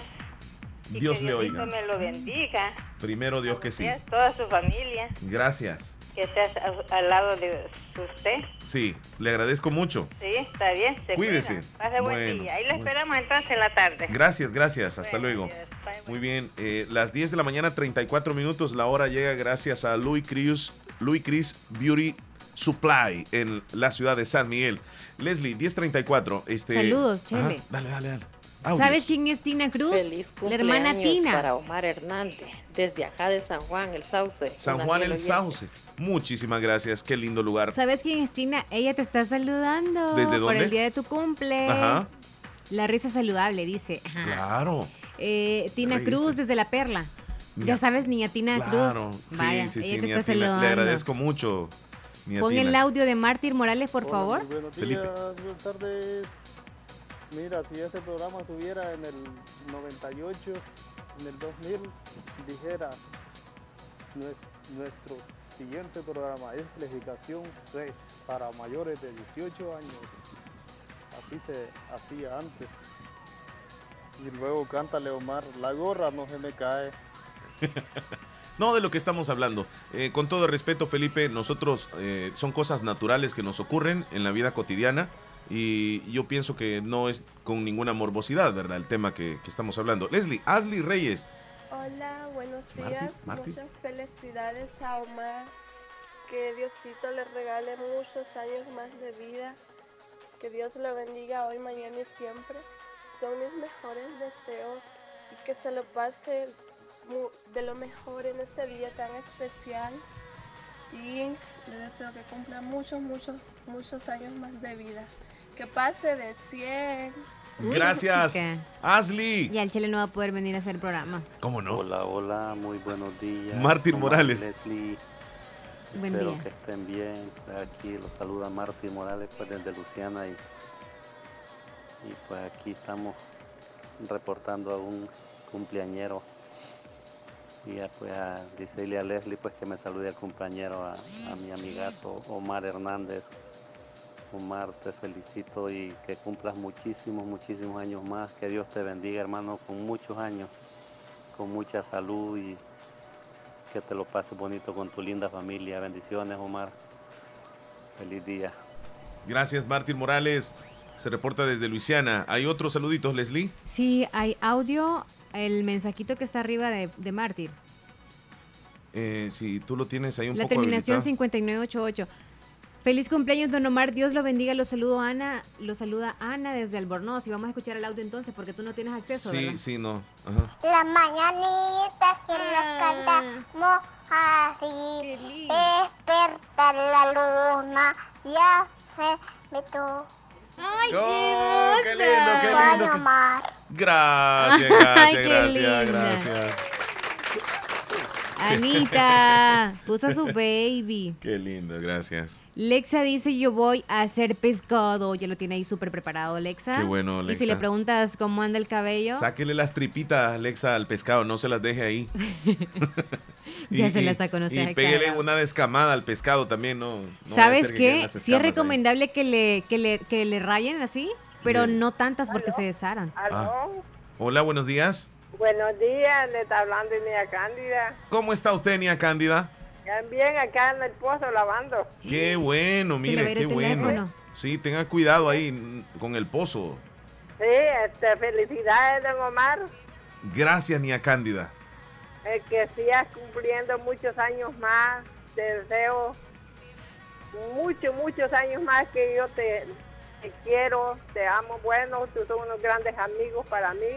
S6: Y
S2: Dios
S6: que
S2: le
S6: Diosito
S2: oiga.
S6: me lo bendiga.
S2: Primero Dios que sí.
S6: Y a toda su familia.
S2: Gracias.
S6: Que estés a- al lado de usted.
S2: Sí, le agradezco mucho.
S6: Sí, está bien. Se
S2: Cuídese.
S6: cuida. Pase buen
S2: Bueno,
S6: día. Ahí la
S2: bueno.
S6: esperamos entonces en la tarde.
S2: Gracias, gracias. Hasta luego. Muy bien. eh, las 10 de la mañana, 34 minutos. La hora llega gracias a Louis Chris, Louis Chris Beauty Supply en la ciudad de San Miguel. Leslie, 1034. Este,
S3: Saludos,
S2: Ajá,
S3: Chele.
S2: Dale, dale, dale. Audios.
S3: ¿Sabes quién es Tina Cruz?
S12: Feliz
S3: la hermana
S12: cumpleaños
S3: Tina.
S12: para Omar Hernández, desde acá de San Juan, el Sauce.
S2: San
S12: un
S2: Juan
S12: fiel
S2: el
S12: oyente.
S2: Sauce. Muchísimas gracias. Qué lindo lugar.
S3: ¿Sabes quién es Tina? Ella te está saludando
S2: ¿Desde
S3: por
S2: dónde?
S3: el día de tu cumple.
S2: Ajá.
S3: La risa saludable, dice. Ajá.
S2: Claro.
S3: Eh, Tina
S2: Risa.
S3: Cruz desde La Perla.
S2: Mira.
S3: Ya sabes, niña Tina
S2: Claro.
S3: Cruz.
S2: Sí,
S3: Vaya,
S2: sí, sí.
S3: ella te
S2: ni a
S3: está
S2: ti, le-
S3: saludando.
S2: le agradezco mucho. ni a
S3: Pon
S2: Tina.
S3: el audio de Mártir Morales, por
S13: Hola,
S3: favor.
S13: muy buenos
S2: Felipe.
S13: días, buenas tardes. Mira, si este programa estuviera en el 98, en el 2000, dijera "Nue- nuestro siguiente programa es clasificación C para mayores de 18 años. Así se hacía antes. Y luego cántale Omar, la gorra no se me cae.
S2: No, de lo que estamos hablando. Eh, con todo respeto, Felipe, nosotros eh, son cosas naturales que nos ocurren en la vida cotidiana y yo pienso que no es con ninguna morbosidad, ¿verdad? El tema que, que estamos hablando. Leslie, Ashley Reyes.
S24: Hola, buenos
S2: Marti,
S24: días.
S2: Marti.
S24: Muchas felicidades a Omar. Que Diosito le regale muchos años más de vida. Que Dios lo bendiga hoy, mañana y siempre. Son mis mejores deseos y que se lo pase mu- de lo mejor en este día tan especial. Y le deseo que cumpla muchos, muchos, muchos años más de vida. Que pase de 100.
S3: Uy,
S2: Gracias.
S3: chica.
S2: Ashley.
S3: Ya el chile no va a poder venir a hacer programa.
S2: ¿Cómo no?
S25: Hola, hola, muy buenos días.
S2: Martín
S25: Omar,
S2: Morales.
S25: Leslie.
S3: Buen
S25: Espero
S3: día.
S25: que estén bien. Aquí los saluda Martín Morales pues desde Luciana y, y pues aquí estamos reportando a un cumpleañero. Y ya, pues a decirle a Leslie pues que me salude al compañero, a, a mi amigazo Omar Hernández. Omar, te felicito y que cumplas muchísimos, muchísimos años más. Que Dios te bendiga, hermano, con muchos años, con mucha salud y que te lo pases bonito con tu linda familia. Bendiciones, Omar. Feliz día.
S2: Gracias, Martín Morales. Se reporta desde Luisiana. ¿Hay otros saluditos, Leslie?
S3: Sí, hay audio, el mensajito que está arriba de, de Mártir.
S2: Eh, si tú lo tienes ahí un
S3: La
S2: poco
S3: terminación
S2: habilitado.
S3: 5988. Feliz cumpleaños, don Omar. Dios lo bendiga. Lo saludo, Ana. Lo saluda Ana desde Albornoz. Y vamos a escuchar el audio entonces, porque tú no tienes acceso,
S2: Sí,
S3: ¿verdad?
S2: sí, no. Ajá.
S21: Las mañanitas que nos cantamos así. Desperta la luna, ya se metió.
S3: ¡Ay,
S2: Oh, qué lindo, qué lindo. qué- Gracias,
S3: Ay,
S2: gracias,
S3: qué
S2: gracias,
S3: linda.
S2: gracias.
S3: Anita, puso a su baby.
S2: Qué lindo, gracias.
S3: Lexa dice, yo voy a hacer pescado. Ya lo tiene ahí súper preparado, Lexa.
S2: Qué bueno,
S3: Ah, Y si
S2: Lexa.
S3: le preguntas cómo anda el cabello,
S2: Sáquele las tripitas, Alexa, al pescado, no se las deje ahí.
S3: Ya se las sacó, no sea
S2: Y pégale
S3: exagerado.
S2: una descamada al pescado también, ¿no? no vaya a
S3: ¿sabes
S2: ser que queden
S3: qué?
S2: las
S3: Sí es
S2: escamas ahí.
S3: recomendable que le, que, le, que le rayen así, pero
S2: Bien. Ah.
S3: no tantas porque se desharan.
S18: Ah,
S2: ¿Aló? Hola, buenos días.
S18: Buenos días, le está hablando Inés Cándida.
S2: ¿Cómo está usted, Nia Cándida?
S18: Bien, acá en el pozo lavando.
S2: Qué bueno,
S18: le va a
S2: mire,
S18: ir
S2: qué
S18: el
S2: bueno.
S18: teléfono.
S2: Sí, tenga cuidado ahí mm, con el pozo.
S18: Sí, este, felicidades, don Omar,
S2: Gracias, Nia Cándida.
S18: eh, que sigas cumpliendo muchos años más. Te deseo muchos, muchos años más que yo te, te quiero, te amo, bueno, tú son unos grandes amigos para mí.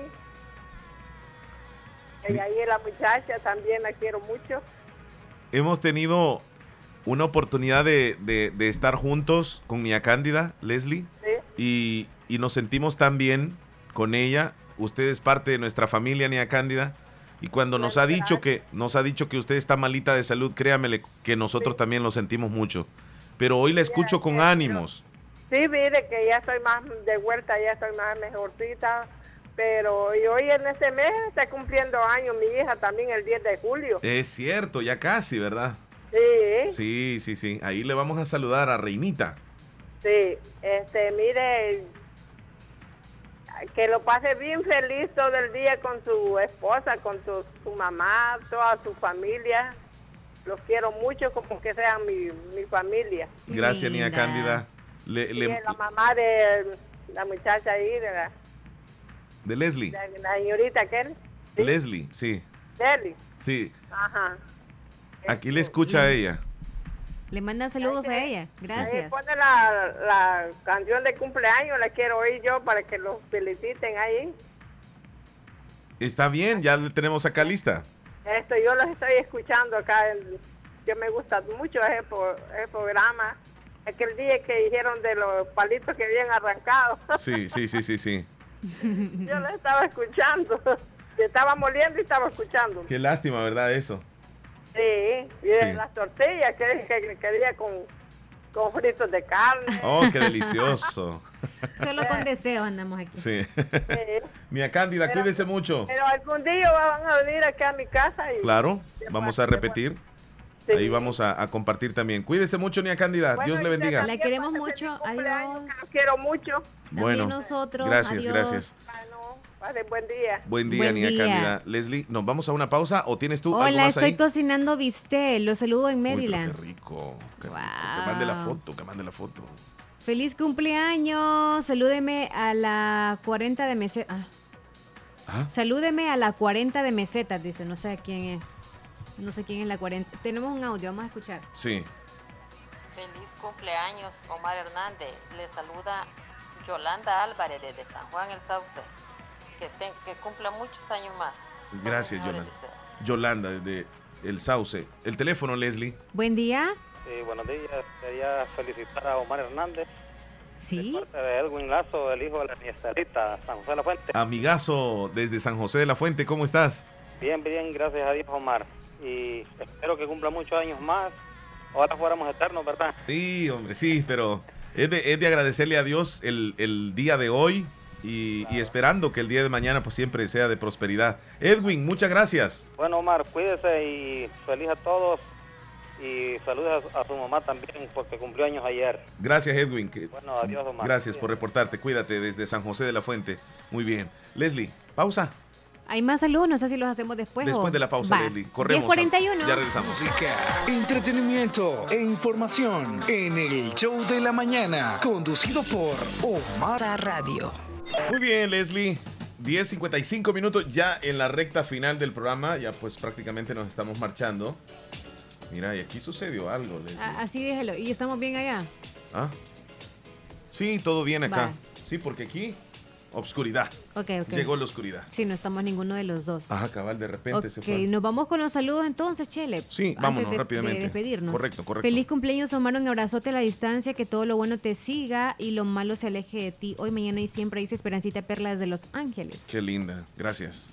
S18: Y ahí la muchacha también la quiero mucho.
S2: Hemos tenido una oportunidad de, de- de estar juntos con Nia Cándida, Leslie, y, y nos sentimos tan bien con ella. Usted es parte de nuestra familia, Nia Cándida. Y cuando nos ha dicho que nos ha dicho que usted está malita de salud, créamele que nosotros también lo sentimos mucho. Pero hoy la escucho con ánimos.
S18: Sí, mire que ya estoy más de vuelta, ya estoy más mejorcita, pero y hoy en este mes está cumpliendo años mi hija también el 10 de julio.
S2: Es cierto, ya casi, ¿verdad?
S18: Sí, sí.
S2: Sí, sí, sí. Ahí le vamos a saludar a Reinita.
S18: Este, mire, que lo pase bien feliz todo el día con su esposa, con su, su mamá, toda su familia. Los quiero mucho como que sean mi, mi familia.
S2: Gracias, Nia Cándida. Le-
S18: Y
S2: le-
S18: la mamá de la muchacha ahí, de la,
S2: de Leslie.
S18: la, la señorita que
S2: Leslie, sí.
S18: Deli.
S2: Sí,
S18: Ajá.
S2: aquí
S3: Este,
S2: le escucha a ella.
S3: Le mandan saludos a ella.
S18: Ahí
S3: Gracias.
S18: pone la, la canción de cumpleaños, la quiero oír yo para que los feliciten ahí.
S2: Está bien, ya le tenemos acá lista.
S18: Esto yo los estoy escuchando acá. en- yo me gusta mucho ese, po- ese programa. Aquel día que dijeron de los palitos que habían arrancado.
S2: Sí, sí, sí, sí, sí.
S18: yo lo estaba escuchando. Yo estaba moliendo y estaba escuchando.
S2: Qué lástima, ¿verdad? Eso.
S18: Sí, y de
S2: Sí.
S18: las tortillas que, que- que quería con, con fritos de carne.
S2: Oh, qué delicioso.
S3: Solo con deseo andamos aquí.
S2: Sí.
S18: Sí.
S2: Mía Cándida,
S18: Pero-
S2: cuídese mucho.
S18: Pero algún día van a venir acá a mi casa y
S2: Claro, vamos a repetir. Ahí vamos a, a compartir también. Cuídese mucho, Nia Cándida. Dios le bendiga.
S3: La queremos mucho. Adiós.
S18: quiero mucho.
S2: Bueno,
S3: nosotros.
S2: gracias,
S3: Adiós.
S2: gracias.
S18: Pase buen día.
S2: Buen día,
S3: Buen
S2: Nia
S3: día.
S2: Cándida. Leslie, ¿nos vamos a una pausa o tienes tú algo
S3: Hola,
S2: más
S3: estoy
S2: ahí?
S3: cocinando bistec. Lo saludo en
S2: Uy, pero
S3: Maryland.
S2: qué rico. qué rico. Que mande la foto, que mande la foto.
S3: Feliz cumpleaños. Salúdeme a la 40 de meseta. Ah.
S2: Ah.
S3: Salúdeme a la 40 de mesetas, dice. No sé a quién es. No sé quién es la 40. Tenemos un audio, vamos a escuchar.
S2: Sí.
S12: Feliz cumpleaños, Omar Hernández. Le saluda Yolanda Álvarez desde San Juan el Sauce. Que, te- que cumpla muchos años más.
S2: Gracias, Yolanda. Yolanda, desde el Sauce. El teléfono, Leslie.
S3: Buen día.
S15: Sí, buenos días. Quería felicitar a Omar Hernández.
S3: Sí.
S15: De parte de Elwin Lazo, el hijo de la ministrita San José de la Fuente.
S2: Ah. Amigazo desde San José de la Fuente, ¿cómo estás?
S15: Bien, bien, gracias a Dios, Omar. Y espero que cumpla muchos años más. Ojalá fuéramos eternos, ¿verdad?
S2: Sí, hombre, sí, pero es de, es de agradecerle a Dios el, el día de hoy y, y esperando que el día de mañana pues siempre sea de prosperidad. Edwin, muchas gracias.
S15: Bueno, Omar, cuídese y feliz a todos. Y saludos a, a su mamá también, porque cumplió años ayer.
S2: Gracias, Edwin. que-
S15: Bueno, adiós, Omar.
S2: gracias por reportarte. Cuídate desde San José de la Fuente. Muy bien. Leslie, pausa.
S3: Hay más saludos, no sé si los hacemos después.
S2: Después
S3: o-
S2: de la pausa,
S3: Va.
S2: Leslie. Corremos.
S3: 10:41.
S2: Ya regresamos.
S16: Entretenimiento e información en el show de la mañana, conducido por Omar Radio.
S2: Muy bien, Leslie. 10.55 minutos ya en la recta final del programa. Ya pues prácticamente nos estamos marchando. Mira, y aquí sucedió algo. Leslie.
S3: A- Así déjelo. ¿Y estamos bien allá?
S2: Ah. Sí, todo bien acá.
S3: Vale.
S2: Sí, porque aquí, obscuridad.
S3: Ok, ok.
S2: Llegó la oscuridad.
S3: Sí, no estamos ninguno de los dos.
S2: Ajá, cabal, de repente se
S3: Ok,
S2: fue.
S3: nos vamos con los saludos entonces, Chele.
S2: Sí,
S3: Antes
S2: vámonos
S3: de-
S2: rápidamente.
S3: De despedirnos.
S2: Correcto, correcto.
S3: Feliz cumpleaños, Omar. Un abrazote a la distancia. Que todo lo bueno te siga y lo malo se aleje de ti. Hoy, mañana y siempre dice Esperancita Perla desde Los Ángeles.
S2: Qué linda, gracias.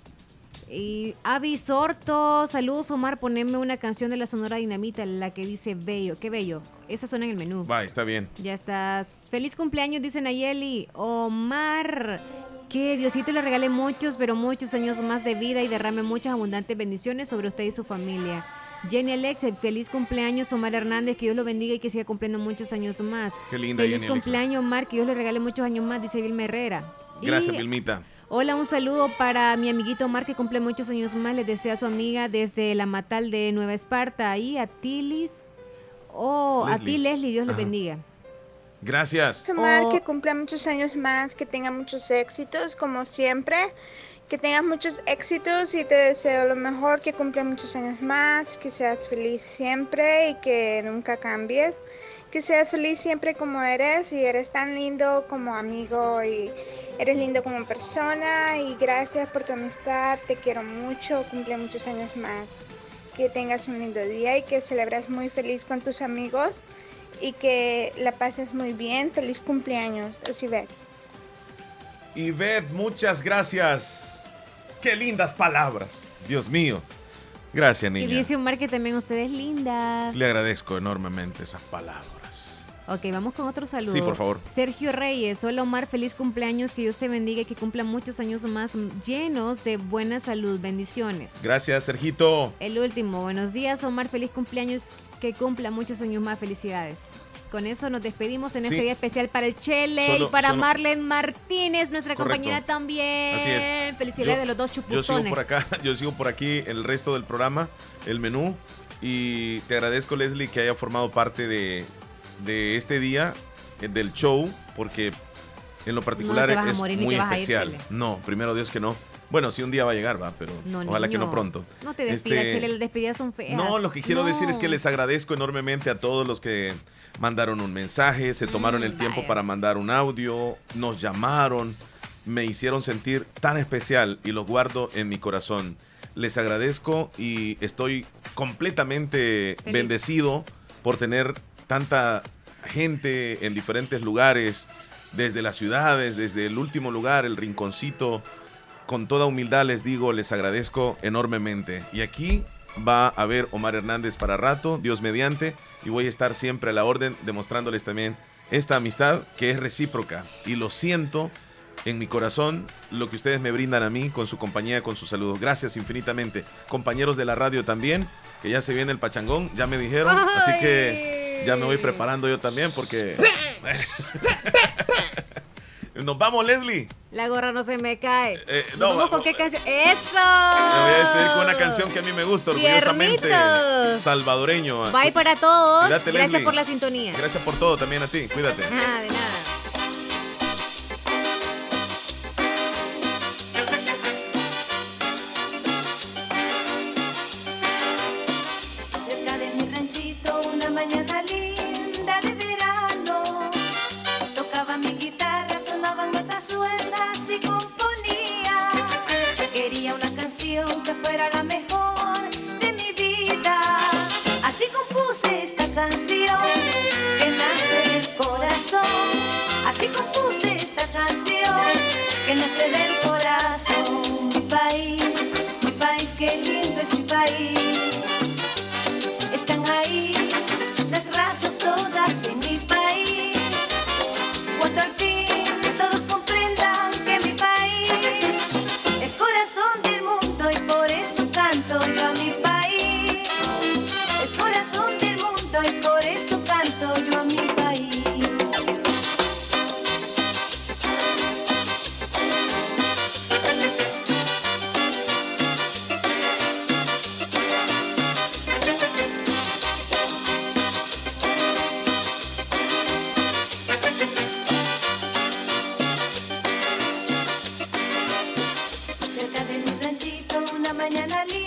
S3: Y Avi Sorto, saludos, Omar. Poneme una canción de la Sonora Dinamita, la que dice Bello. Qué bello. Esa suena en el menú.
S2: Va, está bien.
S3: Ya estás. Feliz cumpleaños, dice Nayeli. Omar, que Diosito le regale muchos, pero muchos años más de vida y derrame muchas abundantes bendiciones sobre usted y su familia. Jenny Alex, feliz cumpleaños, Omar Hernández, que Dios lo bendiga y que siga cumpliendo muchos años más.
S2: Qué linda,
S3: Feliz
S2: Jenny Alexa.
S3: cumpleaños, Omar, que Dios le regale muchos años más, dice Vilma Herrera. Y
S2: Gracias, Vilmita.
S3: Hola, un saludo para mi amiguito Omar que cumple muchos años más. Les desea a su amiga desde la Matal de Nueva Esparta y a Tilis. Oh, a ti,
S2: Leslie.
S3: Leslie, Dios les
S2: Ajá.
S3: bendiga.
S2: Gracias.
S22: Omar,
S3: Oh.
S2: Oh.
S22: que cumpla muchos años más, que tenga muchos éxitos, como siempre. Que tengas muchos éxitos y te deseo lo mejor, que cumpla muchos años más, que seas feliz siempre y que nunca cambies. Que seas feliz siempre como eres y eres tan lindo como amigo y eres lindo como persona y gracias por tu amistad, te quiero mucho, cumple muchos años más. Que tengas un lindo día y que celebres muy feliz con tus amigos y que la pases muy bien. Feliz cumpleaños, Osibet.
S2: Ivette, muchas gracias. Qué lindas palabras. Dios mío. Gracias,
S3: Y
S2: niña.
S3: dice Omar que también usted es linda.
S2: Le agradezco enormemente esas palabras.
S3: Ok, vamos con otro saludo.
S2: Sí, por favor.
S3: Sergio Reyes, hola Omar, feliz cumpleaños, que Dios te bendiga y que cumpla muchos años más llenos de buena salud, bendiciones.
S2: Gracias, Sergito.
S3: El último, buenos días Omar, feliz cumpleaños, que cumpla muchos años más, felicidades. Con eso nos despedimos en
S2: Sí.
S3: este día especial para el Chele y
S2: Solo-
S3: para
S2: solo-
S3: Marlene Martínez, nuestra
S2: Correcto.
S3: compañera también.
S2: Así es.
S3: Felicidades
S2: Yo-
S3: de los dos
S2: Yo
S3: chuputones.
S2: sigo por acá, yo sigo por aquí el resto del programa, el menú. Y te agradezco, Leslie, que haya formado parte de, de este día, eh, del show, porque en lo particular
S3: vas a
S2: es
S3: morir ni
S2: muy
S3: te vas a ir,
S2: especial.
S3: Chele.
S2: no, primero Dios que no. Bueno, sí un día va a llegar, va, pero
S3: No,
S2: ojalá que no
S3: niño.
S2: pronto.
S3: No te despidas,
S2: Este,
S3: Chele, las despedidas son feas.
S2: No, lo que quiero decir es que
S3: No.
S2: les agradezco enormemente a todos los que mandaron un mensaje, se tomaron el tiempo para mandar un audio, nos llamaron, me hicieron sentir tan especial y los guardo en mi corazón. Les agradezco y estoy completamente
S5: Feliz.
S2: bendecido por tener tanta gente en diferentes lugares, desde las ciudades, desde el último lugar, el rinconcito, con toda humildad les digo, les agradezco enormemente. Y aquí va a haber Omar Hernández para rato, Dios mediante, y voy a estar siempre a la orden demostrándoles también esta amistad que es recíproca. Y lo siento en mi corazón, lo que ustedes me brindan a mí con su compañía, con sus saludos. Gracias infinitamente. Compañeros de la radio también, que ya se viene el pachangón, ya me dijeron, así que ya me voy preparando yo también porque... Nos vamos, Leslie.
S3: La gorra no se me cae.
S2: Eh,
S3: Nos
S2: no,
S3: vamos con qué canción. ¡Eso!
S2: Me voy a despedir con una canción que a mí me gusta, orgullosamente.
S3: Tiernitos.
S2: Salvadoreño.
S3: Bye para todos.
S2: Cuídate,
S3: Gracias
S2: Leslie.
S3: por la sintonía.
S2: Gracias por todo también a ti. Cuídate.
S3: Ah, de nada.
S14: Cerca de mi ranchito, una mañana linda de verano. Tocaba mi guitarra, sonaban notas sueltas y componía. Quería una canción que fuera la mejor de mi vida. Así compuse esta canción que nace del corazón. Así compuse esta canción que nace del corazón. Mi país, mi país, qué lindo es mi país. Están ahí las razas todas en mi país. Cuando al fin todos comprendan que mi país es corazón del mundo y por eso canto yo a mi país. Es corazón del mundo y por eso canto yo a mi país. Cerca de mi ranchito una mañana linda.